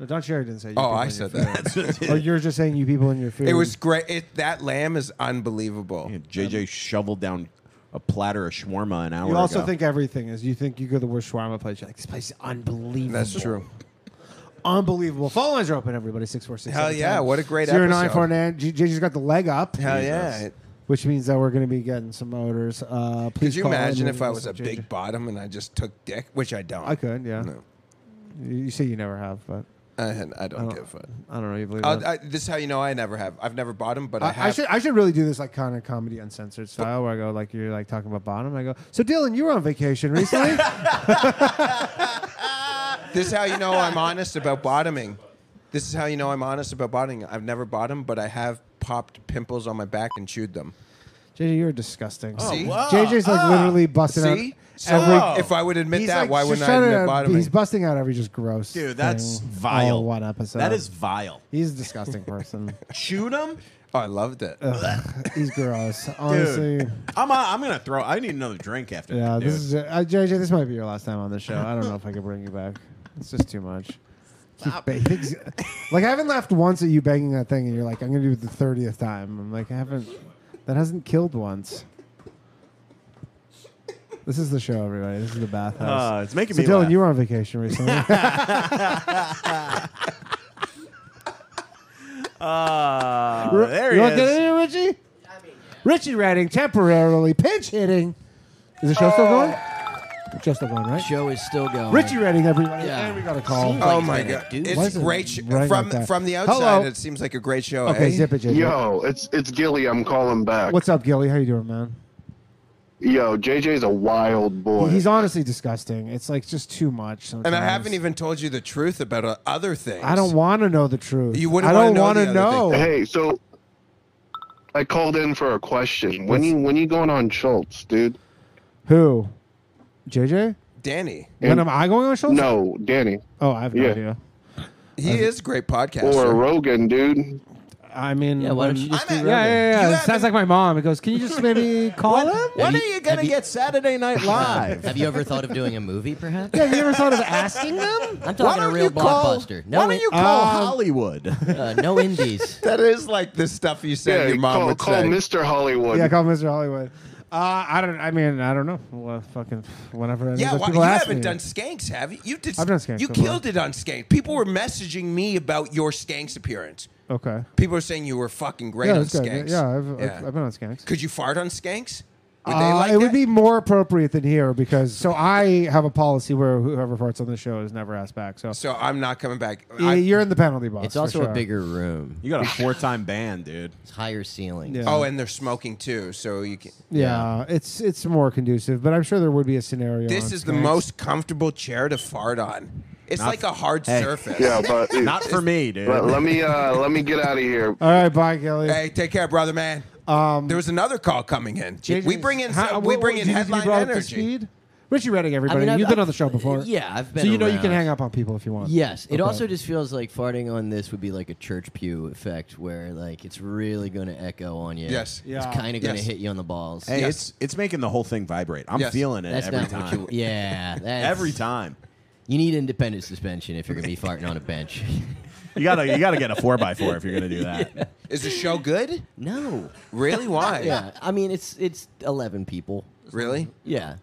Speaker 1: No, Don Cherry didn't say. You
Speaker 5: Oh,
Speaker 1: people
Speaker 5: I
Speaker 1: in your
Speaker 5: said
Speaker 1: food.
Speaker 5: that. That's what it
Speaker 1: or
Speaker 5: is.
Speaker 1: you're just saying you people in your food.
Speaker 5: It was great. It, that lamb is unbelievable.
Speaker 7: JJ shoveled down a platter of shawarma an hour
Speaker 1: You also
Speaker 7: ago.
Speaker 1: think everything is. You think you go to the worst shawarma place. You're like, this place is unbelievable.
Speaker 5: That's true.
Speaker 1: Unbelievable. Phone lines are open, everybody. 646.
Speaker 5: Hell yeah, what a great
Speaker 1: Zero
Speaker 5: episode.
Speaker 1: nine four nine. J- JJ's got the leg up.
Speaker 5: Hell yeah.
Speaker 1: Which means that we're going to be getting some motors. Uh, please
Speaker 5: Could you
Speaker 1: call in
Speaker 5: imagine
Speaker 1: and
Speaker 5: if I
Speaker 1: listen
Speaker 5: was
Speaker 1: to
Speaker 5: a big bottom and I just took dick, which I don't.
Speaker 1: I could, yeah.
Speaker 5: No.
Speaker 1: You you say you never have, but
Speaker 5: I, I don't give a fuck.
Speaker 1: I don't know. You believe
Speaker 5: Uh,
Speaker 1: that?
Speaker 5: I, this is how you know I never have. I've never bought them, but I,
Speaker 1: I,
Speaker 5: have.
Speaker 1: I should I should really do this like kind of comedy uncensored style where I go like you're like talking about bottom. I go so Dylan, you were on vacation recently.
Speaker 5: This is how you know I'm honest about bottoming. This is how you know I'm honest about bottoming. I've never bottomed, but I have popped pimples on my back and chewed them.
Speaker 1: JJ, you're disgusting.
Speaker 15: Oh,
Speaker 5: See?
Speaker 1: JJ's like
Speaker 5: Ah.
Speaker 1: literally busting out.
Speaker 5: See? So if I would admit
Speaker 1: He's,
Speaker 5: that,
Speaker 1: like,
Speaker 5: why
Speaker 1: just
Speaker 5: wouldn't I
Speaker 1: trying
Speaker 5: admit
Speaker 1: to-
Speaker 5: bottoming?
Speaker 1: He's busting out every just gross.
Speaker 7: Dude, that's
Speaker 1: thing
Speaker 7: vile.
Speaker 1: all one episode.
Speaker 7: That is vile.
Speaker 1: He's a disgusting person.
Speaker 7: Chewed them?
Speaker 5: Oh, I loved it.
Speaker 1: Ugh, he's gross. Honestly.
Speaker 7: Dude, I'm, uh, I'm going to throw. I need another drink after
Speaker 1: Yeah,
Speaker 7: that. Dude.
Speaker 1: this is uh, JJ. This might be your last time on the show. I don't know if I can bring you back. It's just too much. Keep ba- he thinks- like I haven't laughed once at you banging that thing, and you're like, "I'm gonna do it the thirtieth time." I'm like, "I haven't. That hasn't killed once." This is the show, everybody. This is the bathhouse.
Speaker 7: Ah, it's making
Speaker 1: so
Speaker 7: me
Speaker 1: Dylan,
Speaker 7: laugh.
Speaker 1: you were on vacation recently.
Speaker 5: Uh,
Speaker 7: Ah,
Speaker 1: Ru-
Speaker 7: there
Speaker 1: you
Speaker 7: he
Speaker 1: want to
Speaker 7: is.
Speaker 1: get in here, Richie? Richie Redding temporarily pinch hitting. Is the show still
Speaker 5: Oh.
Speaker 1: going? Show still going, right?
Speaker 14: Show is still going.
Speaker 1: Richie Redding, everybody.
Speaker 14: Yeah.
Speaker 1: And we got a call.
Speaker 14: Seems
Speaker 5: Oh
Speaker 14: like
Speaker 5: my
Speaker 14: that,
Speaker 5: god,
Speaker 14: dude.
Speaker 5: it's
Speaker 14: Why is it
Speaker 5: great. Sh-
Speaker 1: right
Speaker 5: from
Speaker 1: like that?
Speaker 5: from the outside,
Speaker 1: Hello?
Speaker 5: it seems like a great show.
Speaker 1: Okay,
Speaker 5: eh?
Speaker 1: zip it, JJ.
Speaker 15: Yo, it's it's Gilly. I'm calling back.
Speaker 1: What's up, Gilly? How you doing, man?
Speaker 15: Yo, JJ's a wild boy.
Speaker 1: He's honestly disgusting. It's like just too much. Sometimes.
Speaker 5: And I haven't even told you the truth about uh, other things.
Speaker 1: I don't want to know the truth.
Speaker 5: You wouldn't
Speaker 1: I don't
Speaker 5: wanna know
Speaker 1: wanna know.
Speaker 5: the other
Speaker 15: Hey, so I called in for a question. When
Speaker 1: Yes.
Speaker 15: you when you going on Schultz, dude?
Speaker 1: Who? JJ?
Speaker 5: Danny.
Speaker 1: When am I going on Schultz?
Speaker 15: No, Danny.
Speaker 1: Oh, I have no
Speaker 15: Yeah.
Speaker 1: idea.
Speaker 5: He is a great podcast.
Speaker 15: Or Rogan, dude.
Speaker 1: I mean,
Speaker 15: Yeah, why don't
Speaker 1: when-
Speaker 15: you just
Speaker 1: yeah,
Speaker 15: do
Speaker 1: yeah,
Speaker 15: Rogan?
Speaker 1: yeah,
Speaker 15: You
Speaker 1: yeah. It sounds like my mom. It goes, can you just maybe call him?
Speaker 7: When are you gonna get Saturday Night Live?
Speaker 18: Have you ever thought of doing a movie, perhaps?
Speaker 1: Yeah, have you ever thought of asking them?
Speaker 18: I'm talking a real blockbuster. No, Um, in-
Speaker 7: Hollywood?
Speaker 18: Uh, no indies.
Speaker 5: that is like the stuff you said your mom
Speaker 15: call,
Speaker 5: would
Speaker 15: call
Speaker 5: say.
Speaker 15: Mr. Hollywood.
Speaker 1: Yeah, call Mr. Hollywood. Uh, I don't. I mean, I don't know. Well, fucking whenever. any of
Speaker 5: Yeah,
Speaker 1: those
Speaker 5: why, you
Speaker 1: people ask
Speaker 5: haven't
Speaker 1: me.
Speaker 5: done skanks, have you? You did.
Speaker 1: I've done skanks
Speaker 5: You
Speaker 1: a lot.
Speaker 5: killed it on skanks. People were messaging me about your skanks appearance.
Speaker 1: Okay.
Speaker 5: People are saying you were fucking great
Speaker 1: Oh. yeah,
Speaker 5: on
Speaker 1: it's good.
Speaker 5: skanks.
Speaker 1: Yeah, I've, I've, I've been on skanks.
Speaker 5: Could you fart on skanks? Would
Speaker 1: Uh,
Speaker 5: they like
Speaker 1: it would be more appropriate than here because so I have a policy where whoever farts on the show is never asked back. So
Speaker 5: So I'm not coming back.
Speaker 1: Yeah,
Speaker 5: I-
Speaker 1: you're in the penalty box.
Speaker 18: It's also
Speaker 1: for sure.
Speaker 18: a bigger room.
Speaker 7: You got a four-time ban, dude.
Speaker 18: It's higher ceiling.
Speaker 1: Yeah.
Speaker 5: Oh, and they're smoking too, so you can.
Speaker 1: Yeah, it's it's more conducive, but I'm sure there would be a scenario.
Speaker 5: This
Speaker 1: on
Speaker 5: is the
Speaker 1: Skanks.
Speaker 5: most comfortable chair to fart on. It's
Speaker 1: Not-
Speaker 5: like a hard
Speaker 1: Hey.
Speaker 5: surface.
Speaker 15: Yeah, but Let, let me uh, let me get out of here.
Speaker 1: All right, bye, Gilly.
Speaker 5: Hey, take care, brother, man. there was another call coming in.
Speaker 1: JJ's
Speaker 5: we bring in
Speaker 1: how-
Speaker 5: some-
Speaker 1: what-
Speaker 5: we bring
Speaker 1: what- did you-
Speaker 5: in
Speaker 1: did you
Speaker 5: headline
Speaker 1: brought up to
Speaker 5: energy.
Speaker 1: speed? Richie Redding, everybody.
Speaker 18: I've-
Speaker 1: You've been
Speaker 18: I've-
Speaker 1: on the show before.
Speaker 18: yeah, I've
Speaker 1: So
Speaker 18: been
Speaker 1: you know you can
Speaker 18: around.
Speaker 1: hang up on people if you want.
Speaker 18: Yes, it
Speaker 1: Okay.
Speaker 18: also just feels like farting on this would be like a church pew effect, where like it's really going to echo on you.
Speaker 7: Yes.
Speaker 18: it's
Speaker 7: Yeah.
Speaker 18: kind of going to
Speaker 7: Yes.
Speaker 18: hit you on the balls.
Speaker 7: Hey, it's it's making the whole thing vibrate. I'm
Speaker 18: Yes.
Speaker 7: feeling it
Speaker 18: That's
Speaker 7: every
Speaker 18: not what
Speaker 7: time.
Speaker 18: you- yeah, that's-
Speaker 7: every time.
Speaker 18: you need independent suspension if you're going to be farting on a bench.
Speaker 7: You gotta you gotta get a four by four if you're gonna do that.
Speaker 5: Is the show good?
Speaker 18: No.
Speaker 5: Really? Why?
Speaker 18: yeah, I mean it's it's eleven people.
Speaker 5: Really?
Speaker 18: Yeah.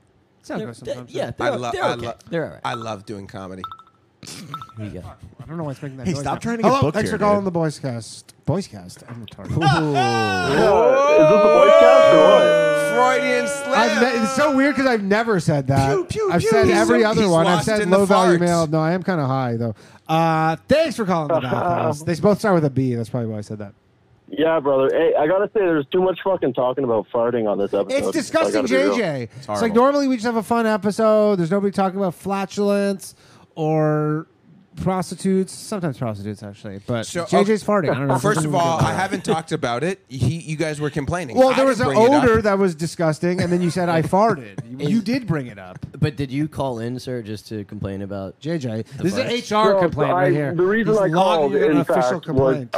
Speaker 1: Sounds
Speaker 18: They're-
Speaker 1: good
Speaker 18: they-
Speaker 1: sometimes,
Speaker 18: Yeah,
Speaker 1: yeah.
Speaker 18: they're,
Speaker 5: I love.
Speaker 18: they're
Speaker 5: I,
Speaker 18: okay.
Speaker 5: lo-
Speaker 18: they're all right.
Speaker 5: I love doing comedy.
Speaker 1: I don't know why it's making that
Speaker 5: Hey,
Speaker 1: noise.
Speaker 5: stop
Speaker 1: now.
Speaker 5: trying to get
Speaker 1: Hello,
Speaker 5: booked
Speaker 1: thanks
Speaker 5: here,
Speaker 1: for calling
Speaker 5: dude.
Speaker 1: the Boys Cast. Boys Cast. I'm retarded.
Speaker 5: Freudian slip.
Speaker 1: I've ne- it's so weird because I've never said that. I've
Speaker 5: pew.
Speaker 1: said
Speaker 5: He's
Speaker 1: every
Speaker 5: so-
Speaker 1: other
Speaker 5: he's
Speaker 1: one. I've
Speaker 5: lost
Speaker 1: said
Speaker 5: in the
Speaker 1: low value
Speaker 5: farts.
Speaker 1: mail. No, I am kind of high though. Uh, thanks for calling
Speaker 5: Um,
Speaker 1: the bathhouse. They both start with a B. That's probably why I said that.
Speaker 19: Yeah, brother. Hey, I gotta say, there's too much fucking talking about farting on this episode.
Speaker 1: It's disgusting,
Speaker 19: I gotta be real.
Speaker 1: JJ. It's, like normally we just have a fun episode. There's nobody talking about flatulence or prostitutes. Sometimes prostitutes actually, but JJ's
Speaker 5: okay.
Speaker 1: farting. I don't know. if there's
Speaker 5: First of
Speaker 1: something
Speaker 5: all,
Speaker 1: good
Speaker 5: I
Speaker 1: about it.
Speaker 5: haven't talked about it. He, you guys were complaining.
Speaker 1: Well,
Speaker 5: I
Speaker 1: there was an
Speaker 5: didn't bring it up.
Speaker 1: odor that was disgusting, and then you said I farted. You- You did bring it up.
Speaker 18: But did you call in, sir, just to complain about
Speaker 1: JJ?
Speaker 19: This is an HR
Speaker 18: complaint
Speaker 19: complaint right I- here. the reason He's I logging called, in an in official fact, complaint.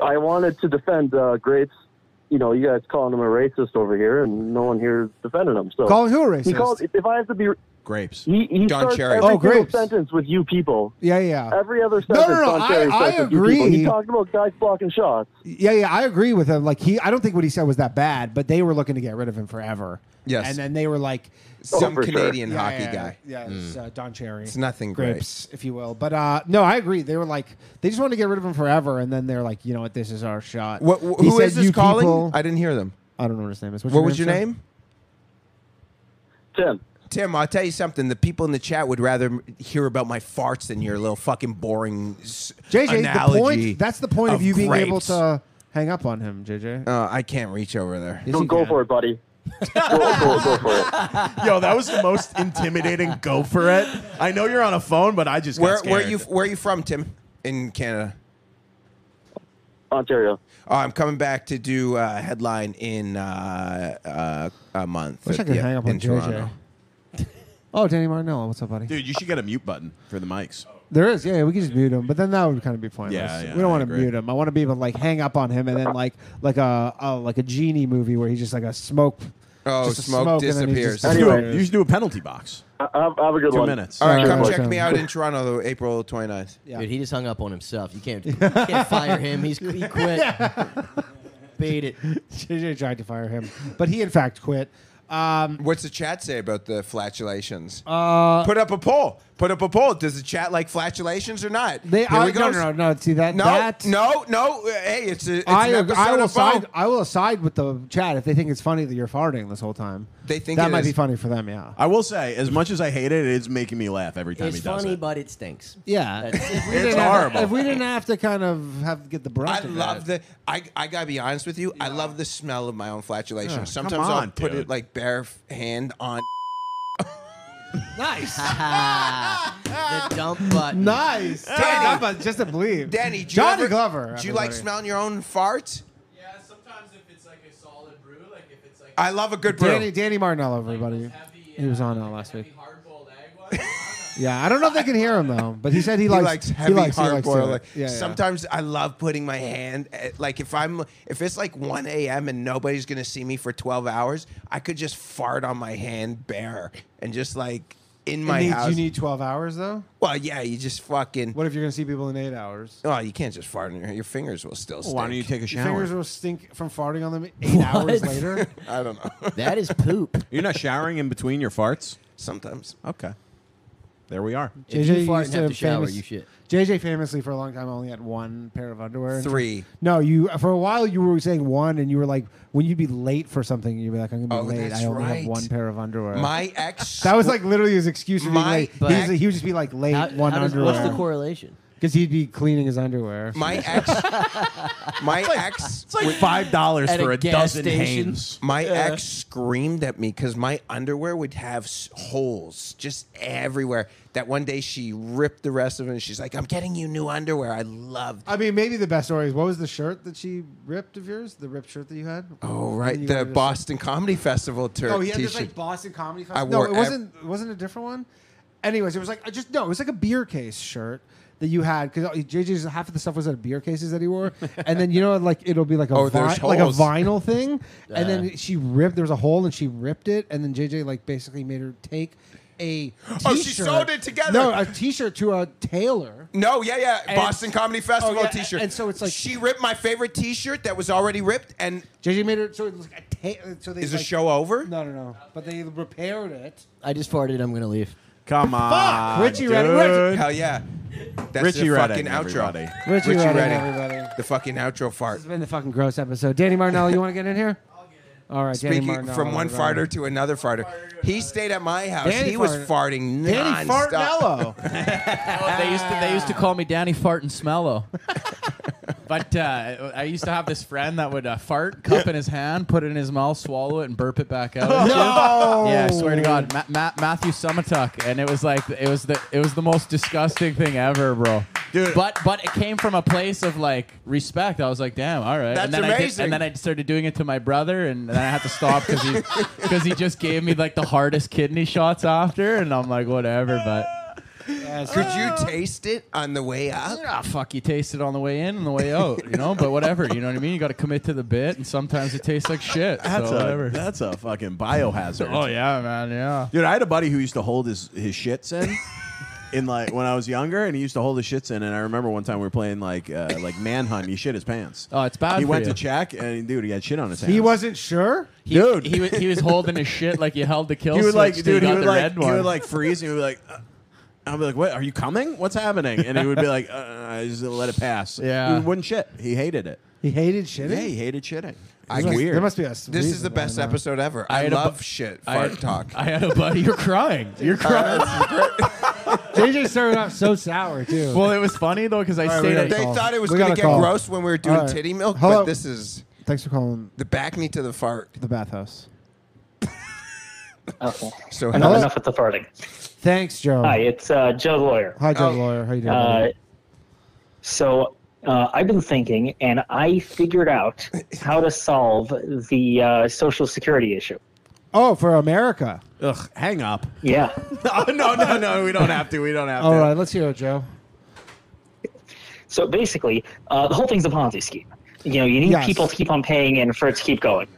Speaker 19: I wanted to defend uh, Grapes. You know, you guys calling him a racist over here, and no one here is defending him. So
Speaker 1: Calling who a
Speaker 19: He
Speaker 1: racist?
Speaker 19: called, if I have to be,
Speaker 7: grapes.
Speaker 19: he, he
Speaker 1: Don
Speaker 19: starts
Speaker 1: Cherry.
Speaker 19: every
Speaker 1: Oh,
Speaker 19: single
Speaker 1: Grapes.
Speaker 19: sentence with you people.
Speaker 1: Yeah, yeah.
Speaker 19: Every other
Speaker 1: No,
Speaker 19: sentence,
Speaker 1: no, no,
Speaker 19: Don
Speaker 1: I-
Speaker 19: Cherry
Speaker 1: I
Speaker 19: starts with you people.
Speaker 1: agree.
Speaker 19: He talked about guys blocking shots.
Speaker 1: Yeah, yeah, I agree with him. Like he, I don't think what he said was that bad, but they were looking to get rid of him forever.
Speaker 5: Yes.
Speaker 1: and then they were like
Speaker 5: Some Canadian
Speaker 1: Oh, Yeah,
Speaker 5: hockey
Speaker 1: yeah,
Speaker 5: guy.
Speaker 1: Yeah, it's, uh, Don Cherry.
Speaker 5: It's nothing great.
Speaker 1: grapes, if you will. But uh, no, I agree. They were like they just wanted to get rid of him forever, and then they're like, you know what, this is our shot.
Speaker 5: What, wh-
Speaker 1: He
Speaker 5: who
Speaker 1: said,
Speaker 5: is this
Speaker 1: "You
Speaker 5: calling?
Speaker 1: people-"
Speaker 5: I didn't hear them.
Speaker 1: I don't know what his name is. What's
Speaker 5: what
Speaker 1: your
Speaker 5: was
Speaker 1: name, sir?
Speaker 5: your name?
Speaker 19: Tim.
Speaker 5: Tim, I'll tell you something. The people in the chat would rather m- hear about my farts than your little fucking boring s-
Speaker 1: JJ, the
Speaker 5: analogy.
Speaker 1: point. That's the point of,
Speaker 5: of
Speaker 1: you being
Speaker 5: grapes.
Speaker 1: able to hang up on him, JJ.
Speaker 5: Uh, I can't reach over there.
Speaker 1: Yes, Go- you go can.
Speaker 19: for it, buddy. go, go, go for it.
Speaker 7: Yo, that was the most intimidating. Go for it. I know you're on a phone, but I just
Speaker 5: Where,
Speaker 7: got
Speaker 5: where are
Speaker 7: scared.
Speaker 5: you? Where are you from, Tim? In Canada.
Speaker 19: Ontario.
Speaker 5: Oh, I'm coming back to do uh, headline in uh, uh, a month.
Speaker 1: Wish I could
Speaker 5: Yeah,
Speaker 1: hang up
Speaker 5: in
Speaker 1: on
Speaker 5: Toronto.
Speaker 1: JJ. Oh, Danny Martinello, what's up, buddy?
Speaker 7: Dude, you should get a mute button for the mics.
Speaker 1: There is, yeah, we can just mute him, but then that would kind of be pointless.
Speaker 7: Yeah, yeah,
Speaker 1: we don't
Speaker 7: I
Speaker 1: want to
Speaker 7: agree.
Speaker 1: mute him. I want to be able to like hang up on him, and then like like a, a like a genie movie where he's just like a smoke.
Speaker 5: Oh,
Speaker 1: just a
Speaker 5: smoke
Speaker 1: and then he
Speaker 5: disappears.
Speaker 1: just
Speaker 7: Anyway, you should do a penalty box.
Speaker 19: Have, have a good
Speaker 7: Two
Speaker 19: one.
Speaker 7: minutes.
Speaker 5: All right, come
Speaker 18: Alright.
Speaker 5: check me out in Toronto, April 29th.
Speaker 18: Dude, he just hung up on himself. You can't, you can't fire him. He's he quit. Beat it.
Speaker 1: JJ tried to fire him, but he in fact quit. Um,
Speaker 5: What's the chat say about the flatulations?
Speaker 1: Uh,
Speaker 5: Put up a poll. Put up a poll. Does the chat like flatulations or not?
Speaker 1: They,
Speaker 5: Here
Speaker 1: I,
Speaker 5: we go.
Speaker 1: No, no, no, no. See that?
Speaker 5: No,
Speaker 1: that,
Speaker 5: no, no. Hey, it's a. It's
Speaker 1: I,
Speaker 5: an episode
Speaker 1: I will
Speaker 5: of
Speaker 1: side.
Speaker 5: Bo.
Speaker 1: I will side with the chat if they think it's funny that you're farting this whole time.
Speaker 5: They think
Speaker 1: that
Speaker 7: it
Speaker 1: might
Speaker 7: is.
Speaker 1: be funny for them. Yeah.
Speaker 7: I will say, as much as I hate it, it's making me laugh every time
Speaker 18: It's
Speaker 7: he does
Speaker 18: funny,
Speaker 7: it.
Speaker 18: but it stinks.
Speaker 1: Yeah.
Speaker 18: That's-
Speaker 1: If we
Speaker 7: It's
Speaker 1: didn't have-
Speaker 7: horrible.
Speaker 1: if we didn't have to kind of have get the brunt.
Speaker 5: I
Speaker 1: of
Speaker 5: love
Speaker 1: that.
Speaker 5: the. I, I gotta be honest with you. I love the smell of my own flatulation.
Speaker 1: Yeah, come
Speaker 5: Sometimes I'll
Speaker 1: on,
Speaker 5: put
Speaker 1: dude.
Speaker 5: it like bare f- hand on.
Speaker 1: Nice.
Speaker 18: the dump button.
Speaker 1: Nice. Danny Glover, just a believe.
Speaker 5: Danny, do you
Speaker 1: Johnny
Speaker 5: ever-
Speaker 1: Glover.
Speaker 5: Do you like
Speaker 1: everybody.
Speaker 5: smelling your own farts? Yeah, sometimes if it's like a solid brew, like if it's like. I love a good brew.
Speaker 1: Danny, Danny Martinello, everybody. He was on uh, last week. yeah, I don't know if they can hear him though, but he said he,
Speaker 5: he
Speaker 1: likes,
Speaker 5: likes
Speaker 1: he
Speaker 5: heavy
Speaker 1: likes- he likes
Speaker 5: hard boiled.
Speaker 1: to-
Speaker 5: Like,
Speaker 1: yeah, yeah.
Speaker 5: sometimes I love putting my hand at, like if I'm if it's like 1 a.m. and nobody's gonna see me for 12 hours, I could just fart on my hand bare and just like in
Speaker 1: It
Speaker 5: my
Speaker 1: needs-
Speaker 5: house.
Speaker 1: You need twelve hours though.
Speaker 5: well, yeah, you just fucking.
Speaker 1: What if you're gonna see people in eight hours?
Speaker 5: Oh, you can't just fart in your your fingers will still. Stink.
Speaker 1: Well, why don't you take
Speaker 7: a
Speaker 1: Your fingers will stink from farting on them eight hours later.
Speaker 5: I don't know.
Speaker 18: That is poop.
Speaker 7: You're not showering in between your farts?
Speaker 5: Sometimes.
Speaker 7: Okay. There we are.
Speaker 18: If you fart and have to
Speaker 1: famous-
Speaker 18: shower, you shit.
Speaker 1: JJ famously for a long time only had one pair of underwear. and-
Speaker 5: Three.
Speaker 1: No, you for a while you were saying one, and you were like, when you'd be late for something, you'd be like, I'm gonna
Speaker 5: Oh,
Speaker 1: be late.
Speaker 5: that's
Speaker 1: I only
Speaker 5: right.
Speaker 1: have one pair of underwear.
Speaker 5: My ex.
Speaker 1: That was like literally his excuse for being
Speaker 5: My
Speaker 1: late. He, was, he would just be like late
Speaker 18: How-
Speaker 1: one
Speaker 18: how does-
Speaker 1: underwear.
Speaker 18: what's the correlation?
Speaker 1: Because he'd be cleaning his underwear.
Speaker 5: My ex. my ex. It's
Speaker 7: like five dollars
Speaker 18: At for a a gas dozen station. Hanes.
Speaker 5: My
Speaker 18: Yeah.
Speaker 5: ex screamed at me because my underwear would have s- holes just everywhere. That one day she ripped the rest of it. and She's like, "I'm getting you new underwear. I love."
Speaker 1: I mean, maybe the best story is what was the shirt that she ripped of yours? The ripped shirt that you had?
Speaker 5: Oh
Speaker 1: And
Speaker 5: right,
Speaker 1: you
Speaker 5: the
Speaker 1: ordered a-
Speaker 5: Boston Comedy Festival tur-
Speaker 1: Oh, he had this
Speaker 5: t-shirt.
Speaker 1: like Boston Comedy
Speaker 5: I
Speaker 1: Festival. No,
Speaker 5: wore
Speaker 1: it
Speaker 5: ev-
Speaker 1: wasn't. it wasn't a different one. Anyways, it was like I just no, it was like a beer case shirt that you had because JJ's half of the stuff was out of beer cases that he wore, and then you know like it'll be like a
Speaker 5: Oh, there's
Speaker 1: vi- like a
Speaker 5: holes.
Speaker 1: vinyl thing, and
Speaker 5: Yeah.
Speaker 1: then she ripped. There was a hole and she ripped it, and then JJ like basically made her take a. T-shirt.
Speaker 5: Oh, she sewed it together.
Speaker 1: No, a T-shirt to a tailor.
Speaker 5: No, yeah, yeah,
Speaker 1: And-
Speaker 5: Boston Comedy Festival
Speaker 1: Oh, yeah,
Speaker 5: T-shirt.
Speaker 1: and so it's like-
Speaker 5: she ripped my favorite T-shirt that was already ripped, and
Speaker 1: JJ made her so it was like a ta- so they
Speaker 5: is the
Speaker 1: like-
Speaker 5: show over?
Speaker 1: No, no, no. But they repaired it.
Speaker 18: I just farted. I'm gonna leave.
Speaker 7: Come on,
Speaker 1: Richie Redding, Richie-
Speaker 5: Hell yeah, that's
Speaker 7: Richie
Speaker 5: the
Speaker 7: Redding,
Speaker 5: fucking outro.
Speaker 7: everybody.
Speaker 1: Richie Redding, everybody.
Speaker 5: the fucking outro fart.
Speaker 1: It's been the fucking gross episode. Danny Martinello, you want to get in here? All right, Danny
Speaker 5: Speaking
Speaker 1: Martinello,
Speaker 5: from one
Speaker 1: everybody.
Speaker 5: farter to another farter, he stayed at my house.
Speaker 1: Danny
Speaker 5: he was
Speaker 1: farted.
Speaker 5: farting
Speaker 1: Danny
Speaker 5: nonstop.
Speaker 20: Oh, they used to they used to call me Danny Fart and Smello. but uh, I used to have this friend that would uh, fart, cup in his hand, put it in his mouth, swallow it, and burp it back
Speaker 5: Oh,
Speaker 20: out. and shit.
Speaker 1: No!
Speaker 20: Yeah, I swear to God, Ma- Ma- Matthew Sumatuck, and it was like it was the it was the most disgusting thing ever, bro. Dude. But but it came from a place of like respect. I was like, damn, all right.
Speaker 5: That's
Speaker 20: and then I did,
Speaker 5: amazing.
Speaker 20: and then I started doing it to my brother, and then I had to stop because he because he just gave me like the hardest kidney shots after, and I'm like, whatever. But
Speaker 5: Could you taste it on the way up?
Speaker 20: Ah, fuck, you taste it on the way in and the way out, you know? But whatever, you know what I mean? You got to commit to the bit, and sometimes it tastes like shit.
Speaker 7: That's
Speaker 20: so
Speaker 7: a
Speaker 20: whatever.
Speaker 7: that's a fucking biohazard.
Speaker 20: Oh, yeah, man, yeah.
Speaker 7: Dude, I had a buddy who used to hold his his shits in. In like when I was younger, and he used to hold his shits in, and I remember one time we were playing like uh, like manhunt. and He shit his pants.
Speaker 20: Oh, it's bad
Speaker 7: He
Speaker 20: for
Speaker 7: went
Speaker 20: you.
Speaker 7: to check, and dude, he had shit on his hands.
Speaker 1: He wasn't sure.
Speaker 20: He, Dude, he, wa- he was holding his shit like you held the kill.
Speaker 7: he would
Speaker 20: switch
Speaker 7: like,
Speaker 20: till you
Speaker 7: dude, he
Speaker 20: got
Speaker 7: would
Speaker 20: the
Speaker 7: like,
Speaker 20: red
Speaker 7: he
Speaker 20: one.
Speaker 7: would like freeze, and he would be like, uh, I'd be like, what? Are you coming? What's happening? And he would be like, uh, I just let it pass.
Speaker 1: Yeah.
Speaker 7: he wouldn't shit. He hated it.
Speaker 1: He hated shitting.
Speaker 7: Yeah, he hated shitting.
Speaker 1: I
Speaker 7: It's
Speaker 1: must-
Speaker 7: weird.
Speaker 1: there must be a
Speaker 5: This is the best episode ever. I,
Speaker 7: had a bu-
Speaker 5: love shit
Speaker 7: I
Speaker 5: fart
Speaker 7: had-
Speaker 5: talk.
Speaker 20: I had a buddy. You're crying. You're crying.
Speaker 1: JJ started off so sour too.
Speaker 20: Well, it was funny though because I
Speaker 1: All right, we
Speaker 20: stayed.
Speaker 1: gotta
Speaker 20: at-
Speaker 5: They thought it was
Speaker 1: We
Speaker 5: going to
Speaker 1: gotta
Speaker 5: get
Speaker 1: call.
Speaker 5: gross when we were doing
Speaker 1: All right.
Speaker 5: titty milk,
Speaker 1: Hello.
Speaker 5: but this is
Speaker 1: Thanks for calling
Speaker 5: the back me to the fart.
Speaker 1: the bathhouse.
Speaker 17: Okay.
Speaker 5: So
Speaker 17: enough,
Speaker 1: hello-
Speaker 17: enough with the farting.
Speaker 1: Thanks, Joe.
Speaker 17: Hi, it's uh, Joe the lawyer.
Speaker 1: Hi,
Speaker 7: Oh.
Speaker 5: Oh.
Speaker 1: Joe the lawyer. How you doing?
Speaker 17: Uh,
Speaker 1: buddy?
Speaker 17: so uh, I've been thinking, and I figured out how to solve the uh, social security issue.
Speaker 1: oh, for America.
Speaker 7: Ugh, hang up.
Speaker 17: Yeah.
Speaker 7: no, no, no, no. We don't have to. We don't have
Speaker 1: All
Speaker 7: to.
Speaker 1: right, let's hear it, Joe.
Speaker 17: So basically, uh, the whole thing's a Ponzi scheme. You know, you need
Speaker 1: Yes.
Speaker 17: people to keep on paying and for it to keep going.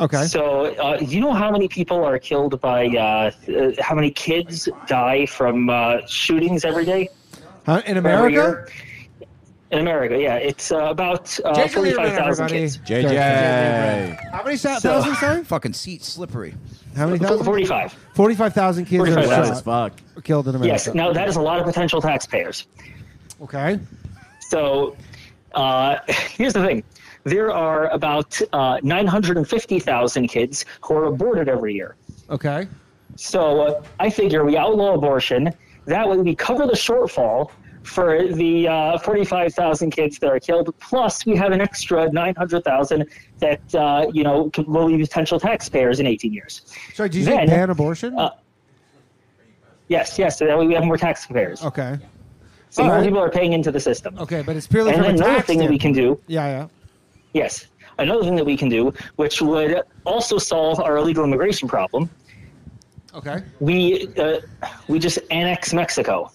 Speaker 1: Okay.
Speaker 17: So, uh, do you know how many people are killed by, uh, uh, how many kids die from uh, shootings every day?
Speaker 1: Huh, in
Speaker 17: Every
Speaker 1: America?
Speaker 17: year? in America. Yeah, it's uh, about uh,
Speaker 6: JJ Lieberman,
Speaker 17: forty-five thousand
Speaker 6: everybody.
Speaker 17: kids.
Speaker 6: How many
Speaker 17: So-
Speaker 6: thousand, sorry? Fucking seat slippery.
Speaker 1: How many thousand?
Speaker 17: 45.
Speaker 1: 45,000 kids are
Speaker 17: 45,000.
Speaker 1: shot, killed in America.
Speaker 17: Yes. Now that is a lot of potential taxpayers.
Speaker 1: Okay.
Speaker 17: So uh, here's the thing: there are about uh, nine hundred and fifty thousand kids who are aborted every year.
Speaker 1: Okay.
Speaker 17: So uh, I figure we outlaw abortion. That way, we cover the shortfall for the uh, 45,000 kids that are killed. Plus, we have an extra 900,000 that uh, you know can- will be potential taxpayers in 18 years.
Speaker 1: Sorry, do you
Speaker 17: Then-
Speaker 1: say ban abortion?
Speaker 17: uh, yes, yes. So that way, we have more taxpayers.
Speaker 1: okay.
Speaker 17: So
Speaker 1: All
Speaker 17: more
Speaker 1: right.
Speaker 17: people are paying into the system.
Speaker 1: Okay, but it's purely
Speaker 17: and
Speaker 1: from a
Speaker 17: another
Speaker 1: tax
Speaker 17: thing that we can do.
Speaker 1: Yeah, yeah.
Speaker 17: Yes. Another thing that we can do, which would also solve our illegal immigration problem,
Speaker 1: Okay.
Speaker 17: we uh, we just annex Mexico.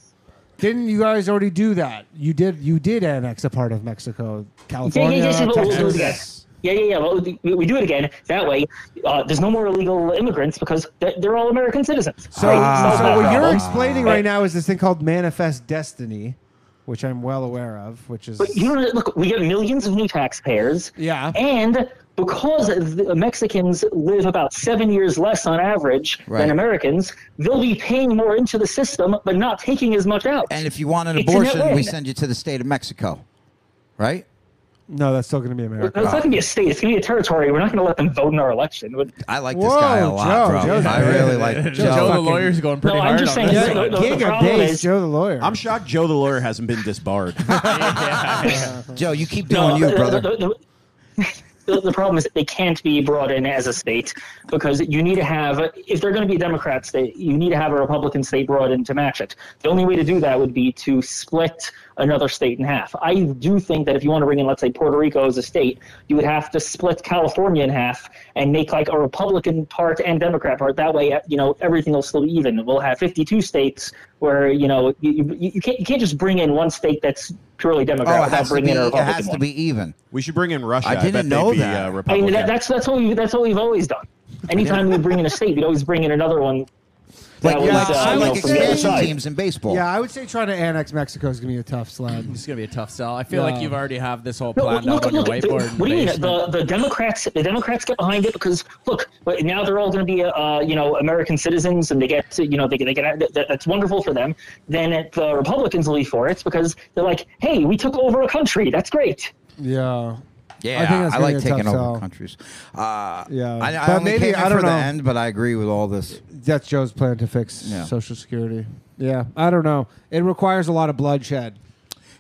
Speaker 1: Didn't you guys already do that? You did. You did annex a part of Mexico,
Speaker 17: Yeah,
Speaker 1: California,
Speaker 17: yeah, yeah, yeah, but we'll do it again.
Speaker 1: Texas.
Speaker 17: Yeah, yeah, yeah. Well, we, we do it again. That way, uh, there's no more illegal immigrants because they're, they're all American citizens.
Speaker 1: So,
Speaker 17: Right? Solve
Speaker 1: so
Speaker 17: that
Speaker 1: what you're
Speaker 17: problem.
Speaker 1: explaining
Speaker 17: Right.
Speaker 1: right now is this thing called manifest destiny, which I'm well aware of, which is
Speaker 17: But you know, look, we get millions of new taxpayers.
Speaker 1: Yeah.
Speaker 17: And because the Mexicans live about seven years less on average
Speaker 6: Right.
Speaker 17: than Americans, they'll be paying more into the system, but not taking as much out.
Speaker 6: And if you want an
Speaker 17: It's a net
Speaker 6: abortion, we
Speaker 17: win.
Speaker 6: send you to the state of Mexico, right?
Speaker 1: No, that's still going to be America.
Speaker 17: It's not going to be a state. It's going to be a territory. We're not going to let them vote in our election.
Speaker 6: I like this guy a lot, bro. I really like Joe.
Speaker 17: no, I'm just saying. the- the- the problem is-
Speaker 1: Joe the lawyer.
Speaker 7: I'm shocked Joe the lawyer hasn't been disbarred.
Speaker 6: Joe, you keep
Speaker 17: No, the- The, the- the- the problem is that they can't be brought in as a state because you need to have, if they're going to be a Democrat state, you need to have a Republican state brought in to match it. The only way to do that would be to split another state in half. I do think that if you want to bring in, let's say, Puerto Rico as a state, you would have to split California in half and make like a Republican part and Democrat part. That way, you know, everything will still be even. We'll have 52 states where, you know, you, you, you, can't, you can't just bring in one state that's purely
Speaker 1: Oh,
Speaker 7: Oh,
Speaker 17: Democrat without bringing in a Republican one.
Speaker 6: even.
Speaker 7: We should bring in Russia.
Speaker 6: I didn't
Speaker 7: Oh, bet they'd
Speaker 6: know
Speaker 7: be,
Speaker 6: that.
Speaker 7: Uh,
Speaker 17: I
Speaker 7: Republican.
Speaker 17: mean, that, that's that's what we that's what we've always done. Anytime we bring in a state, we'd always bring in another one. That was, uh, you know, from the other side.
Speaker 6: in baseball.
Speaker 1: Yeah, I would say trying to annex Mexico is going to be a tough sled.
Speaker 20: It's going to be a tough sell. I feel
Speaker 1: No.
Speaker 20: like you've already have this whole
Speaker 17: No,
Speaker 20: planned
Speaker 17: look,
Speaker 20: out on your
Speaker 17: look, the-
Speaker 20: whiteboard. in the
Speaker 17: What do you mean?
Speaker 20: basement.
Speaker 17: The, the Democrats, the Democrats get behind it because look, but now they're all going to be uh, you know American citizens, and they get to, you know they, get- they get that, that's wonderful for them. Then it, the Republicans will be for it because they're like, hey, we took over a country. That's great.
Speaker 1: Yeah.
Speaker 6: Yeah,
Speaker 1: I
Speaker 6: I,
Speaker 1: think that's gonna
Speaker 6: like
Speaker 1: be a tough
Speaker 6: taking over
Speaker 1: sell.
Speaker 6: countries. Uh,
Speaker 1: Yeah,
Speaker 6: I, I
Speaker 1: but
Speaker 6: only
Speaker 1: maybe-
Speaker 6: came in
Speaker 1: I don't
Speaker 6: for the
Speaker 1: know.
Speaker 6: end, but I agree with all this.
Speaker 1: That's Joe's plan to fix
Speaker 6: Yeah.
Speaker 1: Social Security. Yeah, I don't know. It requires a lot of bloodshed.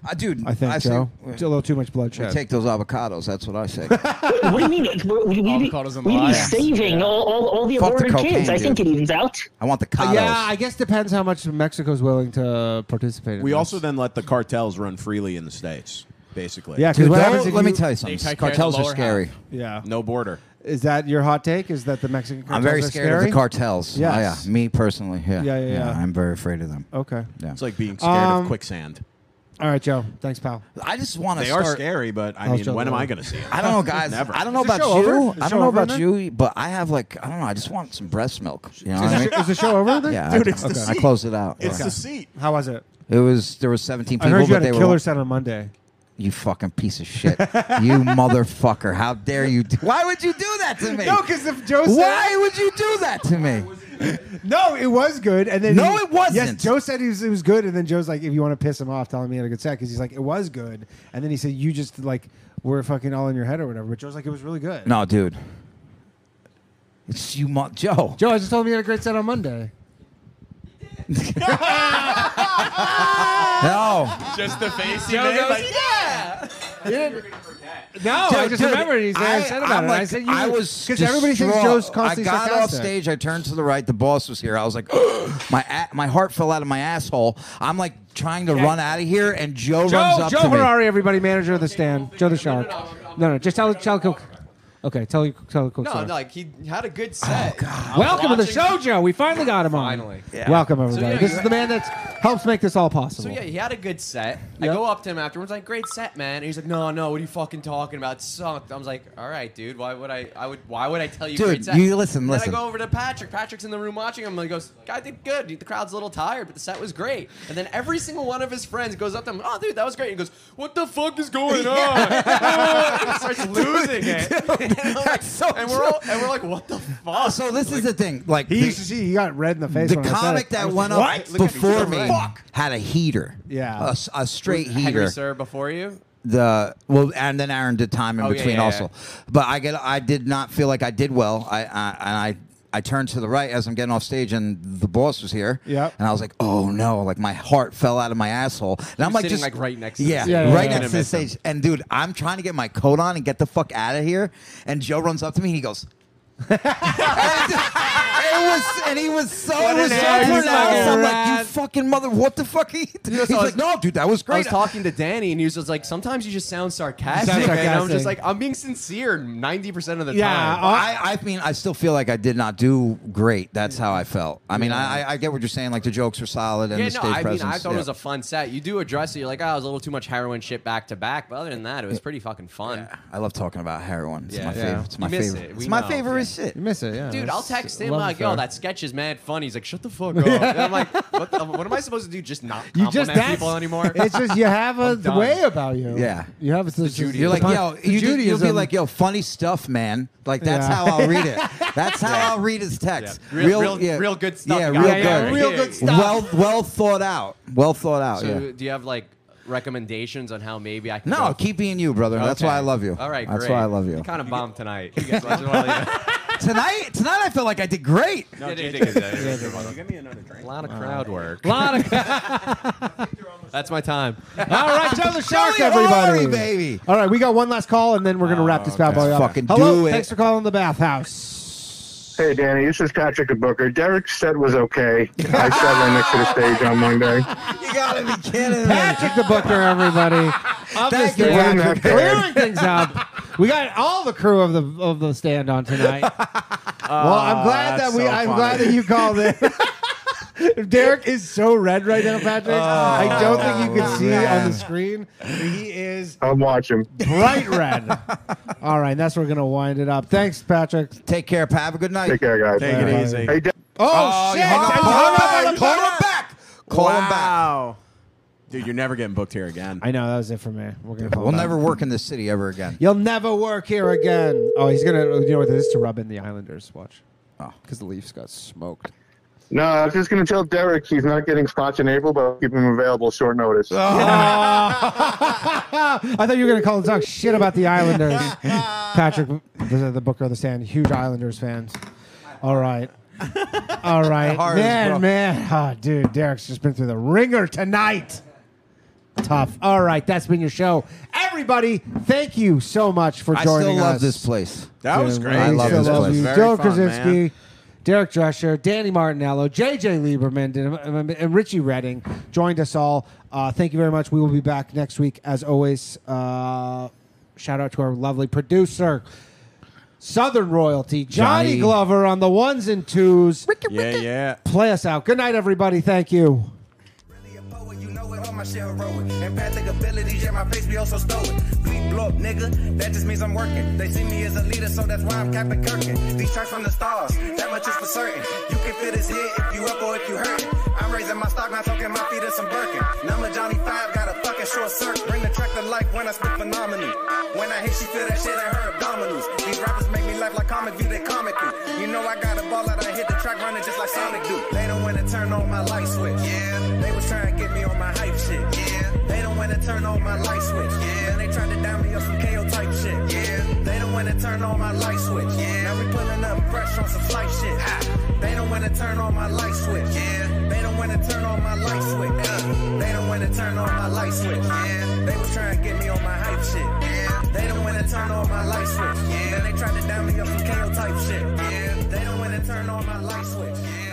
Speaker 6: I Uh, dude,
Speaker 1: I think
Speaker 6: I say-
Speaker 1: Joe. It's a little too much
Speaker 6: We
Speaker 1: bloodshed.
Speaker 6: take those avocados. That's what I say.
Speaker 17: what do you mean? We, we, we,
Speaker 6: Avocados and
Speaker 17: we'd be
Speaker 6: lions.
Speaker 17: saving all, all, all the
Speaker 6: Fuck the
Speaker 17: aborted
Speaker 6: cocaine,
Speaker 17: kids. I
Speaker 6: dude.
Speaker 17: think it evens out.
Speaker 6: I want the
Speaker 1: Uh,
Speaker 6: codos.
Speaker 1: yeah, I guess depends how much Mexico's willing to participate. In
Speaker 7: we
Speaker 1: this.
Speaker 7: also then let the cartels run freely in the states, basically.
Speaker 1: Yeah, 'cause Dude, what don't- happens if
Speaker 6: let me tell you something.
Speaker 1: take care of the
Speaker 6: Cartels are
Speaker 1: lower
Speaker 6: scary.
Speaker 1: half. Yeah.
Speaker 7: No border.
Speaker 1: Is that your hot take? Is that the Mexican? Cartels
Speaker 6: I'm very
Speaker 1: are
Speaker 6: scared
Speaker 1: scary?
Speaker 6: of the cartels. Oh, Yeah,
Speaker 1: Yes.
Speaker 6: yeah, me personally. Yeah.
Speaker 1: Yeah, yeah, yeah.
Speaker 6: I'm very afraid of them.
Speaker 1: Okay.
Speaker 6: Yeah.
Speaker 7: It's like being scared
Speaker 1: Um,
Speaker 7: of quicksand.
Speaker 1: All right, Joe. Thanks, pal.
Speaker 6: I just want to.
Speaker 7: They are
Speaker 6: start,
Speaker 7: scary, but I
Speaker 1: I'll
Speaker 7: mean,
Speaker 1: show
Speaker 7: when
Speaker 1: them.
Speaker 7: am I going to see them?
Speaker 6: I don't know, guys.
Speaker 7: Never.
Speaker 6: I don't know
Speaker 7: Is the
Speaker 6: about
Speaker 7: show
Speaker 6: you.
Speaker 7: over? Is the
Speaker 6: I
Speaker 7: show
Speaker 6: don't know
Speaker 7: over
Speaker 6: about
Speaker 7: now?
Speaker 6: you, but I have like I don't know. I just want some breast milk. You know
Speaker 1: Is
Speaker 6: what I
Speaker 1: the
Speaker 6: mean?
Speaker 1: sh- is the show over then?
Speaker 6: Yeah,
Speaker 1: Dude,
Speaker 6: I,
Speaker 1: it's the
Speaker 6: okay. I
Speaker 1: seat.
Speaker 6: closed it out.
Speaker 1: It's
Speaker 6: Okay.
Speaker 1: the seat. How was it?
Speaker 6: It was there were 17
Speaker 1: I
Speaker 6: people,
Speaker 1: heard you
Speaker 6: but
Speaker 1: had
Speaker 6: they
Speaker 1: a
Speaker 6: were
Speaker 1: killer set on Monday.
Speaker 6: you fucking piece of shit. you motherfucker! How dare you? Do- Why would you do that to me?
Speaker 1: No, because if Joe said
Speaker 6: Why would you do that to me?
Speaker 1: No, it was good, and then
Speaker 6: No,
Speaker 1: he-
Speaker 6: it wasn't.
Speaker 1: Yes, Joe said he was, it was good, and then Joe's like, "If you want to piss him off, tell him he had a good set," because he's like, "It was good," and then he said, "You just like were fucking all in your head or whatever." But Joe's like, "It was really good."
Speaker 6: No, dude. It's you, mo- Joe.
Speaker 1: Joe, I just told him you had a great set on Monday.
Speaker 6: No.
Speaker 20: Just the face
Speaker 1: Joe goes,
Speaker 20: yeah.
Speaker 1: No,
Speaker 6: Dude,
Speaker 1: I just
Speaker 6: dude,
Speaker 1: remembered. He said I, said about
Speaker 6: I'm
Speaker 1: it.
Speaker 6: Like,
Speaker 1: I said you
Speaker 6: I was
Speaker 1: because everybody thinks Joe's
Speaker 6: distraught.
Speaker 1: constantly
Speaker 6: I got off
Speaker 1: sarcastic.
Speaker 6: stage. I turned to the right. The boss was here. I was like, my a- my heart fell out of my asshole. I'm like trying to run out of here, and Joe, runs
Speaker 1: Joe,
Speaker 6: up
Speaker 1: Joe
Speaker 6: to me.
Speaker 1: Harari, everybody, manager of the stand. Joe the Shark. No, no, just tell tell Cook. Okay, tell tell Cook.
Speaker 5: No, no, like he had a good set. I'm
Speaker 19: Oh,
Speaker 1: Welcome to the show,
Speaker 5: watching-
Speaker 1: Joe. We finally got him on.
Speaker 5: Finally.
Speaker 1: Welcome, everybody.
Speaker 5: So, yeah,
Speaker 1: this
Speaker 5: you-
Speaker 1: is the man that's helps make this all possible.
Speaker 21: So yeah, he had a good set. I
Speaker 1: Yep.
Speaker 21: go up to him afterwards, like, "Great set, man." And he's like, "No, no, what are you fucking talking about? It sucked." I was like, "All right, dude. Why would I? I would. Why would I tell you?"
Speaker 6: Dude,
Speaker 21: great set?
Speaker 6: you listen,
Speaker 21: And
Speaker 6: listen.
Speaker 21: Then I go over to Patrick. Patrick's in the room watching him. And he goes, "Guy did good. The crowd's a little tired, but the set was great." And then every single one of his friends goes up to him, "Oh, dude, that was great." And he goes, "What the fuck is going on?" and starts losing it. and, I'm like- and we're all and we're like, "What the fuck?"
Speaker 6: So this is the thing. Like
Speaker 1: He, used to see, he got red in the face.
Speaker 6: the
Speaker 1: when I said
Speaker 6: comic
Speaker 1: it. I
Speaker 6: that
Speaker 1: was
Speaker 6: went
Speaker 1: like,
Speaker 6: up before me
Speaker 21: Fuck.
Speaker 6: had a heater.
Speaker 1: Yeah.
Speaker 6: a, s- a straight
Speaker 21: Henry
Speaker 6: heater.
Speaker 21: Sir before you.
Speaker 6: the well, and then Aaron did time in
Speaker 21: Oh, yeah,
Speaker 6: between
Speaker 21: yeah,
Speaker 6: also.
Speaker 21: yeah.
Speaker 6: But I get, I did not feel like I did well. I, I and I. I turned to the right as I'm getting off stage, and the boss was here.
Speaker 21: Yep.
Speaker 6: And I was like, "Oh no!" Like my heart fell out of my asshole, and
Speaker 21: You
Speaker 6: I'm
Speaker 21: were
Speaker 6: like,
Speaker 21: sitting,
Speaker 6: just
Speaker 21: like, right next to the
Speaker 6: yeah,
Speaker 21: stage. Yeah, yeah,
Speaker 6: right
Speaker 21: yeah.
Speaker 6: next to the
Speaker 21: Gonna miss
Speaker 6: stage. And dude, I'm trying to get my coat on and get the fuck out of here. And Joe runs up to me and he goes, It was, and he was so
Speaker 21: What an
Speaker 6: was so
Speaker 21: ass
Speaker 6: pronounced. I'm like,
Speaker 21: fucking
Speaker 6: you fucking mother, what the fuck are you doing? He's like, no, dude, that was
Speaker 21: "Oh, I
Speaker 6: great.
Speaker 21: was talking to Danny, and he was just like, "Sometimes you just sound sarcastic." uh,
Speaker 6: You sound
Speaker 21: And I'm
Speaker 6: sarcastic.
Speaker 21: just like, "I'm being sincere, ninety percent of the time."
Speaker 6: uh, I, I mean, I still feel like I did not do great. That's how I felt. I mean, I, I- I get what you're saying. Like the jokes are solid and
Speaker 21: yeah,
Speaker 6: the
Speaker 21: no,
Speaker 6: stage
Speaker 21: I
Speaker 6: presence.
Speaker 21: mean, I thought it was
Speaker 6: yeah.
Speaker 21: a fun set. You do address it. You're like, "Oh, it was a little too much heroin shit back to back," but other than that, it was pretty fucking fun.
Speaker 6: I love talking about heroin. It's
Speaker 21: Yeah.
Speaker 6: my
Speaker 21: Yeah.
Speaker 6: favorite. It's
Speaker 21: You
Speaker 6: my
Speaker 21: miss
Speaker 6: favorite.
Speaker 21: it.
Speaker 6: It's
Speaker 21: We
Speaker 6: my
Speaker 21: know.
Speaker 6: favorite shit.
Speaker 1: You miss it, yeah.
Speaker 21: Dude, I'll text him
Speaker 6: love
Speaker 21: like, "Yo,
Speaker 6: affair.
Speaker 21: that sketch is mad funny." He's like, "Shut the fuck up." And I'm like, what, the, "What am I supposed to do? Just not
Speaker 1: You just
Speaker 21: compliment
Speaker 1: that's,
Speaker 21: people anymore?"
Speaker 1: It's just you have
Speaker 21: I'm
Speaker 1: a
Speaker 21: done.
Speaker 1: way about you.
Speaker 6: Yeah.
Speaker 1: you have a
Speaker 6: Judy. You're like, yo, you do, you'll be like, yo, funny stuff, man. Like that's
Speaker 1: Yeah.
Speaker 6: how I'll read it. That's how I'll read his text.
Speaker 21: Yeah. Real- real- real good stuff,
Speaker 6: Yeah,
Speaker 21: guy.
Speaker 6: real
Speaker 21: Yeah, yeah,
Speaker 6: good.
Speaker 21: real good stuff.
Speaker 6: Well, well thought out. Well thought out.
Speaker 21: So, uh,
Speaker 6: yeah.
Speaker 21: do you have like recommendations on how maybe I can?
Speaker 6: No,
Speaker 21: go-
Speaker 6: keep being you, brother. That's why
Speaker 21: Okay.
Speaker 6: I love you.
Speaker 21: All right,
Speaker 6: That's
Speaker 21: great.
Speaker 6: why I love you.
Speaker 21: Kind of bombed tonight. You guys want to
Speaker 6: tonight, tonight I felt like I did great.
Speaker 21: No,
Speaker 6: Jay
Speaker 21: JJ
Speaker 6: did.
Speaker 21: give me another drink. A lot of crowd work.
Speaker 6: Lot
Speaker 21: of. That's my time. All
Speaker 1: right, Joe the Shark, everybody, All right, we got one last call, and then we're gonna wrap this bad boy up.
Speaker 15: Oh, Fucking
Speaker 1: Hello,
Speaker 15: do it.
Speaker 1: thanks for calling the bathhouse.
Speaker 15: Hey, Danny, this is Patrick the Booker. Derek said was okay. I sat right next to the stage on Monday.
Speaker 6: You gotta be kidding me.
Speaker 1: Patrick the Booker, everybody. Up the
Speaker 15: Thank you,
Speaker 1: stand,
Speaker 15: Patrick.
Speaker 1: Clearing things up. We got all the crew of the of the stand on tonight. well,
Speaker 15: Ah,
Speaker 1: I'm glad that
Speaker 22: that's
Speaker 1: we.
Speaker 22: so
Speaker 1: I'm
Speaker 22: funny.
Speaker 1: glad that you called in. Derek is so red right now, Patrick.
Speaker 15: Oh,
Speaker 1: I don't think you can see it on the screen. He is
Speaker 15: I'm watching.
Speaker 1: bright red. all right, that's where we're gonna wind it up. Thanks, Patrick.
Speaker 6: Take care, Pap. Have a good night.
Speaker 15: Take care, guys.
Speaker 1: Take it
Speaker 15: Bye.
Speaker 1: easy.
Speaker 15: Hey, Dan-
Speaker 1: Oh, shit!
Speaker 7: hung up.
Speaker 1: I
Speaker 7: Call
Speaker 1: hung up
Speaker 7: him
Speaker 1: on
Speaker 7: back.
Speaker 1: him.
Speaker 7: Call
Speaker 6: him back. Call him
Speaker 7: wow. Dude, you're never getting booked here again.
Speaker 1: I know that was it for me. We're gonna. call
Speaker 6: We'll
Speaker 1: it back.
Speaker 6: never work in this city ever again.
Speaker 1: You'll never work here again. Oh, he's gonna. You know what this is to rub in the Islanders. Watch. Oh, because the Leafs got smoked.
Speaker 15: No, I was just going to tell Derek he's not getting spots in April, but I'll keep him available short notice.
Speaker 1: Oh,
Speaker 6: Ah!
Speaker 1: I thought you were gonna call and talk shit about the Islanders. Patrick, the, the Booker of the Sand, huge Islanders fans. All right. All right,
Speaker 22: Heart is
Speaker 1: man,
Speaker 22: broken.
Speaker 1: man, oh, dude, Derek's just been through the ringer tonight. Tough. All right, that's been your show, everybody. Thank you so much for
Speaker 6: I
Speaker 1: joining us.
Speaker 6: still love this place.
Speaker 7: That was
Speaker 1: Jim,
Speaker 7: great.
Speaker 1: we
Speaker 7: I love
Speaker 1: still
Speaker 7: this place.
Speaker 1: you.
Speaker 7: Very
Speaker 1: Joe
Speaker 7: fun, man.
Speaker 1: Krasinski, Derek Drescher, Danny Martinello, JJ Lieberman, and- and Richie Redding joined us all. Uh, thank you very much. We will be back next week, as always. Uh, shout out to our lovely producer, Southern Royalty, Johnny,
Speaker 7: Johnny.
Speaker 1: Glover on the ones and twos.
Speaker 7: Yeah, yeah.
Speaker 1: Play us out. Good night, everybody. Thank you.
Speaker 4: all my shit heroic. Empathic abilities, yeah, my face be also stoic. Bleep, blow up, nigga. That just means I'm working. They see me as a leader, so that's why I'm Captain Kirkin. These tracks from the stars, that much is for certain. You can feel this hit if you up or if you hurting. I'm raising my stock, not talking my feet to some Birkin. Number Johnny Five got a fucking short circuit. Bring the track to life when I spit phenomenon. When I hit, she feel that shit in her abdominals. These rappers make me laugh like comic view, they comic view. You know I got a ball out, I hit the track running just like Sonic do. They don't wanna turn on my light switch. Yeah, they was trying to get me on my hype shit. Yeah, they don't wanna turn on my light switch. Yeah, they tried to down me up some KO type shit. Yeah, they don't wanna turn on my light switch. Yeah, now we pulling up fresh on some flight shit. Ah, They don't wanna turn on my light switch. Yeah, they don't wanna turn on my light switch. Uh, they don't wanna turn on my light switch. Yeah, they was trying to get me on my hype shit. Yeah, they don't wanna turn on my light switch. Yeah, then they tried to down me up some KO type shit. Yeah, they don't wanna turn on my light switch. Yeah.